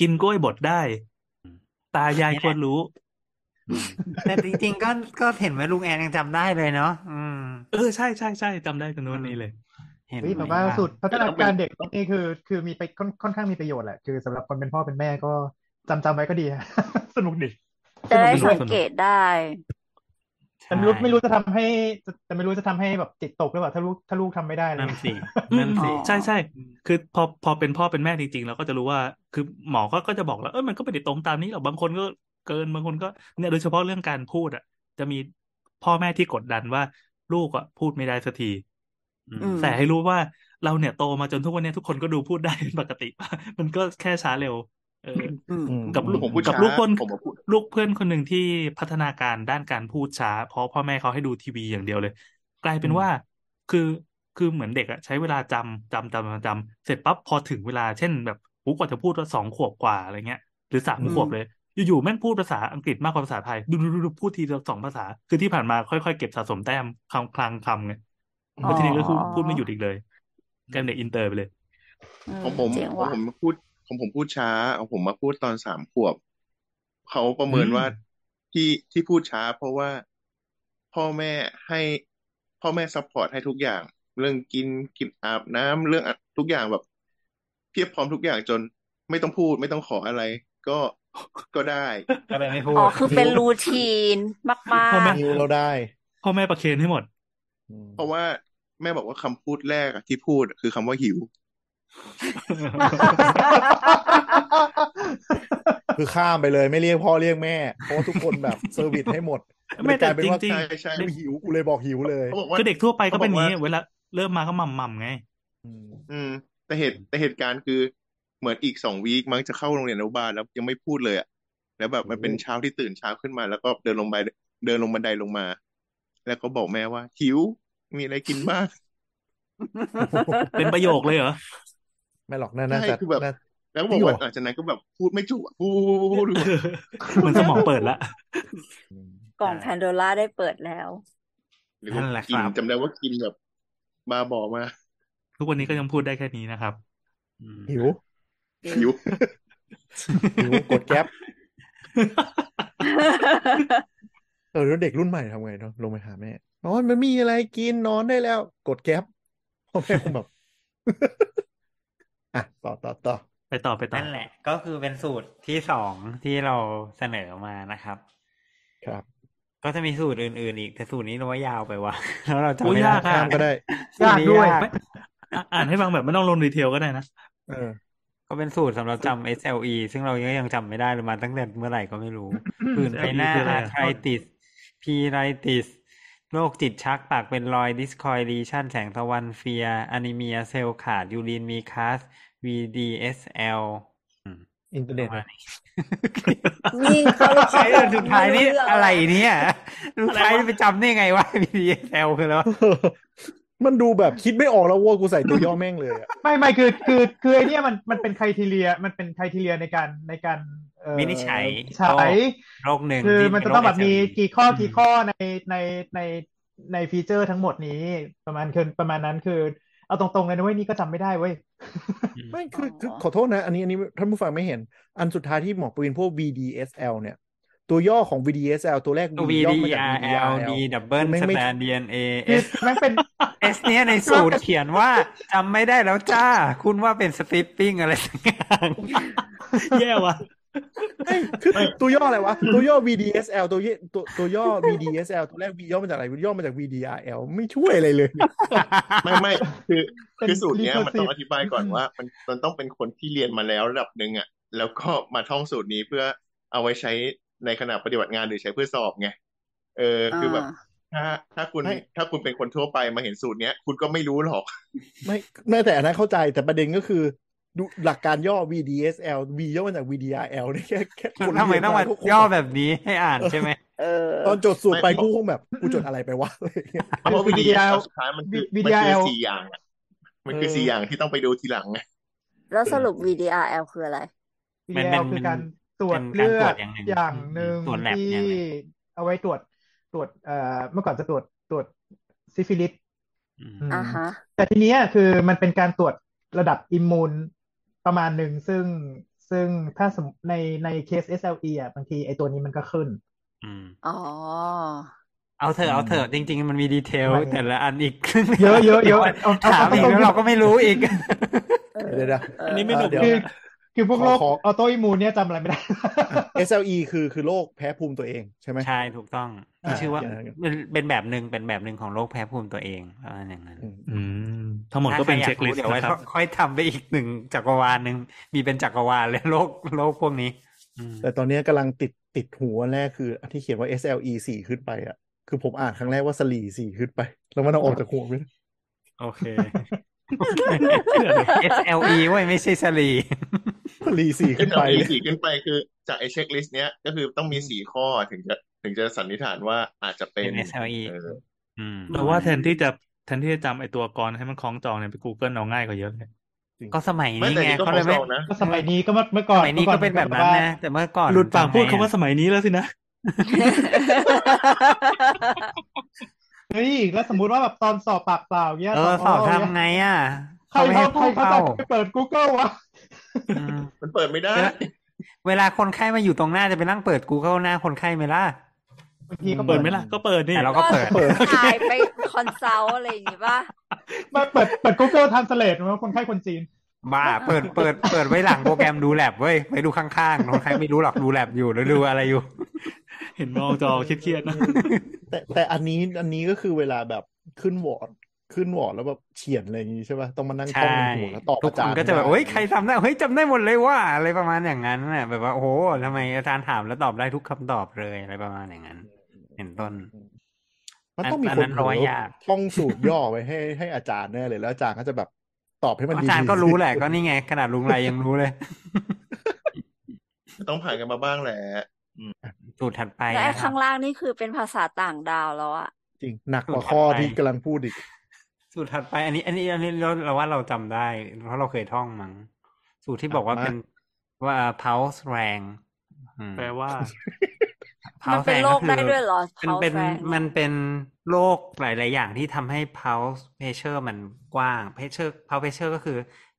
S6: กินกล้วยบดได้ ตายาย
S3: เนี่ย
S6: ควรรู้
S3: แต่จริงๆก็ก็เห็นไหมลุงแอนยังจำได้เลยเนาะอืม
S6: เออใช่ใช่ใช่จำได้จำนวนนี้เลย
S3: เห็นไหม
S7: เฮ้ยแต่ว่า
S3: ล่ะ
S7: สูตรพัฒนาการเด็กนี่คือ คือมีไปค่อนค่อนข้างมีประโยชน์แหละ คือสำหรับคนเป็นพ่อเป็นแม่ก็จำจำไว้ก็ดี ฮะ สนุกดี
S4: จะได้
S6: สนุกสนุก
S4: สังเกตได้
S7: แต่ไม่รู้
S3: ใช่
S7: ไม่รู้จะทำให้แต่ไม่รู้จะทำให้แบบติดตกหรือเปล่าถ้าลูกถ้าลูกทำไม่ได้อะไร
S3: นั่น
S7: เงี้ย
S3: สิ
S6: อื
S3: นั่น
S6: ม
S3: สิ
S6: ใช่ใช่คือพอพอเป็นพ่อเป็นแม่จริงๆเราก็จะรู้ว่า คือหมอก็ก็จะบอกแล้วเออมันก็ไม่ได้ตรงตามนี้หรอกบางคนก็เกินบางคนก็เนี่ยโดยเฉพาะเรื่องการพูดอ่ะ จะมีพ่อแม่ที่กดดันว่า ลูกอ่ะพูดไม่ได้สักที
S4: อืม
S6: แต่ให้รู้ว่าเราเนี่ยโตมาจนทุกวันเนี้ยทุกคนก็ดูพูดได้เป็นปกติ มันก็แค่ช้าเร็ว เออ
S4: อืม
S5: อืม
S6: กับลูก
S8: ผมพูด
S6: กั
S8: ช้า
S6: ลูกเพื่อน
S8: ผมมาพูด
S6: ลูกเพื่อนคนหนึ่งที่พัฒนาการด้านการพูดช้า เพราะพ่อแม่เขาให้ดูทีวีอย่างเดียวเลย กลายเป็นว่าคือคือเหมือนเด็กอะใช้เวลาจำจำจำจำเสร็จปั๊บพอถึงเวลาเช่นแบบหูกว่าจะพูดว่าสองขวบกว่าอะไรเงี้ย หรือสาม
S4: อืม
S6: ขวบเลย อยู่ๆแม่งพูดภาษาอังกฤษมากกว่าภาษาไทยดูดูดูดูพูดทีละสองภาษา คือที่ผ่านมาค่อยๆเก็บสะสมแต้มคำคลังคำไง
S4: อ๋อ
S6: แล้วทีนี้ก็คือพูดไม่หยุดอีกเลยกลายเป็นเด็กอินเตอร์ไปเลย
S4: เออ
S8: ของผม
S4: เจ๋ง
S8: ของ
S4: ว่ะ
S8: ผมพูดของผมพูดช้าของผมมาพูดตอนสามขวบ เขาประเมิน
S6: อืม
S8: ว่าที่ที่พูดช้า เพราะว่า พ่อแม่ให้พ่อแม่ซัพพอร์ตให้ทุกอย่าง เรื่องกินกินอาบน้ำเรื่องอะทุกอย่างแบบ เพียบพร้อมทุกอย่างจนไม่ต้องพูดไม่ต้องขออะไร ก็ก็ได้
S3: ก็เลยไม่พูด
S4: อ๋อคือเป็นรูทีนมา
S6: พ่อแม่
S4: ก
S5: นิวเราได้
S6: พ่อแม่ประเคนให้หมด
S5: อืม
S8: เพราะว่าแม่บอกว่าคำพูดแรกอะที่พูดอะคือคำว่าหิว
S5: คือข้ามไปเลยไม่เรียกพ่อเรียกแม่ เพราะว่าทุกคนแบบเซอร์วิสให้หมด
S6: ไม่
S5: เลยกลาย
S6: แต่
S5: เป็น
S6: จ
S5: ว่า
S6: ริง
S8: ใช่ใช่
S5: กูหิวกูเลยบอกหิวเลย
S8: เขาบอกว่า
S6: คือเด็กทั่วไปก็
S8: เขาบอก
S6: เป็นอย่างนี้
S8: ว่า
S6: เวลาเริ่มมาก็หม่ำม่ำๆไง
S5: อืม
S8: อืม แต่เหตุแต่เหตุการณ์คือเหมือนอีกสองวีคมั้งจะเข้าโรงเรียนอนุบาลแล้วยังไม่พูดเลยอะแล้วแบบมันเป็นเช้าที่ตื่นเช้าขึ้นมา แล้วก็เดินลงไปเดินลงบันไดลงมา แล้วก็บอกแม่ว่า หิว มีอะไรกินบ้าง
S6: เป็นประโยคเลยเหรอ
S5: ไม่หรอกน่าน่า
S8: ใช่
S5: จะ
S8: คือแบบ
S5: น่า
S8: แล้วก็บอกว่า
S5: จริงเหรอ
S8: หลังจากนั้นก็แบบพูดไม่จุอะพูดพูดพูดพูดพูด
S6: เหมือนสมองเปิดละ
S5: อืม
S4: กล่องแพนโดร่าได้เปิดแล้ว
S8: หรือ
S3: นั่
S8: ว่าน
S3: แหละค
S8: กิน
S3: รับ
S8: จำได้ว่ากินแบบบ้าบอมาก
S6: ทุกวันนี้ก็ยังพูดได้แค่นี้นะครับ อืม
S5: หิว
S8: หิว
S5: หิวกดแก๊ปเออแล้วเด็กรุ่นใหม่ทำไงเนาะลงไปหาแม่นอนมันมีอะไรกินนอนได้แล้ว กดแก๊ปพ่อแม่คงแบบ อ่ะต่อต่อต่อ
S6: ไปต่อไปต่อ
S3: นั่นแหละก็คือเป็นสูตรที่สองที่เราเสนอมานะครับ
S5: ครับ
S3: ก็จะมีสูตรอื่นๆอีก แต่สูตรนี้เราว่ายาวไปว่ะ แล้วเราจะ
S6: โอ้ย
S3: ไม่
S6: ยากอะ
S3: ได้
S5: ข้ามก็ได้
S3: สูตรนี้
S7: ยากด้วย
S3: ยาก
S6: ไม่อ่ะอ่านให้ฟังแบบไม่ต้องลงดีเทลก็ได้นะ
S5: เออ
S3: ก็เป็นสูตรสำหรับจำ SLE ซึ่งเราก็ยังจำไม่ได้เลยมาตั้งแต่เมื่อไหร่ก็ไม่รู้ ผื่นใบหน้า
S6: SLE คืออะไร
S3: อา
S6: อะ
S3: ร์ไทติส พีไรติส โรคจิตชักปากเป็นรอย ดิสคอยลีชันแสงตะวันเฟีย อนิเมียเซลล์ขาด ยูรินมีคาส VDSL
S5: อินเทอร์
S3: ป
S5: เน็ต
S3: ระมาณ
S5: นะ
S3: นี้
S1: นี่เขา
S3: ใช้
S1: เขา
S3: จนสุดท้ายนี่
S1: ม่เง
S3: อะไรเนี่ยสุดท้ายนี่ไปจำได้ไง ว่า VDSL คือแล้วะ
S5: มันดูแบบคิดไม่ออกแล้วว่ากูใส่ตัวย่อแม่งเลย อะ
S7: ไม่ไม่คือคือคือไอเนี่ยมันมันเป็นไครทีเรียมันเป็นไครทีเรียในการในการเอ่อ
S3: วินิจฉัย
S7: ใช้
S3: โรคหนึ่ง
S7: คือมันจะต้องแบบมี
S3: กี่
S7: กี่ข้อ
S3: อืม
S7: กี่ข้อในในในในฟีเจอร์ทั้งหมดนี้ ประมาณคือประมาณนั้นคือ เอาตรงๆเลยนะเว้ยนี่ก็จำไม่ได้เว้ย
S5: ไม่คือคือ
S4: อ๋อ
S5: ขอโทษนะ อันนี้อันนี้ท่านผู้ฟังไม่เห็น อันสุดท้ายที่หมอปวินพวก VDSL เนี่ย ตัวย่อของ VDSL ตัวแรก V ย่อมาจาก
S3: VDRL D double
S5: ไม่
S3: s
S5: ไม่
S3: t a n DNA
S7: คือ
S3: S
S7: แม่งเป็น
S3: S เนี่ยในสูตรเขียนว่าจำไม่ได้แล้วจ้า คุณว่าเป็นสติปปิ้งอะไรสักอย่าง
S6: แย่ว่ะ
S5: เอ้ยคือ ตัวย่ออะไรวะ ตัวย่อ VDSL ตัวย่อตัวตัวย่อ VDSL ตัวแรก V ย่อมาจากอะไรย่อมาจาก VDRL ไม่ช่วยอะไรเลยเนี่ย
S8: ไม่ไม่คือ
S7: เป็น
S8: คือสูตรเนี้ย
S7: recursive
S8: มันต้องอธิบายก่อนว่า มันมันต้องเป็นคนที่เรียนมาแล้วระดับหนึ่งอ่ะ แล้วก็มาท่องสูตรนี้เพื่อเอาไว้ใช้ในขณะปฏิบัติงานหรือใช้เพื่อสอบไงเออคือแบบ ถ้าถ้าคุณถ้าคุณเป็นคนทั่วไปมาเห็นสูตรเนี้ย คุณก็ไม่รู้หรอก
S5: ไม่แม้แต่อันนั้นเข้าใจแต่ประเด็นก็คือดูหลักการย่อ VDSL V ย่อมาจาก VDRL เนี่ยแค่แค่คน
S3: ทำไมต้องมา
S5: เรียนก็ค
S3: ย่อแบบนี้ให้อ่านใช่ไหม
S4: เออ
S5: ตอนจดสูตรไป
S8: ไม่
S5: กูคงแบบกูจดอะไรไปวะอะไรอย่างเงี้ย
S8: เพราะว่าวิดี
S7: VDL
S8: โอสุดท้ายมันคือมันคือ
S7: VDL
S8: สี่อย่างอะมันคือ
S5: เออ
S8: สี่อย่างที่ต้องไปดูทีหลังไง
S4: แล้วสรุป VDRL คืออะไร
S3: มันเป็น
S7: VDL คือการตรวจ
S3: เป็น
S7: เลื
S3: การตรว
S7: อด
S3: จอย่างหนึ่งต
S7: อย่างหนึ่ง
S3: รวจแลบ
S7: ที่
S3: อย่างหนึ่ง
S7: เอาไว้ตรวจตรวจเอ่อเมื่อก่อนจะตรวจตรวจซิฟิลิส
S3: อืม
S7: อืม
S4: อ่าฮะ
S7: แต่ทีเนี้ยคือมันเป็นการตรวจระดับอิมมูนประมาณหนึ่งซึ่งซึ่งถ้าสมมุติในในเคส SLE อ่ะบางทีไอตัวนี้มันก็ขึ้น
S3: อืม
S4: อ๋อ
S3: เอาเถอะเอาเถอะจริง ๆ มันมีดีเทล
S7: ไม่
S3: แต่ละอันอีก
S7: เยอะเยอะเยอะ เอาเอา
S3: ถามอีก
S7: เอา
S3: แล้ว
S7: เอา
S3: เราก็ไม่รู้อีก
S4: เออ
S5: เดี๋ยวเดี๋ยว
S4: เอ
S6: อัน
S4: อ
S6: นี้ไม่
S5: เออ
S6: หนุก
S5: เดี๋ยว
S7: คือ
S6: นะ
S7: คือพวกโรค
S5: ขอขอ
S7: ออโตอิมูนเนี่ยจำอะไรไม่ได้
S5: SLE คือคือโรคแพ้ภูมิตัวเองใช่ไหม
S3: ใช่ถูกต้อง
S5: อ่า
S3: ชื่อว่า
S5: เดี๋ยว
S3: เป็นเป็นแบบหนึ่งเป็นแบบหนึ่งของโรคแพ้ภูมิตัวเองประมาณอย่างนั้น
S5: อืม
S6: อืม ทั้งหมด
S3: ถ้า
S6: ก็
S3: ใคร
S6: เป็น
S3: อยา
S6: เช็
S3: ก
S6: คลิ
S3: รู้
S6: สต์
S3: เดี๋ยวไว้
S6: นะครับ
S3: ค่อยทำไปอีกหนึ่งจักรวาลหนึ่งมีเป็นจักรวาลเลยโรคโรคพวกนี้ อืม
S5: แต่ตอนนี้กำลังติดติดหัวแรกคือที่เขียนว่า SLE สี่ขึ้นไปอ่ะ คือผมอ่านครั้งแรกว่าสลีสี่ขึ้นไป แล้วมันเอาออกจากหัวไป
S3: โอเค SLE เว้ยไม่ใช่สลี
S5: สลีสี่
S8: ขึ้
S5: ขึ้
S8: น
S5: น
S8: เอา
S5: ไป
S8: อี
S5: เนี่ย
S8: สี่ขึ้นไปคือจากไอเช็คลิสต์เนี้ยก็คือต้องมีสี่ข้อถึงจะถึงจะสันนิษฐานว่าอาจจะเป็
S3: เป็น น SLE
S8: เออ
S3: อืม
S6: แต่ว่าแทนที่จะแทนที่จะจำไอตัวกรให้มันคล้องจองเนี่ยไป Google เอาง่ายกว่าเยอะเลย
S3: ก็สมัย
S8: ไม่
S3: นี้
S8: แต่
S3: ไง
S8: นี่ก็
S3: เขา
S8: ข
S3: เล
S8: อง
S3: ย
S8: จ
S3: ไม่
S8: องนะ
S7: ก็สมัยนี้ก็เมื่อเมื่อก่
S3: ส
S7: อน
S3: มัยนี้ก็เป็นแบบนั้นนะแต่เมื่อก่อน
S6: หลุดปากพูด
S3: จำไง
S6: คำว่า
S3: อะ
S6: สมัยนี้แล้วสินะ
S7: เฮ้ยแล้วสมมุติว่าแบบตอนสอบปากเปล่าเนี้ย
S3: เออสอบทำไงอ่ะ
S7: ใคร
S3: ไม่
S7: เขา
S3: ให้
S7: ใครเขา
S3: เข้า
S7: จะไปเปิด Google วะ
S3: อืม
S8: มันเปิดไม่ได้
S3: เวลาเวลาคนไข้มาอยู่ตรงหน้าจะไปนั่งเปิด Google หน้าคนไข้ไหมล่ะ
S5: เ
S7: บางทีก็
S6: เปิดไหมล่ะก็เปิดนี่
S3: แต่เราก็เปิด
S4: หายไปคอนซัลท์อะไรอย่างงี้ป่ะ
S7: มาเปิดเปิด Google Translate มาคนไข้คนจีน
S3: บ้า เปิดเปิดเปิดไว้หลังโปรแกรมดูแลบเว้ยไปดูข้างๆน้องใครไม่รู้หรอกดูแลบอยู่หรือดูอะไรอยู่
S6: เห็นมองจอเครียดๆนะ
S5: แต่แต่อันนี้อันนี้ก็คือเวลาแบบขึ้นวอร์ดขึ้นวอร์ดแล้วแบบเฉียนอะไรอย่างนี้ใช่ป่ะต้องมานั่งท่อง
S3: ใช่
S5: ในหัวแล้วตอบ
S3: ทุ
S5: อาก
S3: ค
S5: จาร
S3: น
S5: ย์
S3: ก็จะแบบ
S5: ไม่ได้
S3: โอ๊ยใครทำได้เฮ้ยจำได้หมดเลยว่า อะไรประมาณอย่างนั้นน่ะแบบว่าโอ้โหทำไมอาจารย์ถามแล้วตอบได้ทุกคำตอบเลยอะไรประมาณอย่างนั้น เห็นต้น
S5: มันต้องมี
S3: อัน
S5: ค
S3: นั้น น
S5: เผล
S3: ร้อยยาก
S5: ท่องสูตรย่อไว้ให้ให้อาจารย์แน่เลยแล้วอาจารย์ก็จะแบบตอบให้มัน
S3: อา
S5: ดี
S3: จารย์ก็รู้แหละก็นี่ไง ขนาดลุงไรยังรู้เลย
S8: ต้องผ่านกันมาบ้างแหละ
S3: สูตรถัดไป
S4: แล้วไอ้
S3: นะครั
S4: ข้า
S3: บ
S4: งล่างนี่คือเป็นภาษาต่างดาวแล้วอะ
S5: จริงหนักกว่าข้อที่กำลังพูดอีก
S3: สูตรถัดไป อันนี้อันนี้อันนี้เราเราว่าเราจำได้ เพราะเราเคยท่องมั้งสูตรที่บอกว่า
S5: อ่ะมา
S3: เป็นว่า pulse แรงอืม
S6: แปลว่า
S4: มั
S3: pulse
S4: นเป็นโรคได้ด้วยเหรอ
S3: มัน
S4: เขา
S3: เป็น
S4: แฟน
S3: มันเป็นโรคหลาย ๆ อย่างที่ทำให้ pulse pressure มันกว้าง pressure pulse pressure ก็คือ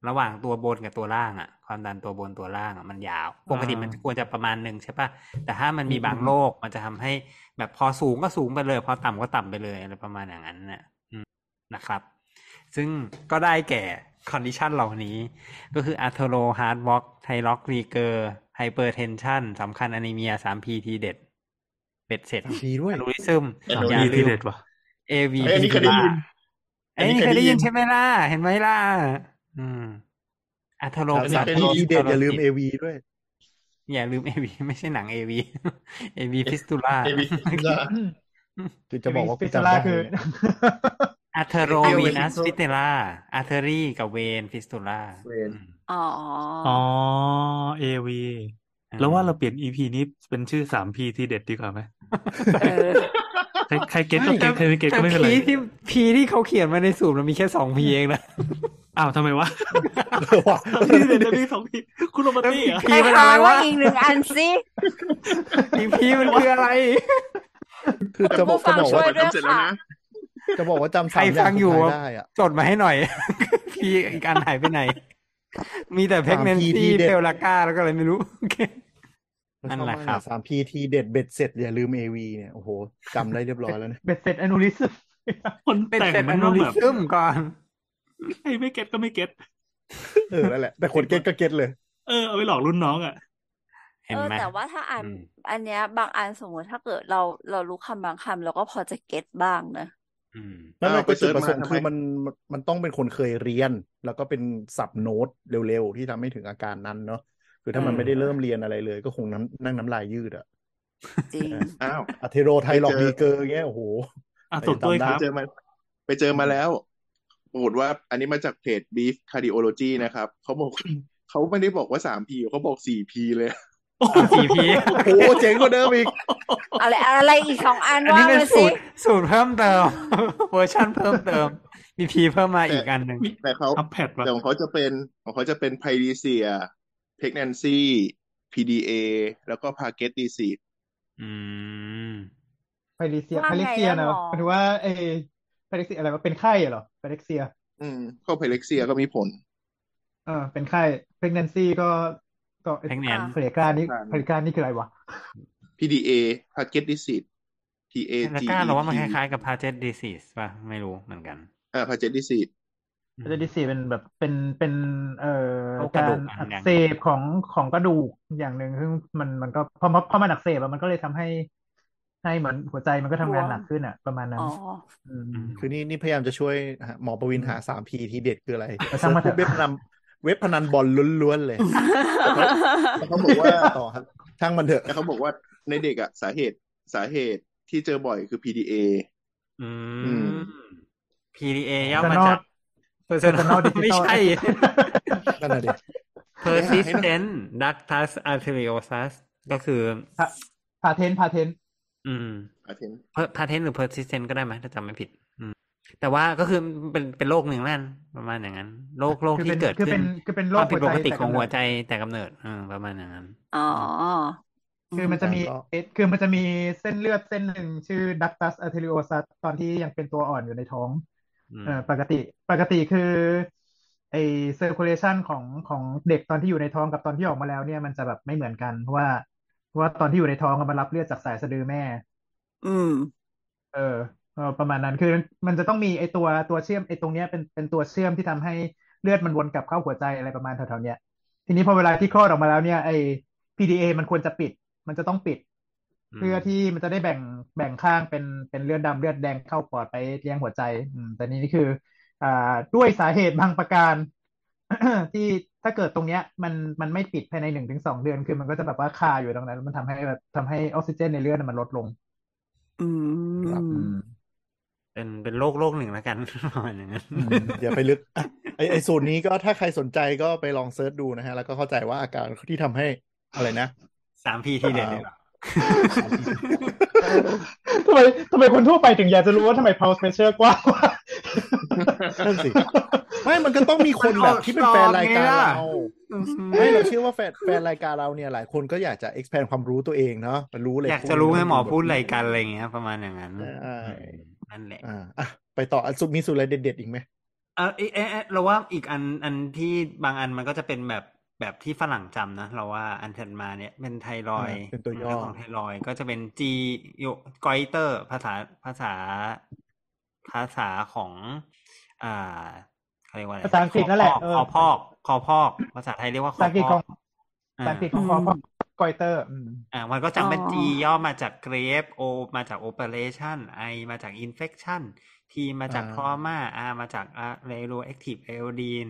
S3: ระหว่างตัวบนกับตัวล่างอะความดันตัวบนตัวล่างอะมันยาวปกติ
S6: อ่ามั
S3: มันควรจะประมาณหนึ่งใช่ป่ะ แต่ถ้ามันมีบางโรคมันจะทำให้แบบพอสูงก็สูงไปเลย พอต่ำก็ต่ำไปเลยอะไรประมาณอย่างนั้นน่ะอืมนะครับ ซึ่งก็ได้แก่คอนดิชันเหล่านี้ ก็คืออาร์เทโรฮาร์ดวอล์กไทล็อกรีเกอร์ไฮเปอร์เทนชันสำคัญอนิเมียสามพีทีเด็ด เป็ดเสร็จ
S5: ดีด้วย
S3: อนูริซึม
S6: สาม
S3: อย่า
S6: ดี
S3: ลื
S6: ที
S3: ม
S6: เด็ดว่ะ
S3: AV
S8: ไอ้ยอันนี้เคยได้ยิน
S3: ไอ้นี่เคยได้ยินใช่ไหมล่ะ เห็นไหมล่ะ อืมอัทโร
S8: อันนี้
S3: สั
S5: สาม
S3: ต
S8: เคย
S3: ว์
S8: ได้
S5: พี
S8: ยิน
S5: ทีเด็ดอย่าลืมเอวีด้วย
S3: อย่าลืม AV ไม่ใช่หนัง AV AV พิสตูล่า
S8: เอวิล่า
S5: คือจะบอกว่ากู
S7: พิลา
S5: จำได้
S7: คือ
S5: เลยเนี่ย
S3: อัทโร
S8: Atrial
S3: วีนัส
S8: ventricular
S3: ฟิสเตล่าอัทเทอรี่กับเวนฟิสตูล่า
S8: vein
S4: อ๋อ
S6: อ๋อเอวีแล้วว่าเราเปลี่ยนอีพีนี้เป็นชื่อสามพีทีเด็ดดีกว่าไหม
S4: เออ
S6: ใครใครเก็ตก็เก็ตใครไม่เก็ต
S3: แต่
S6: ก็ไม่เป็นไร
S3: พีที่พีที่เขาเขียนมาในสูตรมันมีแค่สองพีเองนะ
S6: อ้าวทำไมวะ
S5: เออว่ะ
S6: สามพีทีเด็ดจะมีสองพีคุณโรมาตี้เหรอ
S4: ใครหาว่าอีกหนึ่งอันสิ
S3: อีพีมันคืออะไร
S5: คือจะบอก
S4: ผู้ฟัง
S5: จะบอก
S4: ช่ว
S5: ว่าย
S4: ด้วย
S8: เสร็จแล้ว
S4: ค่ะ
S8: นะ
S5: จะบอกว่าจำ
S3: ใคร
S5: สามอ
S3: ฟั
S5: ย่าง ง
S3: อยู่
S5: สุดท้ายได้อะ
S3: จดมาให้หน่อย พีอีกอันหายไปไหน มีแต่เพกเนน
S5: 3P ที่
S3: ซี่
S5: เด็ด
S3: เฟลลาก้าแล้วก็อะไรไม่รู้โอเค นั่นแหละครับ
S5: สามพีทีเด็ดเบ็ดเสร็จอย่าลืมเอวีเนี่ยโอ้โหจำได้เรียบร้อย แล้วนะ
S7: เบ็ดเสร็จอนุริส
S6: คน
S3: เป็น
S6: แต่ง
S3: เซต
S6: มั
S3: อน นุ
S6: ต้อง
S3: ริ
S6: แบบ
S3: ซึมก่อน
S6: ใครไม่เก็ตก็ไม่เก็ต
S5: เออนั่นแหละ แต่คนเก็ตก็เก็ตเลย
S6: เออเอาไปหลอกรุ่นน้องอ่ะ
S3: เห็น
S4: เออ
S3: ไหม
S4: แต่ว่าถ้าอ่าน
S3: อืม
S4: อันเนี้ย บางอันสมมติถ้าเกิดเราเรารู้คำบางคำเราก็พอจะเก็ตบ้างนะ
S3: อืม
S5: นั่นแหละ
S8: เอาไป
S5: คือจุดประสงค์
S8: เสิร์ชมาทำไม
S5: คือมันมันมันต้องเป็นคนเคยเรียน แล้วก็เป็นสับโน้ตเร็วๆ ที่ทำให้ถึงอาการนั้นเนาะคือถ้ามัน
S3: เออ
S5: ไม่ได้เริ่มเรียนอะไรเลย ก็คงน้ำนั่งน้ำลายยืดอะ
S4: จริง
S8: อ้าว
S5: อะเทโรไทรอก
S8: ไปเจอ
S5: ดีเกอร์เงี้ยโอ้โห
S6: อ่ะส่งด้วยค
S8: ไป
S6: รับ
S8: เจอมาไปเจอมาแล้วปรากฏว่าอันนี้มาจากเพจ Beef Cardiology นะครับ เขาบอก เขาไม่ได้บอกว่าสามพีเขาบอกสี่พีเลย
S3: สี่ พี
S5: โอ้โหเจ๋งกว่าเดิมอีก
S4: อะไรอะไรอีกสองอัน
S3: อันนี้
S4: ว่า
S3: เป็น
S4: มา
S3: สู
S4: สิ
S3: ตรสูตรเพิ่มเติม เวอร์ชั่นเพิ่มเติม มีพีเพิ่มมาอีกอันหนึ่ง
S8: แต่เขา
S6: อัพแพดว่ะ
S8: แต่ของเขาจะเป็นของเขาจะเป็นไพรีเซีย เพกแนนซี่ PDA แล้วก็พาเกตดีซี
S3: อืม
S7: ไพลิเซีย
S4: ว่า
S7: ไพลิ
S4: ไง
S7: เซีย
S4: นะห
S7: นะ
S4: มอ
S7: หมายถึงว่าเอไพลิเซียอะไรวะเป็นไข้เหรอไพลิเซีย
S8: อืมก็ไพเล็กเซียก็มีผล
S7: เออเป็นไข้เพกแนนซี่ก็ก็ไอ้
S3: pregnant
S7: เพลิกานี่
S8: อ่า
S7: เพลิกานี่คืออะไรวะ
S8: PDA พาเกตดีซี PA
S3: แล้วก้าเราว่ามันคล้ายๆกับพาเจตดีซีสป่ะ ไม่รู้เหมือนกัน
S8: อ่าพาเกตดีซี
S7: เจดิซีเป็นแบบเป็นเป็นเอ่อ
S3: เข้ากระ
S7: กา
S3: ดู
S7: ร
S3: กอั
S7: อั
S3: น
S7: ก
S3: ยัง
S7: เสบของของกระดูกอย่างหนึ่งซึ่งมันมันก็พอมันพอมันอักเสบอะมันก็เลยทำให้ ให้เหมือนหัวใจมันก็ทำงานหนักขึ้นอะประมาณนั้น
S4: อ๋อ
S7: อืม
S3: อืม
S5: คือนี่นี่พยายามจะช่วยหาหมอประวินหาสามพีทีเด็ดคืออะไร
S7: แต่ช่างมันเถอะ
S5: เว็บพนันเว็บพนันบอลล้วนๆเลย
S8: แต่เขาบอกว่า
S5: ต่อครับช่างมันเถอะ
S8: แต่เขาบอกว่าในเด็กอะสาเหตุสาเหตุที่เจอบ่อยคือ PDA
S3: อื
S8: อื
S3: ม
S8: ม
S3: PDA ย่อมาจาก
S7: Personal Digital
S3: ไม่ ใช่
S5: นั่นน่ะดิ
S3: persistent ductus arteriosus ก็คือ
S7: พาเทนพาเทน
S3: อืม
S8: อาเทน
S3: พาเทนหรือ persistent ก็ได้ไหมถ้าจำไม่ผิด อืม แต่ว่าก็คือเป็นเป็นโรคหนึ่งนั่นประมาณอย่างนั้นโรคโรค
S7: คือเป็
S3: ที่
S7: น
S3: เกิด
S7: คือ
S3: ขึ้
S7: เป็น นคือเป็นโรคว
S3: คามผิดปกติ
S7: แต่
S3: ของ
S7: กำเนิ
S3: หัว
S7: ด
S3: ใจแต่กำเนิดอืมประมาณอย่างนั้น
S4: อ๋อ
S7: คือมันจะมี
S5: ก็
S7: เอสคือมันจะมีเส้นเลือดเส้นหนึ่งชื่อดักตัสอะเทริโอซัสตอนที่ยังเป็นตัวอ่อนอยู่ในท้อง
S3: อืม
S7: เอ่อปกติปกติคือไอเซอร์คูลเลชันของของเด็กตอนที่อยู่ในท้องกับตอนที่ออกมาแล้วเนี่ยมันจะแบบไม่เหมือนกันเพราะว่าเพราะว่าตอนที่อยู่ในท้องอะมันรับเลือดจากสายสะดือแม่
S4: อืม
S7: เออเออประมาณนั้นคือมันจะต้องมีไอตัวตัวเชื่อมไอตรงเนี้ยเป็นเป็นตัวเชื่อมที่ทำให้เลือดมันวนกลับเข้าหัวใจอะไรประมาณแถวๆเนี้ย ทีนี้พอเวลาที่คลอดออกมาแล้วเนี่ยไอ PDA มันควรจะปิด มันจะต้องปิด เพื่อที่มันจะได้แบ่งแบ่งข้างเป็นเป็นเลือดดำเลือดแดงเข้าปอดไปเลี้ยงหัวใจ อืม แต่นี่คือ อ่าด้วยสาเหตุบางประการ ที่ถ้าเกิดตรงเนี้ย มันมันไม่ปิดภายในหนึ่งถึงสองเดือนคือมันก็จะแบบว่าคาอยู่ตรงนั้น มันทำให้แบบทำให้ออกซิเจนในเลือดน่ะมันลดลง
S4: อืม
S2: ครับ
S7: อืม
S3: เป็นเป็นโรคโรคหนึ่งแล้วกัน ประมาณอย่างนั้น
S2: อืมอย่าไปลึกอ่ะไอไอสูตรนี้ก็ถ้าใครสนใจก็ไปลองเซิร์ชดูนะฮะ แล้วก็เข้าใจว่าอาการที่ทำให้อะไรนะ
S3: สามพีทีเด็ดเลยเหรอ
S7: ทำไมทำไมคนทั่วไปถึงอยากจะรู้ว่าทำไม pulse pressure กว้างกว่า
S2: นั่นสิ ไม่มันก็ต้องมีคนแบบที่เป็นแฟนรายการเรา ไม่เราเชื่อว่าแฟนแฟนรายการเราเนี่ยหลายคนก็อยากจะ expand ความรู้ตัวเองเนาะมันรู้เลย
S3: อยากจะรู้ให้หมอพูดอะไรกันอะไรอย่างเงี้ยประมาณอย่างนั้น
S2: ใช่
S3: นั่นแหละ
S2: อ่าอ่ะไปต่ออันสุดมีสูตรอะไรเด็ดๆอีกไหม
S3: เออเอ๊ะเอ๊ะเอ๊ะเราว่าอีกอันอันที่บางอันมันก็จะเป็นแบบแบบที่ฝรั่งจำนะ เราว่าอันถัดมาเนี่ยเป็นไทรอยด์
S2: อ่าเป็นตัวย่อ
S3: เรื่องของไทรอยด์ก็จะเป็นจีโยกอยเตอร์ภาษาภาษาภาษาของ อ่าเขาเรียกว่าอะไร
S7: ภาษาอังกฤษนั่นแหละเออ
S3: คอพอกคอพอก ภาษาไทยเรียกว่าค
S7: ภา
S3: อ
S7: ษาอังกฤษ
S3: พ
S7: ข
S3: อ
S7: อก ง สารพิษของคอพอกอยเตอร์ อืม
S3: อ่ามันก็จำเป็น
S4: อ๋อ
S3: G ย่อมาจาก grave O มาจาก operation I มาจาก infection T มาจาก
S2: อ่า
S3: trauma R มาจาก radioactive iodine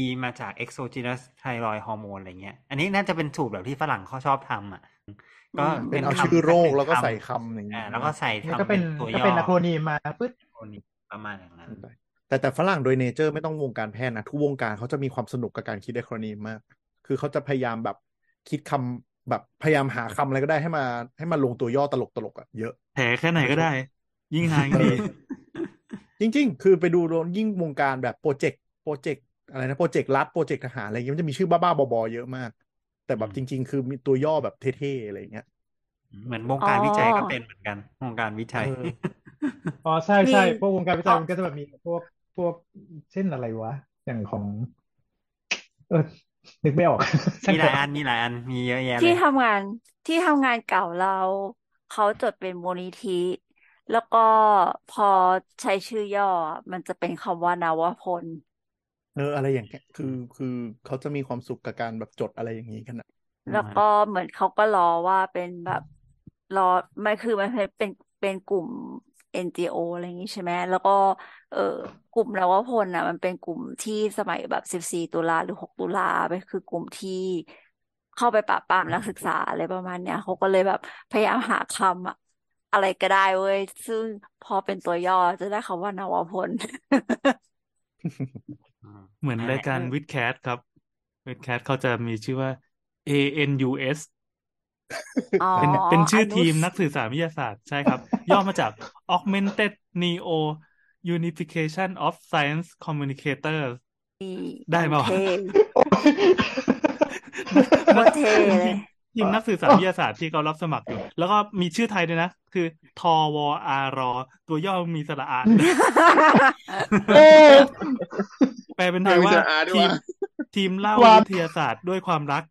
S3: E มาจาก exogenous thyroid hormone อะไรเงี้ย อันนี้น่าจะเป็นสูตรแบบที่ฝรั่งเขาชอบทำอ่ะ ก็
S4: อืม
S2: เป็นเอา
S3: คำ
S2: ชื่อโรค
S3: เป็น
S2: แล้วก็
S3: คำ
S2: ใส่คำอย่าง
S3: อ่า
S2: นี้
S3: แล้วก็ใส่
S7: นี่
S3: คำ
S7: ก็เป็น
S3: ตัว
S7: ก็
S3: ย่อ
S7: เป็นอะโครนีมมาปึ๊ด
S3: โครนิมประมาณอย่างนั้น
S2: แต่แต่ฝรั่งโดยเนเจอร์ไม่ต้องวงการแพทย์นะ ทุกวงการเขาจะมีความสนุกกับการคิดไอครนีมาก คือเขาจะพยายามแบบคิดคำแบบพยายามหาคำอะไรก็ได้ให้มา ให้มาลงตัวย่อตลกตลกๆอ่ะเยอะ
S6: แผลแค่ไหนก็ได้ ยิ่งหายงดี
S2: จริง ๆ คือไปดูรวมยิ่งวงการแบบโปรเจกต์โปรเจกต์อะไรนะโปรเจกต์รัฐโปรเจกต์ทหารอะไรเงี้ยมันจะมีชื่อบ้าๆบอๆเยอะมาก แต่แบบจริง ๆ คือมีตัวย่อแบบเท่ๆอะไรอย่างเงี้ย
S3: เหมือนวงการวิจัย
S4: อ๋อ
S3: ก็เป็นเหมือนกันวงการวิจัย
S2: เออ
S7: อ๋อใช่ใช่
S4: มี
S7: พวกวงการวิจัยมันก็จะแบบมีพวกพวกเช่นอะไรวะ อย่างของ เออ นึกไม่ออก ช่าง
S3: มีห
S7: เถ
S3: ลาย
S7: อะ
S3: อันมีหลายอันมีเยอะแยะเล
S4: ที่
S3: ย
S4: ทำงานที่ทำงานเก่าเราเขาจดเป็นมูลนิธิ แล้วก็พอใช้ชื่อย่อ มันจะเป็นคำว่านาวพล
S2: เอออะไรอย่างเงี้ยคือคือเขาจะมีความสุขกับการแบบจดอะไรอย่างนี้กันอะ
S4: แล้วก็เหมือนเขาก็รอว่าเป็นแบบรอมันคือมันเป็นเป็นกลุ่ม NGO อะไรอย่างงี้ใช่ไหมแล้วก็ เออกลุ่มนวพลน่ะ มันเป็นกลุ่มที่สมัยแบบสิบสี่ตุลาหรือหกตุลาเป็นคือกลุ่มที่เข้าไปปราบปรามนักศึกษาอะไรประมาณเนี้ยเขาก็เลยแบบพยายามหาคำอะอะไรก็ได้เว้ย ซึ่งพอเป็นตัวย่อจะได้คำว่านวพล
S6: เหมือนรายการวิดแคสครับวิดแคสเขาจะมีชื่อว่า A N U S
S4: อ๋อ
S6: เป็นเป็นชื่อ
S4: นุ
S6: ทีม
S4: ส
S6: นักสื่อสารวิทยาศาสตร์ใช่ครับ ย่อมาจาก Augmented Neo Unification of Science Communicators ได้มาวะ
S4: เท่ โคตรเท่เลย
S6: ทีมนักสื่อสารวิทยาศาสตร์ที่เขารับสมัครอยู่ แล้วก็มีชื่อไทยด้วยนะ คือทอวอารอ ตัวย่อมีสระอา แปลเป็นไทยว่า
S8: มีสระอาด้วย
S6: ทีม
S8: วะ
S6: ทีมเล่า
S7: ความ
S6: วิทยาศาสตร์ด้วยความรัก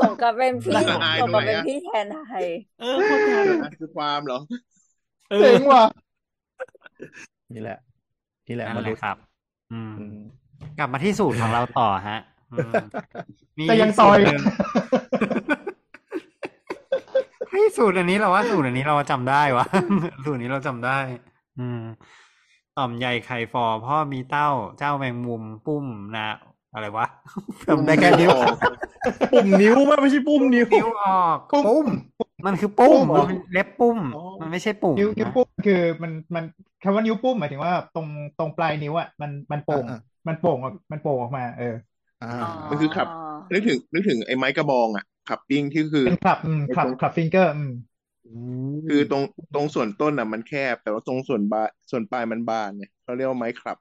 S4: สมกับเป็นพี่
S6: น่า
S4: ส
S6: จะอาย
S4: มกับ
S8: ด้วยอะ
S4: เป็นพี่แทนไทย
S6: เออโคตรไทย
S8: คือความเหรอ
S6: เออ
S7: เจ๋งว่ะ
S2: นี่แหละ นี่แหละม
S3: นั่นแห
S2: นุ
S3: ละ
S2: ษย์
S3: ครับ อืม
S2: อืม
S3: กลับมาที่สูตรของเราต่อฮะอืมมี
S7: แต่ยังต่อย
S3: สูรหนึ่เฮ้ยสูตรอันนี้เราว่าสูตรอันนี้เราจำได้วะ สูตรนี้เราจำได้ อืม ต่อมใหญ่ไข่ฟอพ่อมีเต้า เจ้าแมงมุมปุ้มนะ อะไรวะจำได้แค่นิ้ว
S2: ปุ่มนิ้วมันไม่ใช่ปุ่มนิ้ว
S3: นิ้วออก ปุ้ม มันคือปุ้ม
S2: ปุ้มเหรอ
S3: มันเล็บปุ้ม
S2: อ๋อ
S3: มันไม่ใช่ปุ่ม
S7: นิ้วนิ้ว
S3: นะ
S7: ปุ้มคือมันมันคำว่านิ้วปุ้มหมายถึงว่าตรงตรงปลายนิ้วอ่ะมันมันโป่ง
S2: อ่ะ
S7: มันโป่งออกมันโป่งออกมา เออ
S2: อ่า
S8: มันคือขับ นึกถึงนึกถึงไอ้ไม้กระบองอ่ะขับปิ้งที่คือ
S7: เป็นคลับอืม
S8: ไอ้
S7: คลับ
S8: ตรง
S7: คลับฟิงเกอร์อืม
S8: คือตรงตรงส่วนต้นอ่ะมันแคบ แต่ว่าตรงส่วนบาส่วนปลายมันบานเนี่ยเขาเรียกว่าไม้ขับ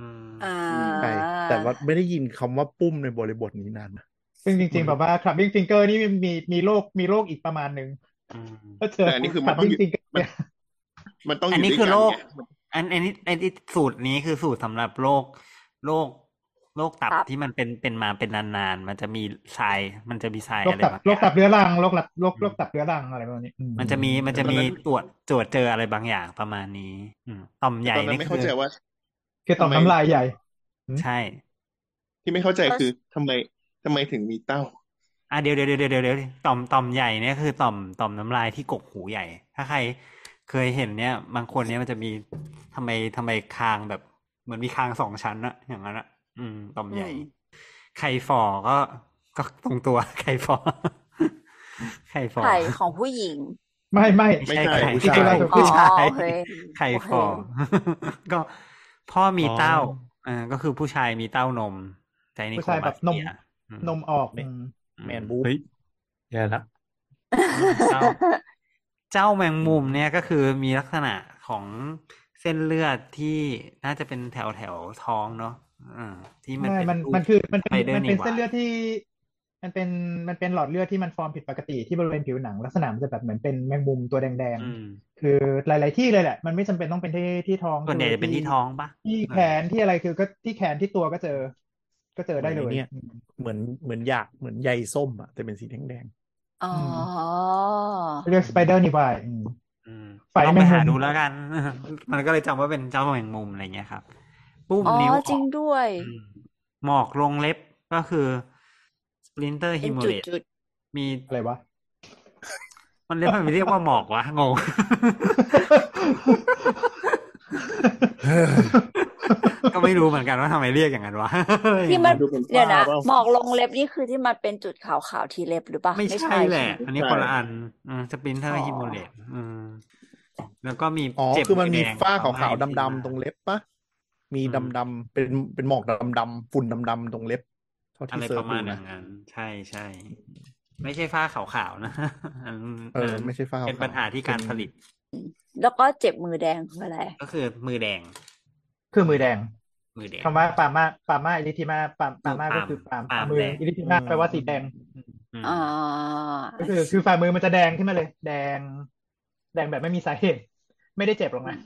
S3: อืม
S4: อ่า
S2: ใช่แต่ว่าไม่ได้ยินคำว่าปุ้มในบริบทนี้นานนะ
S7: ซึ่งจริงๆแบบว่าคลับบิ้งฟิงเกอร์นี่มีมีมีโรคมีโรคอีกประมาณหนึ่ง
S3: อืม
S7: ถ้าเจ
S8: แต่
S7: อ
S8: อันนี้คือ
S7: ค
S8: มั
S7: ลั
S8: น
S7: บ
S8: ต้อง
S7: บิ้งฟิ
S8: อยู่
S7: งเกอร์เนี่ย
S8: มันต้องอ
S3: อัน
S8: ยู่
S3: นี้
S8: ด้วย
S3: คือ
S8: กัน
S3: โรค
S8: ไง
S3: อันอันนี้อันนี้สูตรนี้คือสูตรสำหรับโรคโรค โรคตับ
S4: ตับ
S3: ที่มันเป็นเป็นมาเป็นนานๆ มันจะมีทรายมันจะมีทราย
S7: โรค
S3: อะ
S7: ตับ
S3: ไรา
S7: บ
S3: ง
S7: โร
S3: อ
S7: ค
S3: ย่าง
S7: ตับเรื้อรังโรคตับโรคโรคตับเรื้อรังอะไรประมาณนี้อื
S3: มันจะมีมันจะมี
S8: ตอนนั้น
S3: ตรวจตรวจเจออะไรบางอย่างประมาณนี้ อืมต่อมใหญ่
S8: ตอนนั้
S3: นี่
S8: นไม่
S3: คื
S8: เข้าใจ
S3: อ
S8: ว่า
S7: คือต่อมน้ำลายใหญ่
S3: ใช่
S8: ที่ไม่เข้าใจคือทำไมทำไมถึงมีเต้า
S3: อ่ะเดี๋ยวเดี๋ยวเดี๋ยวเดี๋ยวเดี๋ยวต่อมต่อมใหญ่เนี่ยคือต่อมต่อมน้ำลายที่กกหูใหญ่ ถ้าใครเคยเห็นเนี่ย บางคนเนี่ยมันจะมีทำไมทำไมคางแบบเหมือนมีคางสองชั้นอะอย่างนั้นอะอืม ต่อมใหญ่
S4: อืม
S3: ไข่ฝ่อก็ก็ตรงตัว ไข่ฝ่อไข่ฝ่อ
S4: ไข่ของผู้หญิง
S7: ไม่ไม่
S3: ไม่
S8: ไม่
S3: ใช่
S8: ใช่
S3: ไข่
S8: ผู้ชาย
S3: ไข่ผู้ชาย
S4: อ๋อโอเค
S3: ไข่
S4: โอเค
S3: ฟอง ก็พ่อมี
S6: อ๋อ
S3: เต้าอ่าก็คือผู้ชายมีเต้านม แต่อันนี่
S7: ผู้ชายแบบนม นมออก
S5: เนี่ย
S7: อืม
S5: แมนบู๊
S6: เฮ้ยแย่ละ เต้า
S3: เจ้าแมงมุมเนี่ยก็คือมีลักษณะของเส้นเลือดที่น่าจะเป็นแถวแถวๆท้องเนาะอ่าที่มัน
S7: ไม่
S3: เป็น
S7: มัน
S3: รูป
S7: มันคือมันเป็น
S3: Spider
S7: มันเป็น
S3: Neva
S7: เส้นเลือดที่ มันเป็นมันเป็นหลอดเลือดที่มันฟอร์มผิดปกติที่บริเวณผิวหนังลักษณะมันจะแบบเหมือนเป็นแมงมุมตัวแดง
S3: อืม
S7: ๆ คือหลาย ๆ ที่เลยแหละ มันไม่จำเป็นต้องเป็นที่ที่ท้อง
S3: ส่วนใหญ่
S7: คือ
S3: จะเป็นที่ท้องปะ
S7: ที่แขนที่อะไรคือก็ที่แขนที่ตัวก็เจอ ก็เจอได้เลย
S5: เนี่ยเหมือนเหมือนอยากเหมือนใยส้มอ่ะแต่เป็นสีแดงแดง
S4: อ๋อ
S7: เรียกสไปเดอร์นิวาย
S3: อืม
S7: ฝ่าย
S3: ลองไปหา
S7: แมงมุม
S3: ดูแล้วกัน มันก็เลยจำว่าเป็นเจ้าแมงมุมอะไรเงี้ยครับปุ้ม
S4: อ๋อ
S3: นิ้วออก
S4: จริงด้วย
S3: อืมหมอกลงเล็บก็คือ splinter
S4: เป็น
S3: hemorrhage
S4: จุด
S3: มี
S7: อะไรวะ
S3: มันเรียกมันเรียกว่าหมอกวะงง ก็ไม่รู้เหมือนกันว่าทำไมเรียกอย่างนั้นวะ
S4: ที่มัน
S8: ดูเป็นฝ้า
S4: เดี๋ยวนะ
S8: เปล่า
S4: หมอกลงเล็บนี่คือที่มันเป็นจุดขาวๆที่เล็บหรือเปล่า
S3: ไม่
S4: ไม่
S3: ใช่
S4: ใช่
S3: แห
S4: ใช่
S3: ละ
S4: ไหม
S3: อันนี้คนละอันสปรินเทอร์ฮิโมเลตแล้วก็มี
S5: ๆอ๋อ
S3: เจ็บ
S5: คือมัน
S3: แด
S5: มี
S3: ง
S5: ฝ้า
S3: เอ
S5: ขาว
S3: ให้
S5: ๆดำๆตรงเล็บปะมี
S3: อืม
S5: ดำๆเป็นเป็นหมอกดำๆฝุ่นดำๆตรงเล็บเท่า
S3: อะ
S5: ที่
S3: ไรป
S5: เซิร์ช
S3: ระมา
S5: ดู
S3: ณอ
S5: นะ
S3: ย่างนั้น ใช่ใช่ไม่ใช่ฝ้าขาวๆนะอันนั้น
S5: เออ
S3: นนั้น
S5: ไม่ใช่ฝ้า
S3: เป็น
S5: ขวๆ
S3: ปัญหาที่การผลิต
S4: แล้วก็เจ็บมือแดงคืออะไร
S3: ก็คือมือแดง
S7: คือมือแดง
S3: มือแดง
S7: คำว่าปามาปามาอิลิทิมาปามปามา
S3: ปาม
S7: ก็คือปาม
S3: ปาม
S7: มือ
S3: แดง
S7: อิลิทิมาแปลว่าสีแดง
S3: ม
S4: อ๋อ
S7: ก็คือคือฝ่ามือมันจะแดงขึ้นมาเลย แดง แดงแบบไม่มีสาเหตุ ไม่ได้เจ็บหรอกนะ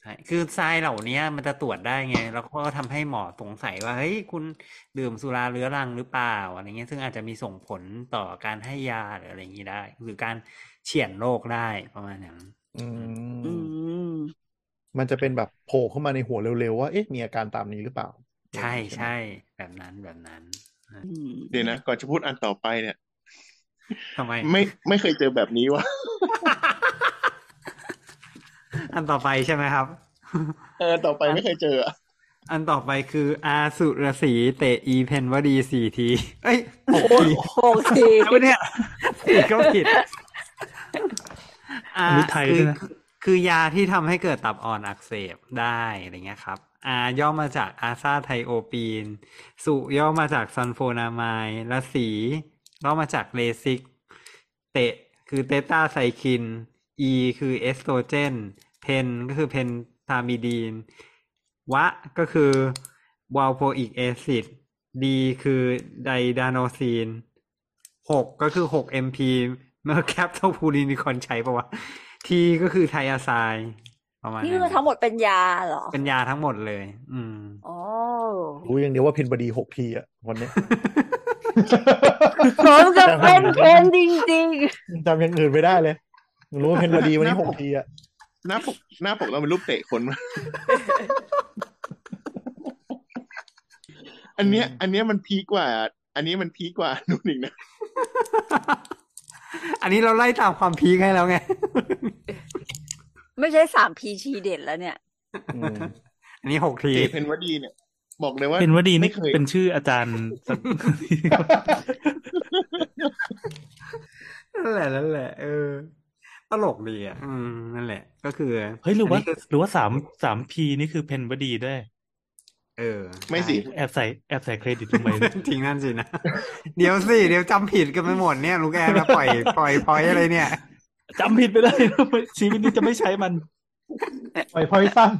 S3: ใช่ คือทรายเหล่านี้มันจะตรวจได้ไง แล้วก็ทำให้หมอสงสัยว่า เฮ้ย คุณดื่มสุราเรื้อรังหรือเปล่า อะไรเงี้ย ซึ่งอาจจะมีส่งผลต่อการให้ยาหรืออะไรอย่างนี้ได้ หรือการเฉี่ยนโรคได้ประมาณนั้น
S5: อื
S4: อื
S5: ม
S4: ม
S5: มันจะเป็นแบบโผล่เข้ามาในหัวเร็วๆว่า เอ๊ะ มีอาการตามนี้หรือเปล่า
S3: ใช่
S5: ไหม
S3: ใช่ แบบนั้นแบบนั้น
S4: อืม
S8: เดี๋ยวนะ ก่อนจะพูดอันต่อไปเนี่ย
S3: ทำไม
S8: ไม่ไม่เคยเจอแบบนี้วะ
S3: อันต่อไปใช่ไหมครับ
S8: เออต่อไปไม่เคยเจออะ
S3: อันต่อไปคืออาสุรสีเตะอีเพนวดีสี่ที เอ้ยหกที
S4: โอเค
S3: แล้วเนี่ยผิดก็ผิดอ่า
S6: อันนี้ไทย
S3: คื
S6: ด้
S3: อ
S6: วยนะ
S3: คือคือยาที่ทำให้เกิดตับอ่อนอักเสบได้อะไรเงี้ยครับอาย่อมาจากอาซาไทโอปีน สุย่อมาจากซันโฟนามายและสีย่อมาจากเลซิก เตะคือเตต้าไซคิน อีคือเอสโตรเจน เพนก็คือเพนทามิดีน วะก็คือวาลโพอิกแอซิด ดีคือไดดานอซีนหกก็คือหก MP เมื่อแคปเท่าพูลินิคอนใช้ปะวะ ทีก็คือไทอาไซน์ประมาณ
S4: นี่
S3: นั้
S4: คือนทั้งหมดเป็นยาเหรอ
S3: เป็นยาทั้งหมดเลย อืม
S4: อ๋อ
S5: รู้อย่างเดียวว่าเพนบดีหกทีอะวันเนี้ย
S4: พร้อมกับเป็นเพนจริง
S5: จำอย่างอื่นไม่ได้เลยรู้ว่าเพนบดีวันนี้หกทีอะ
S8: หน้าปกหน้าปกเราเป็นรูปเตะคนมาอันเนี้ย อันเนี้ยมันพีกกว่า อันนี้มันพีกกว่านู่นอีกนะ
S3: อันนี้เราไล่ตามความพีคให้แล้วไง
S4: ๆ ไม่ใช่สามพีชีเด็ดแล้วเนี่ย
S5: อืม
S3: อันนี้หกที
S8: เจเพนวดีเนี่ย บอกเลยว่า
S6: เป็นวดีนี่
S8: ไม่เคย
S6: เป็นชื่ออาจารย์สัก
S3: นั่นแหละนั่นแหละ เออ ตลกดีอ่ะ อืม นั่นแหละ ก็คือ
S6: เฮ้ยหรือว่า
S3: นนี้คื
S6: หรือว่าสามสามพีนี่คือเพนวดีด้วย
S3: เออ
S8: ไม่สิ
S6: แอบใส่แอบใส่เครดิตล งไป
S3: จริงนั่นสินะ เดี๋ยวสิ เดี๋ยวจำผิดกันไปหมดเนี่ยลูกแอนมาปล่อยปล่อยปล่อยอะไรเนี่ย
S6: จำผิดไปเลย ชีวิตนี้จะไม่ใช้ มัน
S7: ปล่อยพอยซัน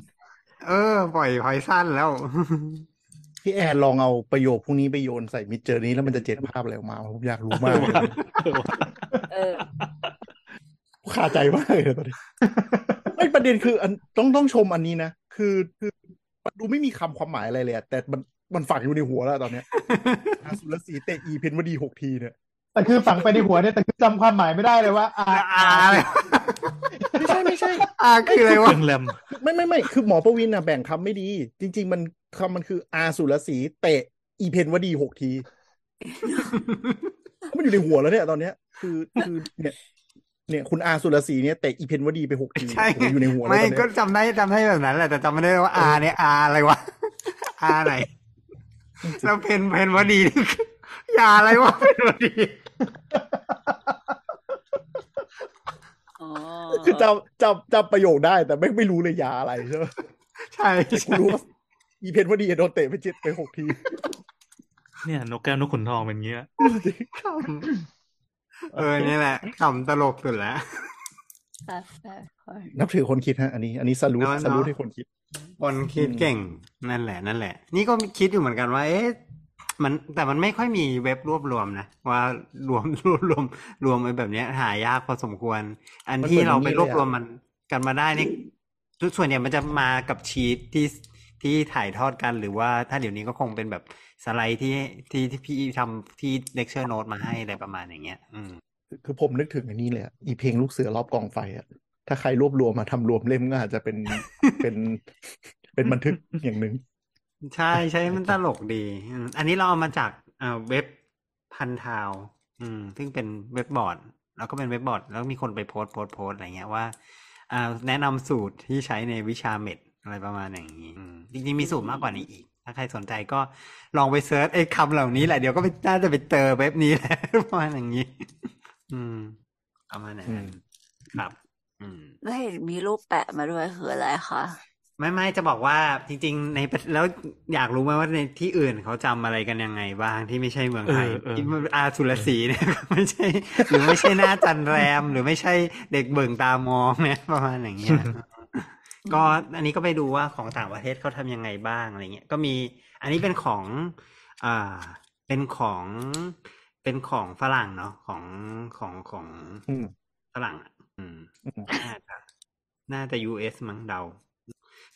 S3: เออ ปล่อยปล่อยสั้นแล้ว
S5: พี่แอนลองเอาประโยคพวกนี้ไปโยนใส่มิดเจอร์นี้แล้วมันจะเจ็ดภาพอะไรออกมาผมอยากรู้ มากเลย
S4: เออ
S5: คาใจมากเลย ตอนนี้ไม่ประเด็นคืออันต้องต้องชมอันนี้นะคือคือมันดูไม่มีคำความหมายอะไรเลยอะแต่มัน
S2: มันฝังอยู่ในหัวแล้วตอนเนี้ย อสุรสีเตะอีเพนวดีหกทีเนี่ย
S7: แต่คือฝังไปในหัวเนี่ยแต่คือจำความหมายไม่ได้เลยว่าอา
S3: อาเลย
S2: ไม่ใช่ไม่ใช่
S3: อาคืออะไรวะ
S6: เรื่องแรม
S2: ไม่ไม่ไม่คือหมอประวินน่ะแบ่งคำไม่ดี จริง ๆ มันคำมันคืออาสุรสีเตะอีเพนวดีหก ที มันอยู่ในหัวแล้วเนี่ยตอนเนี้ย คือคือเนี่ย เนี่ยคุณอาสุรศรีเนี่ยเตะอีเพนวดีไปหกที
S3: ใช่ไง
S2: อยู่ในหัวแล้ว
S3: ไม่
S2: ตอนเนี้ย
S3: ก็จำได้จำได้แบบนั้นแหละแต่จำไม่ได้ว่าอาเนี่ยอาอะไรวะอาไหนแล้วเพนเพนวดีนี่คือยาอะไรวะเพนวดี
S4: อ๋อ
S2: คือจำจำจำประโยคได้แต่ไม่ไม่รู้เลยยาอะไรใช่ไหม
S3: ใช่
S2: แต่กู
S3: ใช่
S2: รู้ว่าอีเพนวดีโดนเตะไปเจ็ดไปหกที
S6: เนี่ยนกแก้วนกขุนทองเป็นอย่างเงี้ย
S3: เออเนี่ยแหละขำตลกสุดแล้ว
S4: ค่ะค่ะค่ะ
S2: นับถือคนคิดฮะอันนี้ อันนี้สรุป
S3: เนอะ
S2: สรุป
S3: เนอะ
S2: ให้คนคิด
S3: คนคิดเก่งนั่นแหละ นั่นแหละ นี่ก็คิดอยู่เหมือนกันว่า เอ๊ะมันแต่มันไม่ค่อยมีเว็บรวบรวมนะว่ารวม รวบรวมรวมไอ้แบบเนี้ย หายากพอสมควร อันที่เราไปรวบรวมมันกันมาได้นี่ทุกส่วนเนี่ยมันจะมากับชีทที่ที่ถ่ายทอดกันหรือว่าถ้าเดี๋ยวนี้ก็คงเป็นแบบสไลด์ที่ที่ที่พี่ทำที่เลคเชอร์โน้ตมาให้อะไรประมาณอย่างเงี้ย อืม
S2: คือผมนึกถึงอันนี้เลยอะอีเพลงลูกเสือรอบกองไฟอะถ้าใครรวบรวมมาทำรวมเล่มก็อาจจะเป็น เป็น เป็นบันทึกอย่างหนึ่ง
S3: ใช่ใช่มันตลกดีอืมอันนี้เราเอามาจากเอ่อเว็บพันทาว อืม ซึ่งเป็นเว็บบอร์ด แล้วก็เป็นเว็บบอร์ด แล้วมีคนไปโพสต์โพสต์โพสต์อะไรเงี้ยว่าอ่า แนะนำสูตรที่ใช้ในวิชาเมดอะไรประมาณอย่างนี้อืมจริงๆมีสูตรมากกว่านี้อีก ถ้าใครสนใจก็ลองไปเซิร์ชไอ้คำเหล่านี้แหละ เดี๋ยวก็ไปน่าจะไปเจอเว็บนี้แหละ ประมาณอย่างนี้ อืมประมาณอย่างนั้นครับ อืม
S4: แล้วเห็นมีรูปแปะมาด้วยคืออะไรคะ
S3: ไม่ไม่จะบอกว่าจริง ๆ ในประแล้วอยากรู้ไหมว่าในที่อื่นเขาจำอะไรกันยังไงบ้างที่ไม่ใช่เมือง
S6: เอ
S3: ไทย
S6: อเออ
S3: ที่มันอาสุรศรีเนี่ย ไม่ใช่ หรือไม่ใช่หน้าจันแรม หรือไม่ใช่เด็กเบิ่งตามองเนี่ยประมาณอย่างเงี้ย ก็อันนี้ก็ไปดูว่าของต่างประเทศเขาทำยังไงบ้างอะไรเงี้ยก็มีอันนี้เป็นของอ่าเป็นของเป็นของฝรั่งเนาะของของของ
S2: อืม
S3: ฝรั่งอะอืม
S2: อืม
S3: น่าจะน่าจะ US มั้งเดา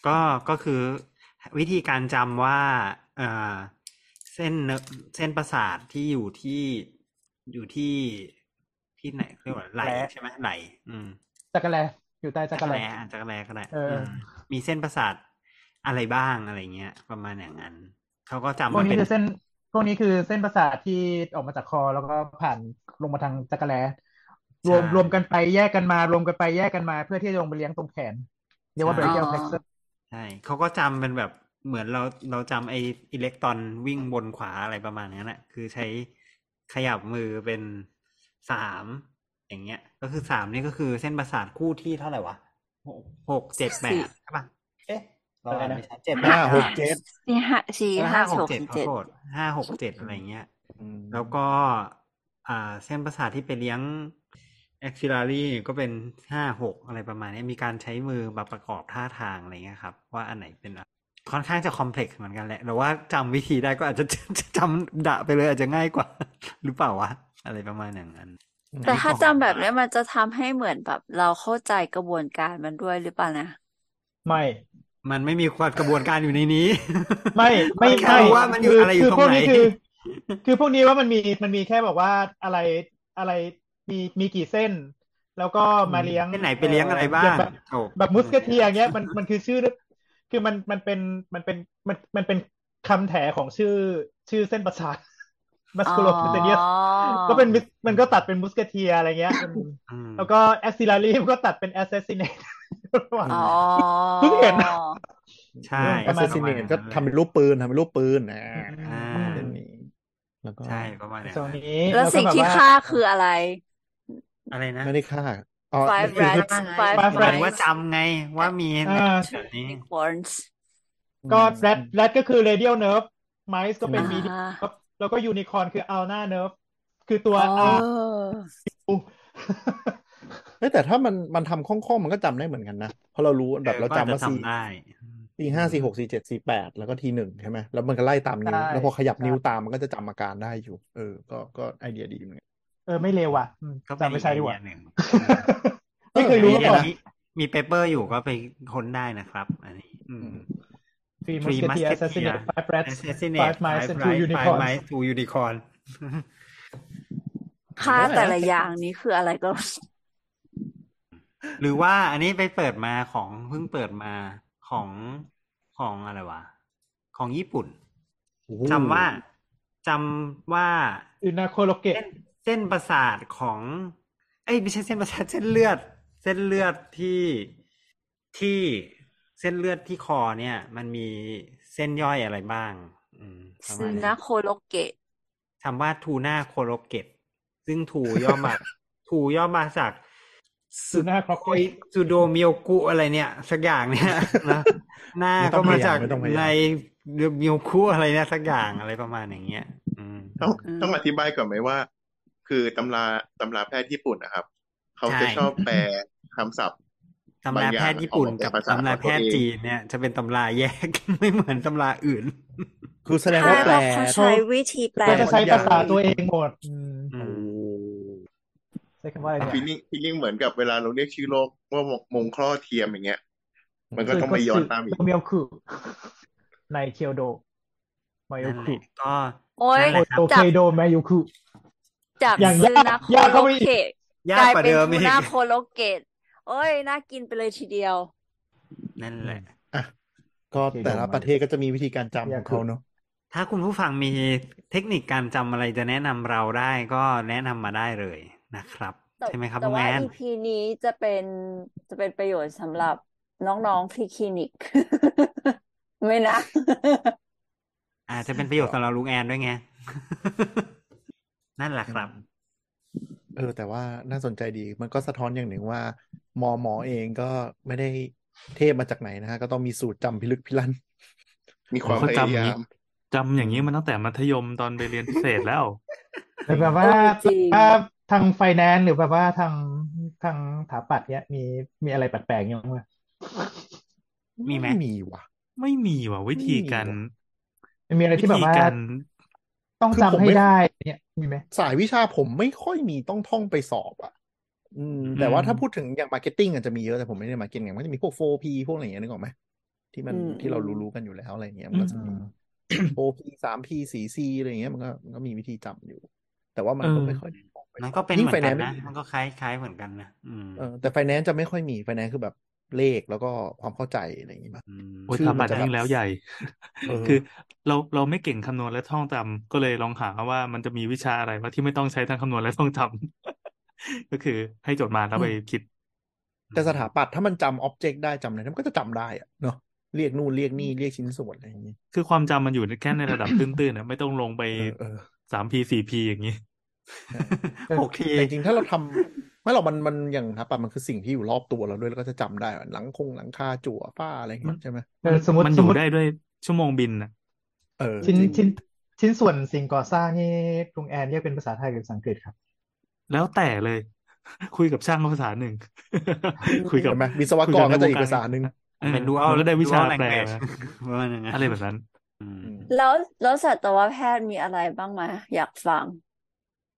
S3: ก็ก็คือวิธีการจำว่าเอ่อเส้นเนเส้นประสาทที่อยู่ที่อยู่ที่ที่ไหนเรียกว่าไหล
S7: แร้
S3: ใช่ไหมไหล อืม
S7: จักรแลอยู่ใต้จักรแล
S3: แร้อ่ะจักรแร้ก็ได้
S7: เอออื
S3: มมีเส้นประสาทอะไรบ้างอะไรเงี้ย ประมาณอย่างนั้นเขาก็
S7: พ
S3: จำ
S7: ว
S3: มัน
S7: กนี้
S3: เป็น
S7: คือเส้นพวกนี้คือเส้นประสาทที่ออกมาจากคอแล้วก็ผ่านลงมาทางจักรแลรวมรวมกันไปแยกกันมารวมกันไปแยกกันมา เพื่อที่จะลงไปเลี้ยงตรงแขนเรียกว่า brachial plexus
S3: ใช่เขาก็จำเป็นแบบเหมือนเราเราจำไออิเล็กตรอนวิ่งบนขวาอะไรประมาณนั้นแหละคือใช้ขยับมือเป็นสามอย่างเงี้ย ก็คือสามนี่ก็คือเส้นประสาทคู่ที่เท่าไหร่วะหกหกเจ็ดแปดใช่ปะเอ๊ะเราอ่านไม่ชัดเจ็ดแปด
S2: ห้าหกเจ็ด
S4: สี่ห้าสี่ห้า
S3: ห้าหก
S4: หก
S3: เจ็ดขอ
S4: สี่เจ็ด
S3: โทษห้าหกเจ็ดอะไรเงี้ย
S2: อืม
S3: แล้วก็ อ่า เส้นประสาทที่ไปเลี้ยง axillary ก็เป็นห้าหกอะไรประมาณนี้มีการใช้มือมาประกอบท่าทางอะไรเงี้ยครับ ว่าอันไหนเป็นอะไรค่อนข้างจะคอมเพล็กซ์เหมือนกันแหละแต่ว่าจำวิธีได้ก็อาจจะ จำดะไปเลยอาจจะง่ายกว่า หรือเปล่าวะ อะไรประมาณอย่างนั้น
S4: แต่ถ้าจำแบบเนี้ยมันจะทำให้เหมือนแบบ เราเข้าใจกระบวนการมันด้วยหรือเปล่านะ
S7: ไม่
S3: มันไม่มีความกระบวนการอยู่ในนี้
S7: ไม่ไม่
S3: แค่
S7: ไม่
S3: รู้ว่ามันอยู่
S7: คื
S3: อะไรอยู่ต
S7: คื
S3: รง
S7: พวกนี้
S3: ไหน
S7: คือ คือพวกนี้ว่ามันมีมันมีแค่บอกว่าอะไรอะไรมีมีกี่เส้น แล้วก็มาเลี้ยง
S3: เส้นไหนไปเลี้ยงอะไรบ้า
S7: ย่
S3: ง
S7: แบบ
S3: จบ
S7: แบบมุสเกเทียร์เงี้ยมันมันคือชื่อ คือมันมันเป็นมันเป็นมันมันเป็นคำแถของชื่อชื่อเส้นประสาท มัสคูโลพิเตเนียสก็เป็น mis- มันก็ตัดเป็นมุสเกเทียร์อะไรเงี้ยมัน
S3: อืม
S7: แล้วก็แอสซิลารีก็ตัดเป็นแอสเซสซิเนต
S4: อ๋อ
S7: เพิ่งเห็นนะ
S3: ใช่
S2: แอส
S7: ป
S2: เซ
S7: ระมาณ
S2: สซิเนตก็ทำเป็นรูปปืนทำเป็นรูปปืนนะ
S3: อ่า
S2: เช่นนี้ แล้วก็
S3: ใช่ประมาณอย่าง
S7: ตรง
S3: นั้น
S7: นี้
S4: แล้วสิ่งที่ฆ่าคืออะไร
S3: อะไรนะ
S2: ไม่ได้ฆ่าอ๋อ
S4: Five
S2: คือ
S4: Rats Five
S3: เหมือน
S4: Rats
S3: ว่าจำไงว่ามี
S7: อ่า
S3: แบบนี้
S4: Horns
S7: ก็แรดแรดก็คือเรเดียลเนิร์ฟไมซ์ก็เป็น
S4: อ่า
S7: มีเดียแล้วก็ยูนิคอร์นคืออัลน่าเนิร์ฟคือตัว
S4: อ๋อ
S7: อา
S2: เอ้ยแต่ถ้ามันมันทำคล่องๆมันก็จำได้เหมือนกันนะเพราะเรารู้แบบเราจำว่า
S3: ก็อจจะ
S2: สี่
S3: ทำได้
S2: สี่ห้าสี่หกสี่เจ็ดสี่แปดแล้วก็ทีหนึ่งใช่ไหมแล้วมันก็ไล่ตามนิ้ว แล้วพอขยับนิ้วตามมันก็จะจำอาการได้อยู่ เออ ก็ก็ไอเดียดีเหมือนกัน
S7: เออไม่เลวว่ะอืม
S3: ก็เป็น
S7: จำ
S3: อี
S7: ไม่
S3: ก
S7: ใช่ดีกว่า
S3: ไอเดียหนึ่ง
S7: ไม่เคย
S2: รู้มา
S7: รู้มา
S2: ก่
S7: ก่
S2: อ
S7: อน น
S3: มีเปเปอร์อยู่ก็ไปค้นได้นะครับ อันนี้ อืม
S2: อืม
S7: Three
S3: Three Musketeer
S7: Musketeer Assassinate Five Rats
S3: Assassinate
S7: Five Mice and Two
S3: Five
S7: Unicorns
S3: Mice Two Unicorn
S4: ค่าแต่ละอย่างนี้คืออะไรก็
S3: หรือว่าอันนี้ไปเปิดมาของเพิ่งเปิดมาของของอะไรวะ ของญี่ปุ่นจำว่าจำว่า
S7: อินาโคโลเกะ
S3: เส้นเส้นประสาทของ เอ้ยไม่ใช่เส้นประสาทเส้นเลือด เส้นเลือดที่ที่เส้นเลือดที่คอเนี่ย มันมีเส้นย่อยอะไรบ้าง อืมประ
S4: ซึ
S3: มาณ
S4: นา
S3: นี้
S4: โคโลเกะ
S3: คำว่าทูน่าโคโลเกตซึ่งทูย่อมา ทูย่อมาจาก
S7: ซูน่าครอก
S3: โอยซูโดมิโอกุอะไรเนี่ย สักอย่าง เนี่ยนะหน้า
S5: ไม่ต้
S3: ก็
S5: อง
S3: มาย
S5: พายาม
S3: จาก
S5: ไม่ต้องพยายาม
S3: ในมิโอกุอะไรเนี่ยสักอย่างอะไรประมาณอย่างเงี้ย อืม
S8: ต้อง
S4: อืม
S8: ต้องอธิบายก่อนไหมว่า คือตำราตำราแพทย์ญี่ปุ่นนะครับ เขาจะ
S3: ใช่
S8: ชอบแปลคำศัพท์
S3: ตำราแพทย์ญี่ปุ่นกับตำราแพทย์จีนเนี่ยจะเป็นตำราแยก ไม่เหมือนตำราอื่น
S5: คือแสดง
S4: ใช่
S5: ว่าแปล
S4: เพราะเขาใช้วิธีแปล
S7: ก็จะใช้ภาษา
S5: อย่าง
S7: ตัวเองหมดอืม
S3: อืม
S7: ใช้คำว่าอะไร
S8: ฟีล
S7: เนี่ย
S8: ลิ่งฟีลลิ่งเหมือนกับเวลาเราเรียกชื่อโรคว่ามงมงคลอดเทียมอย่างเงี้ย มันก็ต้องไปย้อนตามอีก
S7: โดเมียวคือในเคียวโดมายุ
S3: นั่นแห
S7: คุ
S3: ละก็
S4: โอ้ย
S3: นั่นแหละครับ
S7: โอเคโดมายุคุ
S4: จาก
S7: อย่าง
S4: ซึ
S7: ยาก
S4: นาโค
S7: ยาก
S4: โล
S7: เข้าไปอีก
S4: เกะ
S3: ยาก ก
S4: ลาย
S3: กว่า
S4: เป็น
S3: เดิม
S4: ทู
S3: อีก
S4: น่าโคโลเกตโอ้ยน่ากินไปเลยทีเดียว
S3: นั่นแหละ
S5: ก็แต่ละประเทศก็จะมีวิธีการจำของเขาเนาะ
S3: ถ้าคุณผู้ฟังมีเทคนิคการจำอะไรจะแนะนำเราได้ก็แนะนำมาได้เลยนะครับ
S4: แต่
S3: ใช่ไหมครับ
S4: แต่
S3: น้อง
S4: ว่า
S3: แอน
S4: EP นี้จะเป็นจะเป็นประโยชน์สำหรับน้องๆที่คลินิก ไม่นะ
S3: อาจจะเป็นประโยชน์สำหรับลุงแอนด้วยไง นั่นแหละครับ
S5: เออ แต่ว่าน่าสนใจดีมันก็สะท้อนอย่างหนึ่งว่าหมอหมอเองก็ไม่ได้เทพมาจากไหนนะฮะ ก็ต้องมีสูตรจำพิลึกพิลั่น
S8: มีความ
S6: เขา
S8: พ
S6: จำอ
S8: ยา
S6: ย่าง
S8: ยา
S6: นี้
S8: ม
S6: จำอย่างนี้มาตั้งแต่มัธยมตอนไปเรียนพิเศษแล้ว
S7: แต่แบบว่า
S4: เออจริง
S7: ถ้าทางไฟแนนซ์หรือแบบว่าทางทางถาปัดเนี้ยมีมีอะไรแปลกๆอย่างเงี้ย
S3: มีไหม
S5: มีว่ะ
S6: ไม่มีว่ะวิธีการ
S5: ไม่
S7: มัน
S5: มี
S7: มีอะไร
S6: วิ
S7: ที่แบบ
S6: ธี
S7: ว่า
S6: การ
S7: ต้อง
S5: คือ
S7: จำ
S5: ผม
S7: ให้
S5: ไม่
S7: ได้เนี่ยมีไหม
S5: สายวิชาผมไม่ค่อยมีต้องท่องไปสอบอ่ะ อืม แต่ว่าถ้าพูดถึงอย่างมาร์เก็ตติ้งอาจจะมีเยอะแต่ผมไม่ได้มาร์เก็ตไงมันก็จะมีพวก 4P พวกอะไรอย่างเงี้ยนึกออกไหมที่มัน
S4: อืม
S5: ที่เรา
S4: อืม
S5: รู้ๆกันอยู่แล้วอะไรอย่างเงี้ยมันก็จะมี 4P 3P 4C อะไรอย่างเงี้ยมันก็มันก็มีวิธีจำอยู่ แต่ว่ามันก็ไม่ค่อยได้ท่องไป
S3: มัน
S5: ส
S3: ก็
S5: อบ
S3: เป็น
S5: ยิ่
S3: เห
S5: ง
S3: มือน
S5: ไฟแน
S3: กัน
S5: นซ์ไม่
S3: นะ
S5: มี
S3: มันก็คล้ายคล้ายๆเหมือนกันนะอืม
S5: เออแต่ไฟแนนซ์จะไม่ค่อยมีไฟแนนซ์คือแบบเลขแล้วก็ความเข้าใจอะไรอย่างงี้มาก
S3: ม
S6: โอ้ย
S5: ชื่อ
S6: ถา
S5: มั
S6: ปัด
S5: นจะแบบ
S6: ยิ่งแล้วใหญ่
S5: เออ
S6: คือเราเราไม่เก่งคำนวณและท่องจำก็เลยลองหาว่ามันจะมีวิชาอะไรว่าที่ไม่ต้องใช้ทั้งคำนวณและท่องจำ ก็คือให้โจทย์มาแล้วไปคิด
S5: แต่ สถาปัตย์ถ้ามันจำอ็อบเจกต์ได้จำอะไรมันก็จะจำได้อะเนาะเรียกนู่นเรียกนี่เรียกชิ้นส่วนอะไรอย่างงี้
S6: คือความจำมันอยู่ในแค่ในระดับ ตื้นๆนะไม่ต้องลงไป
S5: เออเออ
S6: สามพีสี่พีอย่างนี้
S3: หกที
S5: แต่จริงๆ ถ้าเราทำไม่หรอกมันมันอย่างครับปะมันคือสิ่งที่อยู่รอบตัวเราด้วย แล้วก็จะจำได้ว่าหลังคงหลังคาจั่วฝ้าอะไรอย่าง
S6: มัน
S5: เงี้ยใช่ไหม
S7: เออสมมติ
S6: มันอ
S7: สม
S6: ยู่
S7: มติ
S6: ได้ด้วยชั่วโมงบินนะ
S5: เออ
S7: ชิ้น
S5: จริง
S7: ชิ้นชิ้นส่วนสิ่งก่อสร้างนี่ลุงแอนเรียกเป็นภาษาไทยหรือภาษาอังกฤษครับ
S6: แล้วแต่เลย คุยกับช่างก็ภาษาหนึ่ ง คุยกับ
S5: ใช่ไหมวิศว
S6: คุย
S5: ก
S6: กั
S5: ร
S6: บใน
S5: ก็
S6: ว
S5: จะ
S6: ง
S5: อีก
S6: การ
S5: ภาษาหนึ่ง
S6: ออ
S3: เป็น dual
S6: มันก็ได้วิชา
S3: dual
S6: แปล
S3: language
S6: มา
S3: ประมาณอย่างนั้น
S6: อะไรแบบนั้น
S3: อืม
S5: อืม
S4: แล้วแล้วสัตวแพทย์มีอะไรบ้างไหมอยากฟัง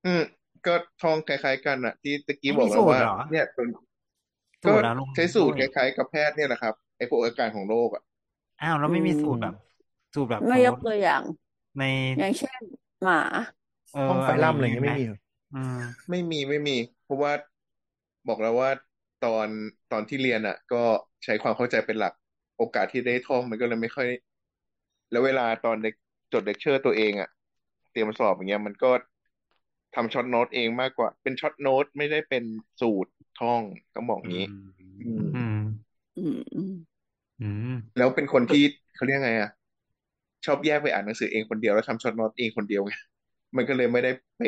S8: อืมก็ท่องคล้ายๆกันอะที่ตะกี้
S3: ไม่
S8: บ
S3: มี
S8: อก
S3: สูตร
S8: แล้วว่า
S3: เหรอ
S8: เนี่ยเป็น
S3: สู
S8: ก็
S3: ตรแล้วลง
S8: ใช้สูตร
S3: ด้ว
S8: ค
S3: ย
S8: ล้ายๆกับแพทย์เนี่ยแหละครับไอ้พวกอาการของโรคอะ
S3: อ้าวแล้วไม่มีสูตรแบบ สูตรแบบ
S4: ไม่
S3: สม
S4: ย
S3: ม
S4: ก
S3: ติ
S4: ตัวอย่าง
S3: ใน
S4: อย่างเช่น หมา
S3: เอ
S5: ห้อง
S3: อ
S5: ไฟ
S3: อะไรอ
S5: ล่ำ
S3: ย่าง
S5: อะไรอ
S3: เงี้
S5: ย่าง
S3: ย
S5: เงี้ย
S3: ไหม
S5: ไม่มีเหรอ
S3: อืม
S8: ไม่มีไม่มี เพราะว่าบอกแล้วว่าตอนตอนที่เรียนอะก็ใช้ความเข้าใจเป็นหลักโอกาสที่ได้ท่องมันก็เลยไม่ค่อย แล้วเวลาตอนเด็กจดเลคเชอร์ตัวเองอะเตรียมสอบอย่างเงี้ยมันก็ทำช็อตโน้ตเองมากกว่า เป็นช็อตโน้ตไม่ได้เป็นสูตรท่องต้องบอกงี้ อืม
S6: อืม
S4: อืมอืม
S6: อืม
S8: แล้วเป็นคนที่เขาเรียกไงอะชอบแยกไปอ่านหนังสือเองคนเดียวแล้วทำช็อตโน้ตเองคนเดียวไงมันก็เลยไม่ได้ไป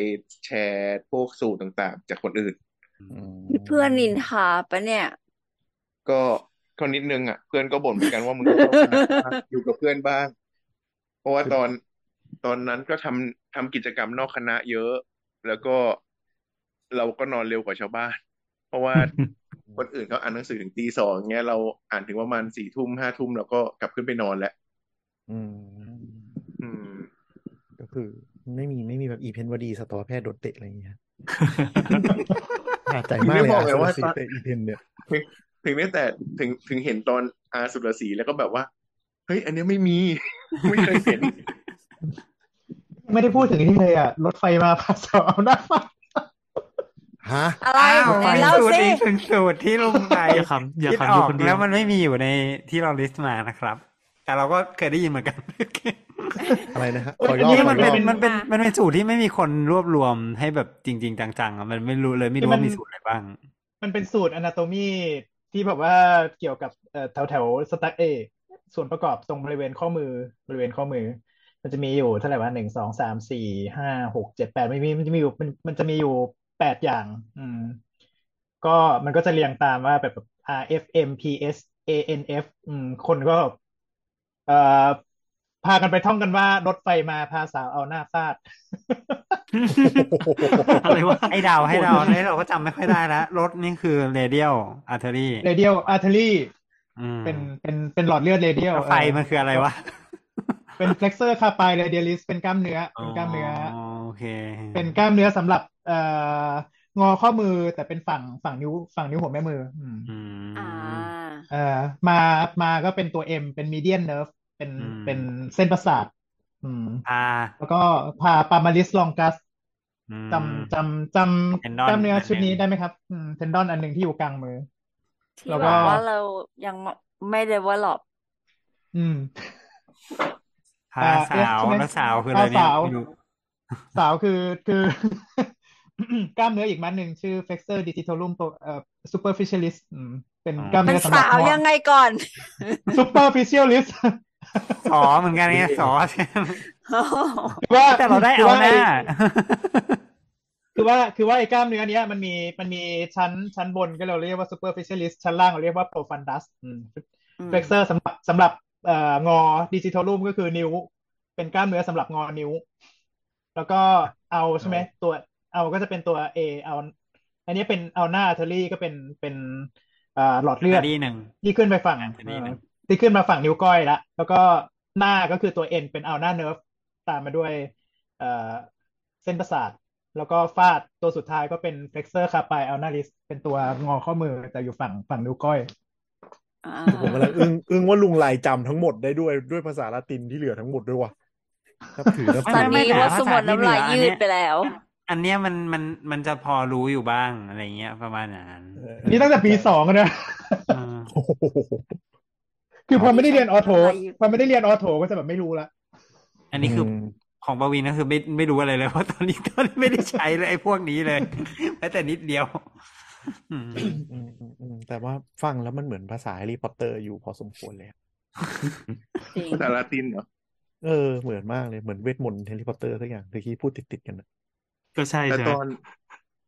S8: แชร์พวกสูตรต่างๆ จากคนอื่น
S5: อืม
S4: นี่เพื่อนนินทาปะเนี่ย
S8: ก็ก็นิดนึงอ่ะ เพื่อนก็บ่นเหมือนกันว่ามึงก็ต้องหาบ้างอยู่กับเพื่อนบ้าง เพราะว่าตอนตอนนั้นก็ทำทำกิจกรรมนอกคณะเยอะ แล้วก็เราก็นอนเร็วกว่าชาวบ้าน เพราะ ว่าคนอื่นเขาอ่านหนังสือถึงตีสองเงี้ยเราอ่านถึงประมาณสี่ทุ่มห้าทุ่มเราก็กลับขึ้นไปนอนแล้ว
S5: อืม
S8: อืม
S5: ก็คือไม่มีไม่มีแบบอีเพนวดีสัตวแพทย์โดนเตะอะ ไรอย่างเงี้ยขาดใจมากเลย
S8: ไม่บอก
S5: อา
S8: เลย
S5: สุร
S8: ว่า
S5: ศรี
S8: ตอน
S5: เตะอีเพนเนี่ย
S8: ถึงถึงแม้แต่ถึงถึงเห็นตอนอาสุรศรีแล้วก็แบบว่า เฮ้ยอันเนี้ยไม่มี ไม่เคยเห็น
S7: ไม่ได้พูดถึงนี่เลยอ่ะ รถไฟมา ผ่าเสาเอาหน้ามา
S5: ฮะ
S1: อะไร
S3: อ้าว
S1: ไหน
S3: ฟัง
S1: เล่า
S3: สูตร
S1: สิ
S3: นี้เป็นสูตรที่ลุงไป
S6: อย่าขำอย่า
S3: คิด
S6: ขำ
S3: อ
S6: อยู่
S3: อก
S6: คนเดียว
S3: แล้วมันไม่มีอยู่ในที่เราลิสต์มานะครับ แต่เราก็เคยได้ยินเหมือนกัน
S5: อะไรนะฮะ
S7: เอ้ย
S5: ขออีก
S7: อัน
S5: รอบ
S7: นี้
S5: ขอ
S7: มัน
S5: อีกร
S7: เป็
S5: อน บ
S3: มันเป็น
S1: อ่ะ
S3: มันเป็นสูตรที่ไม่มีคนรวบรวมให้แบบจริง ๆ จังๆอ่ะมันไม่รู้เลยไม่รู้ว่ามีสูตรอะไรบ้าง
S7: มันเป็นสูตร anatomy ที่แบบว่าเกี่ยวกับเอ่อแถวแถวสตั๊กเออส่วนประกอบตรงบริเวณข้อมือบริเวณข้อมือ มันจะมีอยู่เท่าไหร่วะหนึ่งสองสามสี่ห้าหกเจ็ดแปดไม่มีมันจะมีอยู่มันมันจะมีอยู่แปดอย่าง อืม ก็มันก็จะเรียงตามว่าแบบ R F M P S A N F อืม คนก็เอ่อพากันไปท่องกันว่ารถไฟมาพาสาวเอาหน้าฟาด
S6: อะไรวะ
S3: ให้เดาให้เดาให้เราก็จำไม่ค่อยได้แล้วรถนี่คือเรเดียลอาร์เทอรี่
S7: เรเดียลอาร์เทอรี่
S3: เป็
S7: เป็นเป็นเป็นหลอดเลือดเรเดียล
S3: ไฟมันคืออะไรวะ
S7: เป็น flexor carpi radialis เป็นกล้ามเนื้อ เป็นกล้ามเนื้อ
S3: โอเค
S7: เป็นกล้ามเนื้อสำหรับเอ่องอข้อมือแต่เป็นฝั่งฝั่งนิ้วฝั่งนิ้วหัวแม่มือ อืม
S3: อืม
S4: อ่า
S7: เอ่อมามาก็เป็นตัว M เป็น median nerve เป็น
S3: อืม
S7: เป็นเส้นประสาท อืม
S3: อ่า
S7: แล้วก็พา palmaris longus
S3: อืม
S7: จำจำจำ
S3: Tendon
S7: กล้ามเนื้อ
S3: อันหนึ่ง
S7: ชุดนี้ได้ไหมครับอืม tendon อันหนึ่งที่อยู่กลางมือ
S4: ที่
S7: แล้ว
S4: บ
S7: ก็
S4: อกว่าเรายังไม่ develop
S7: อืม
S3: พาสาว
S7: อ่า F ใช่ไหม
S3: แล้วสาวคืออะไรเนี่ย
S7: พาสาว
S3: ไม่รู้
S7: สาวคือคือ กล้ามเนื้ออีกมัดหนึ่งชื่อ flexor digitorum pro- เอ่อ superficialis อืมเป็นกล้าม
S4: มั
S7: เนื้
S4: น
S7: อสำหรับ
S4: สาว
S7: งอ
S4: ยังไงก่อน
S7: superficialis
S3: สอเหมือนกันเนี่ยสอใช่ไหม
S7: คือว่า
S3: แต่เราได้เอาหน้า
S7: คือว่าคือว่าไอ้กล้ามเนื้อเนี้ยมันมีมันมีชั้นชั้นบนก็เราเรียกว่า superficialis ชั้นล่างเราเรียกว่า profundus อืม
S4: อืม
S7: flexor สำหรับสำหรับเอ่องอ digitorum ก็คือนิ้ว เป็นกล้ามเนื้อสำหรับงอนิ้ว แล้วก็เอาใช่ไหมตัวเอาก็จะเป็นตัว A เอาอันนี้เป็นเอาหน้า artery ก็เป็นเป็นเอ่อหลอดเลือด
S3: artery หนึ่ง
S7: ที่ขึ้นไปฝั่ง
S3: artery หนึ่ง
S7: ที่ขึ้นมาฝั่งนิ้วก้อยละแล้วก็หน้าก็คือตัว N เป็นเอาหน้าเนิร์ฟตามมาด้วยเอ่อเส้นประสาท แล้วก็ฟาดตัวสุดท้ายก็เป็น flexor carpi ulnaris เป็นตัวงอข้อมือแต่อยู่ฝั่งฝั่งนิ้วก้อย
S4: อ่า
S5: ผมกำลังอึ้งอึ้งว่าลุงลายจำทั้งหมดได้ด้วยด้วยภาษาละตินที่เหลือทั้งหมดด้วยว่ะนับถือนับ
S4: ต
S5: ถื
S4: อน
S5: อ
S3: ไม่
S4: นี้
S3: ไม่
S4: ว่า
S3: แต่
S4: สม
S3: ภาษา
S4: ด
S3: ที่
S4: น้ำลาย
S3: เหลืออัน
S4: ยื
S3: เนี้
S4: ด
S3: ย
S4: ไปแล้ว
S3: อันเนี้ยมันมันมันจะพอรู้อยู่บ้างอะไรเงี้ย ประมาณนั้น
S7: นี่ตั้งแต่ปีสองอะนะ
S3: อืม
S5: โอ้โห
S7: คือพอไม่ได้เรียนออโถ
S4: อะไรอยู่
S7: พอไม่ได้เรียนออโถก็จะแบบไม่รู้ละ
S3: อันนี้คือ
S5: ม
S3: ของปวินก็คือไม่ไม่รู้อะไรเลยเพราะตอนนี้ตอนนี้ไม่ได้ใช้เลยไอ้พวกนี้เลย แม้แต่นิดเดียวอืม
S5: อืมอืมอืมแต่ว่าฟังแล้วมันเหมือนภาษาแฮร์รี่พอตเตอร์อยู่พอสมควรเลยอะ
S4: จริง
S8: ภาษาลาตินเหรอ
S5: เออเหมือนมากเลยเหมือนเวทมนต์แฮร์รี่พอตเตอร์สักอย่างเมื่อกี้พูดติดติดๆกันอะ
S6: ก็ใช่
S8: แต่
S6: ใช่ไหม
S8: ตอน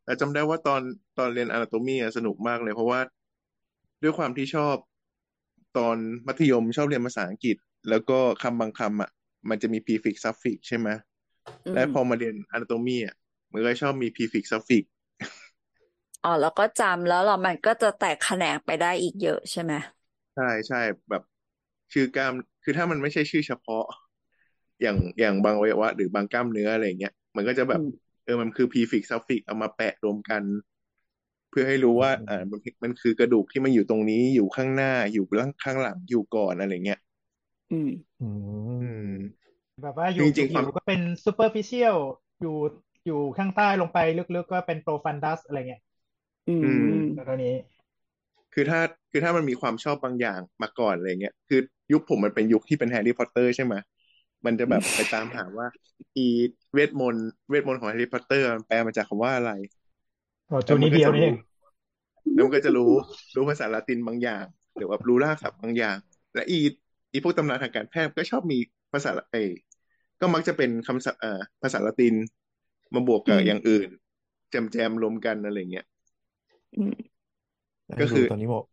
S8: แต่จำได้ว่าตอนตอนเรียนอนาโตมีสนุกมากเลย เพราะว่าด้วยความที่ชอบ ตอนมัธยมชอบเรียนภาษาอังกฤษ แล้วก็คำบางคำอ่ะ มันจะมี prefix suffix ใช่ไหม
S4: อื
S8: และ
S4: ม
S8: พอมาเรียนอนาโตมีอ่ะมันก็ชอบมี prefix suffix
S4: อ๋อแล้วก็จำแล้วเรามันก็จะแตกแขนงไปได้อีกเยอะใช่ไหม
S8: ใช่ใช่แบบชื่อกล้ามคือถ้ามันไม่ใช่ชื่อเฉพาะ อย่างอย่างบางอวัยวะหรือบางกล้ามเนื้ออะไรอย่างเงี้ยมันก็จะแบบ เออมันคือ prefix suffix เอามาแปะรวมกัน เพื่อให้รู้ว่าอ่ามันมันคือกระดูกที่มันอยู่ตรงนี้อยู่ข้างหน้าอยู่ข้างหลังอยู่ก่อนอะไรเงี้ย
S4: อืม
S5: อืม
S8: อืม
S7: แบบว่าอยู่
S8: จริงๆ
S7: อยู่
S8: ความ
S7: ก็เป็น superficial อยู่อยู่ข้างใต้ลงไปลึกๆก็เป็น profundus อะไรเงี้ย
S4: อื
S8: อืม
S4: ม
S7: แล้วตอนนี้
S8: คือถ้าคือถ้ามันมีความชอบบางอย่างมาก่อนอะไรเงี้ยคือยุคผมมันเป็นยุคที่เป็นแฮร์รี่พอตเตอร์ใช่ไหมมันจะแบบไปตามหาว่า อีเวทมนต์เวทมนต์ของแฮร์รี่พอตเตอร์มันแปลมาจากคำว่าอะไร
S7: พอจูนี้เดียวนี่เอง
S8: แล้วมันก็จะรู้รู้ภาษาละตินบางอย่าง หรือว่ารู้รากศัพท์บางอย่าง และอีอีพวกตำราทางการแพทย์ก็ชอบมีภาษาเอยก็มักจะเป็นคำศัพท์เอ่อภาษาละตินมาบวกกับ
S4: อืม
S8: อย่างอื่น แจมแจมๆรวมกันอะไรเงี้ย
S4: อืม
S8: ก็คือ
S5: ตอนนี้บอก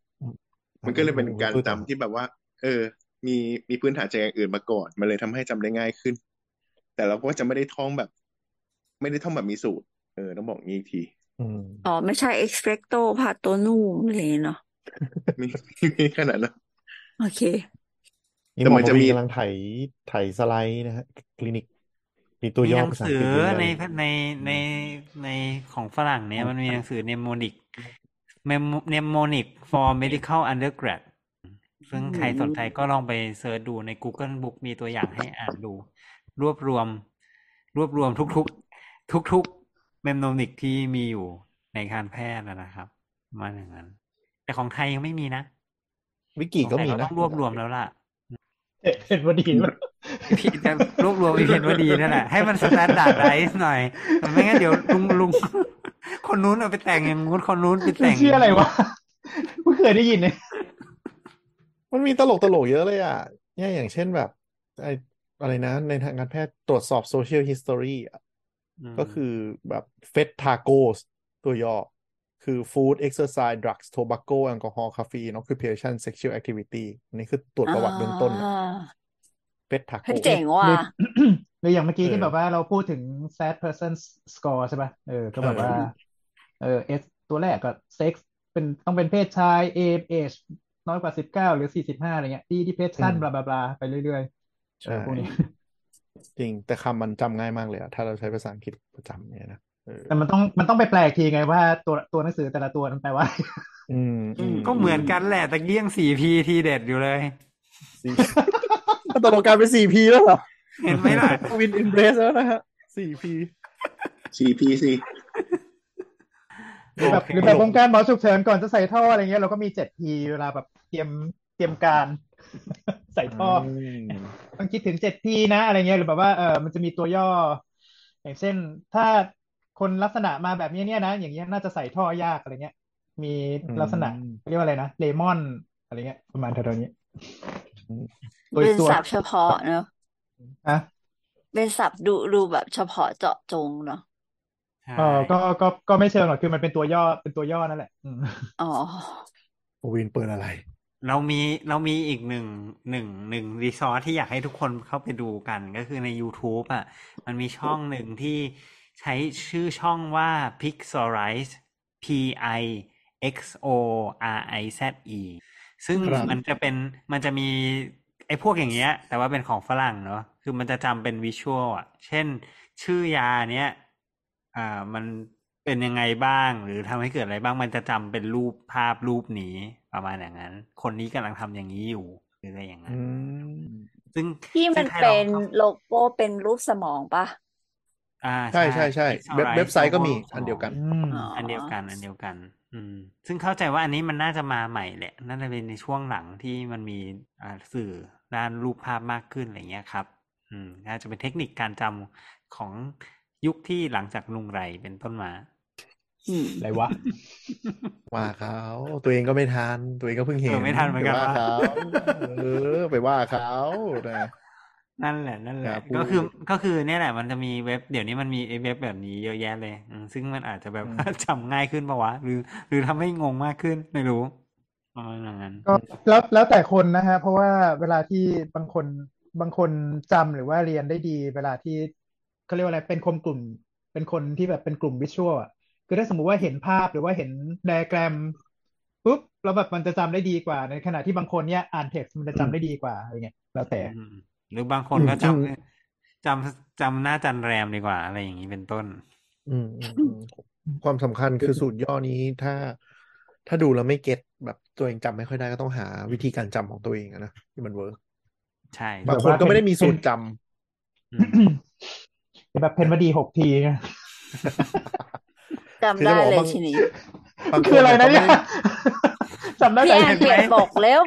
S8: มันก็เลยเป็นการจำที่แบบว่า เออ มีมีพื้นฐานจากอย่างอื่นมาก่อน มันเลยทำให้จำได้ง่ายขึ้น แต่เราก็จะไม่ได้ท่องแบบ ไม่ได้ท่องแบบมีสูตร เออต้องบอกงี้อีกที
S5: อืม
S4: อ๋อ ไม่ใช่ expecto patronum อะไรอย่างเงี้ยเนาะ
S8: ไม่ไม่ขนาดนั้น
S4: โอเค
S5: นี่
S8: แต่
S5: หม
S8: มั
S5: อน ม
S8: จะ
S5: วิ
S8: มี
S5: นกำลังไถไถสไลด์นะฮะ คลินิก มีตัว
S3: มี
S5: ย่อ
S3: หนัง
S5: ภาษาอั
S3: สื
S5: ง
S3: อก
S5: ฤษเยอะ
S3: ใน
S5: เลย
S3: ในในในของฝรั่งเนี่ยมันมีหนังสือเนมโมนิกเนมโมนิก for medical undergrad ซึ่งใครสนใจก็ลองไปเสิร์ชดูใน Google Book มีตัวอย่างให้อ่านดู รวบรวม รวบรวมทุกๆ ทุกๆ เมมโนมิกที่มีอยู่ในการแพทย์นะนะครับประมาณอย่างนั้น แต่ของไทยยังไม่มีนะ
S5: วิกิก็มี
S3: สงสัยเรา
S5: นะ
S3: ต้องรวบรวมแล้วล่ะ
S7: เห็นพอดี
S3: พี่จะรวบรวมอีเวนต์ว่าดีนั่นแหละให้มันสแตนดาร์ดไ z ซ์หน่อยไม่งั้นเดี๋ยวลุงลุงคนนู้นเอาไปแต่งอย่างงู้นคนนู้นไปแต่ง
S7: ชื่ออะไร วะเพิ่งเคยได้ยินเนี่ย
S5: มันมีตลกตลกๆเยอะเลยอ่ะเนี่ยอย่างเช่นแบบไออะไรนะ ในทางการแพทย์ตรวจสอบโซเชียลฮิสตอรี
S3: ม
S5: ก็คือแบบเฟสทาโกสตัวย่อ คือ Food Exercise Drugs Tobacco Alcohol Caffeine Occupation Sexual Activity อันนี้คือตรวจประวัติเบื้องต้น
S4: อ่า
S5: เฟสทาโก
S4: เฮ้ยเจ๋งว่ะ
S7: หรืออย่างเมื่อกี้
S5: เออ
S7: ที่แบบว่าเราพูดถึง sad person score ใช่ป่ะเออ ก็แบบว่า
S5: เออ
S7: เออ S ตัวแรกก็ sex เป็นต้องเป็นเพศชาย A age น้อยกว่าสิบเก้าหรือสี่สิบห้าอะไรเงี้ย D depression
S5: อืม
S7: บลาบลาบลาไปเรื่อยๆเอ
S5: ใช่
S7: อพวกนี้
S5: จริง แต่คำมันจำง่ายมากเลยอะถ้าเราใช้ภาษาอังกฤษประจำเนี่ยนะเออ
S7: แต่มันต้องมันต้องไปแปลอีกทีไงว่าตัวตัวหนังสือแต่ละตัวมันแปลว่า
S5: อืมอืม
S3: ก็เหมือนกันแหละตะเกียงสี่พีทีเด็ดอยู่เลย
S5: สี่ตกลงกลารเป็นสี่พีแล้วเหรอ
S3: เห็นไหมล่ะ
S5: วินอินเบรสแล้วนะฮะสี่พี
S8: สี่พีสิ
S7: หรือแบบ
S3: โอเค
S7: หรือแบบวงการหมอฉุกเฉินก่อนจะใส่ท่ออะไรเงี้ยเราก็มีเจ็ดทีเวลาแบบเตรียมเตรียมการ ใส่ท่ออต้องคิดถึงเจ็ดทีนะ อะไรเงี้ยหรือแบบว่าเออมันจะมีตัวย่อ อย่างเช่น ถ้าคนลักษณะมาแบบเนี้ยเนี่ยนะ อย่างเงี้ยน่าจะใส่ท่อยากอะไรเงี้ย มีลักษณะ
S5: อืม
S7: เรียกว่าอะไรนะเลมอนอะไรเงี้ยประมาณเท่านี้ตัว
S4: เป็
S7: อีก
S4: น
S7: ตัว
S4: ศัพท์เฉพาะเนอะ
S7: อ่ะ
S4: เป็นศัพท์ดูดูแบบเฉพาะเจาะจงเนาะ
S7: เออก็ก็ก็ไม่เชิงหรอกคือมันเป็นตัวย่อเป็นตัวย่อนั่นแหละอืม
S4: อ๋อ
S5: โอวินเปิดอะไร
S3: เรามีเรามีอีกหนึ่งหนึ่งหนึ่งรีซอสที่อยากให้ทุกคนเข้าไปดูกันก็คือใน YouTube อ่ะ มันมีช่องหนึ่งที่ใช้ชื่อช่องว่า Pixorize P I X O R I Z E ซึ่ง
S5: ครับ
S3: มันจะเป็นมันจะมีไอ้พวกอย่างเงี้ย แต่ว่าเป็นของฝรั่งเนอะคือมันจะจำเป็นวิชวลอ่ะ เช่นชื่อยาเนี้ยอ่ามันเป็นยังไงบ้าง หรือทำให้เกิดอะไรบ้างมันจะจำเป็นรูปภาพรูปนี้ประมาณอย่างนั้น คนนี้กำลังทำอย่างนี้อยู่หรืออะไรอย่างนั้น
S5: อืม
S3: ซึ่ง
S4: ที่
S3: ซึ่
S4: มั
S3: ง
S4: น
S3: ใครล
S4: เป็
S3: อง
S4: น
S3: ข้า
S4: โลโก้เป็นรูปสมองปะ
S3: อ่า
S5: ใช่ใช่ใช่
S3: ใช่
S5: เว็บเว็บไซต์ก็มี
S3: โลโ
S5: อันเดียวกัน
S3: ส
S7: อื
S3: อง
S7: ม
S4: อ๋อ
S3: อันเดียวกันอันเดียวกัน อืม ซึ่งเข้าใจว่าอันนี้มันน่าจะมาใหม่แหละน่าจะเป็นในช่วงหลังที่มันมีอ่าสื่อด้านรูปภาพมากขึ้นอะไรเงี้ยครับ อืมน่าจะเป็นเทคนิคการจำของยุคที่หลังจากลุงไรเป็นต้นมา
S4: อืม
S7: อะไรวะ
S5: ว่าเขาตัวเองก็ไม่ทัน ตัวเองก็เพิ่งเห็
S3: เออไม่ทันเหมือนกัน
S5: ไปว่า
S3: ว่ะ
S5: เขาเออ ไปว่าเขานะ
S3: นั่นแหละนั่นแห
S5: ค
S3: ละ
S5: รับพูด
S3: ก็คือก็คือเนี่ยแหละ มันจะมีเว็บเดี๋ยวนี้มันมีไอ้เว็บแบบนี้เยอะแยะเลยอืมซึ่งมันอาจจะแบบว่า จำง่ายขึ้นปะวะหรือ หรือทำให้งงมากขึ้นไม่รู้ประมาณอย่างนั้น
S7: ก็แล้วแล้วแต่คนนะฮะ เพราะว่าเวลาที่บางคนบางคนจำหรือว่าเรียนได้ดี เวลาที่เขาเรียกว่าอะไรเป็นคนกลุ่ม เป็นคนที่แบบเป็นกลุ่มวิชวลอ่ะคือถ้าสมมติว่าเห็นภาพหรือว่าเห็นไดอะแกรมปุ๊บแล้วแบบมันจะจำได้ดีกว่า ในขณะที่บางคนเนี่ยอ่านเท็กซ์มันจะจำได้ดีกว่าอะไรเงี้ยแล้วแต่
S3: อืมหรือบางคนก็จำจำจำหน้าจันแรมดีกว่า อะไรอย่างนี้เป็นต้น
S5: อืมอืมอืมความสำคัญคือสูตรย่อนี้ถ้า ถ้าดูแล้วไม่เก็ตแบบตัวเองจำไม่ค่อยได้ก็ต้องหาวิธีการจำของตัวเองอะนะที่มันเวิร์ก
S3: ใช่
S5: บางคนก็ไม่ได้มีสูตรจำ
S3: อืม
S7: แบบเพนวดีหกทีเนี่ย
S4: จำได้
S5: คือจะบ
S4: เล
S5: อกว่าย บาง
S4: ทีนี้
S5: บาง
S7: คืออะไรนะเนี่ย
S5: ก็ม่ด้
S7: จำได้
S4: พี่
S7: แต่
S4: แอนเปลี่ยนบอกแล้ว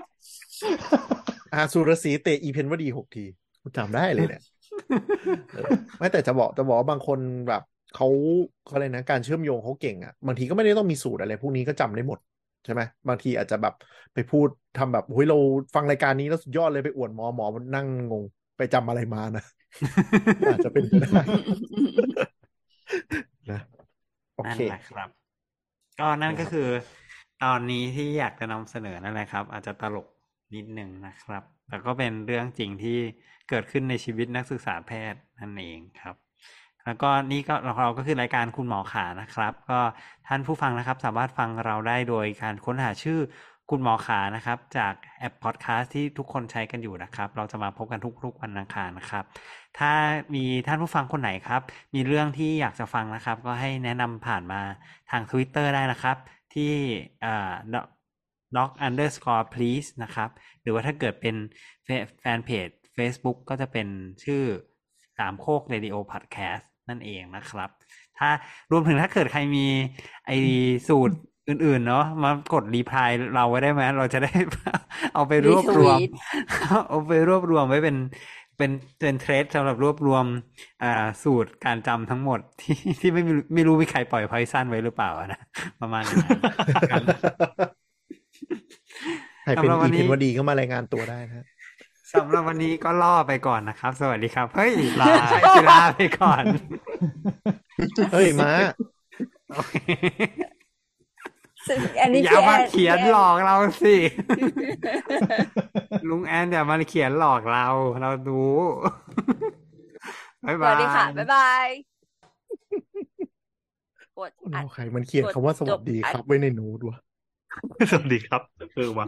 S5: อาสุรสีเตะอีเพนวดีหกทีกูจำได้เลย เนี่ย เออไม่แต่จะบอกจะบอกว่าบางคนแบบเขาเขาอะไรนะการเชื่อมโยงเขาเก่งอ่ะบางทีก็ไม่ได้ต้องมีสูตรอะไรพวกนี้ก็จำได้หมดใช่ไหมบางทีอาจจะแบบไปพูดทำแบบเฮ้ยเราฟังรายการนี้แล้วสุดยอดเลยไปอวดหมอหมอมันนั่งงงไปจำอะไรมา นะ อาจจะเป็นไป ได้นะโอ
S3: นั่น
S5: เค
S3: แหละครับ ก็นั่นก็คือ ตอนนี้ที่อยากจะนำเสนอนั่นแหละครับ อาจจะตลกนิดนึงนะครับ แต่ก็เป็นเรื่องจริงที่เกิดขึ้นในชีวิตนักศึกษาแพทย์นั่นเองครับ แล้วก็นี่ก็เราเราก็คือรายการคุณหมอขานะครับ ก็ท่านผู้ฟังนะครับ สามารถฟังเราได้โดยการค้นหาชื่อคุณหมอขานะครับ จากแอปพอดแคสต์ที่ทุกคนใช้กันอยู่นะครับ เราจะมาพบกันทุกๆวันอังคารนะครับ ถ้ามีท่านผู้ฟังคนไหนครับ มีเรื่องที่อยากจะฟังนะครับ ก็ให้แนะนำผ่านมาทาง Twitter ได้นะครับ ที่เอ่อ doc underscore please นะครับ หรือว่าถ้าเกิดเป็นแฟนเพจ Facebook ก็จะเป็นชื่อสามโคกเรดิโอพอดแคสต์นั่นเองนะครับ ถ้ารวมถึงถ้าเกิดใครมีไอสูตรอื่นๆ เนาะมากดรีพายเราไว้ได้ไหมเราจะได้ เอาไปรวบรวม
S4: Retweet
S3: เอาไปรวบรวมไว้เป็นเป็นเป็นเทรดสำหรับรวบรวมอ่าสูตรการจำทั้งหมดที่ที่ไม่มีไม่รู้มีใครปล่อยพอยซันไว้หรือเปล่าอะนะ ประมาณอย่างนั้นครับ
S5: ใครเป็น
S3: สำหรับวั
S5: อี
S3: นนี้
S5: เพนวดีก็มารายงานตัวได้นะ
S3: สำหรับวันนี้ก็ล่อไปก่อนนะครับ สวัสดีครับ เฮ้ยลาใช้สิลาไปก่อน
S5: เฮ้ย มา
S4: อันนี้
S3: อย่า
S4: พี่แอ
S3: มาน เขียน
S4: พี่แอ
S3: หลอกเราสิ ลุงแอนอย่ามาเขียนหลอกเรา เราดูบ๊าย
S4: ส
S3: บาย
S4: วัสดีค่ะ บ๊ายบาย กดอัด
S5: ใครมันเขียนคำว่าสวัสดีครับไว้ในโน้ตวะ
S6: สวัสดีครับ เออว่ะ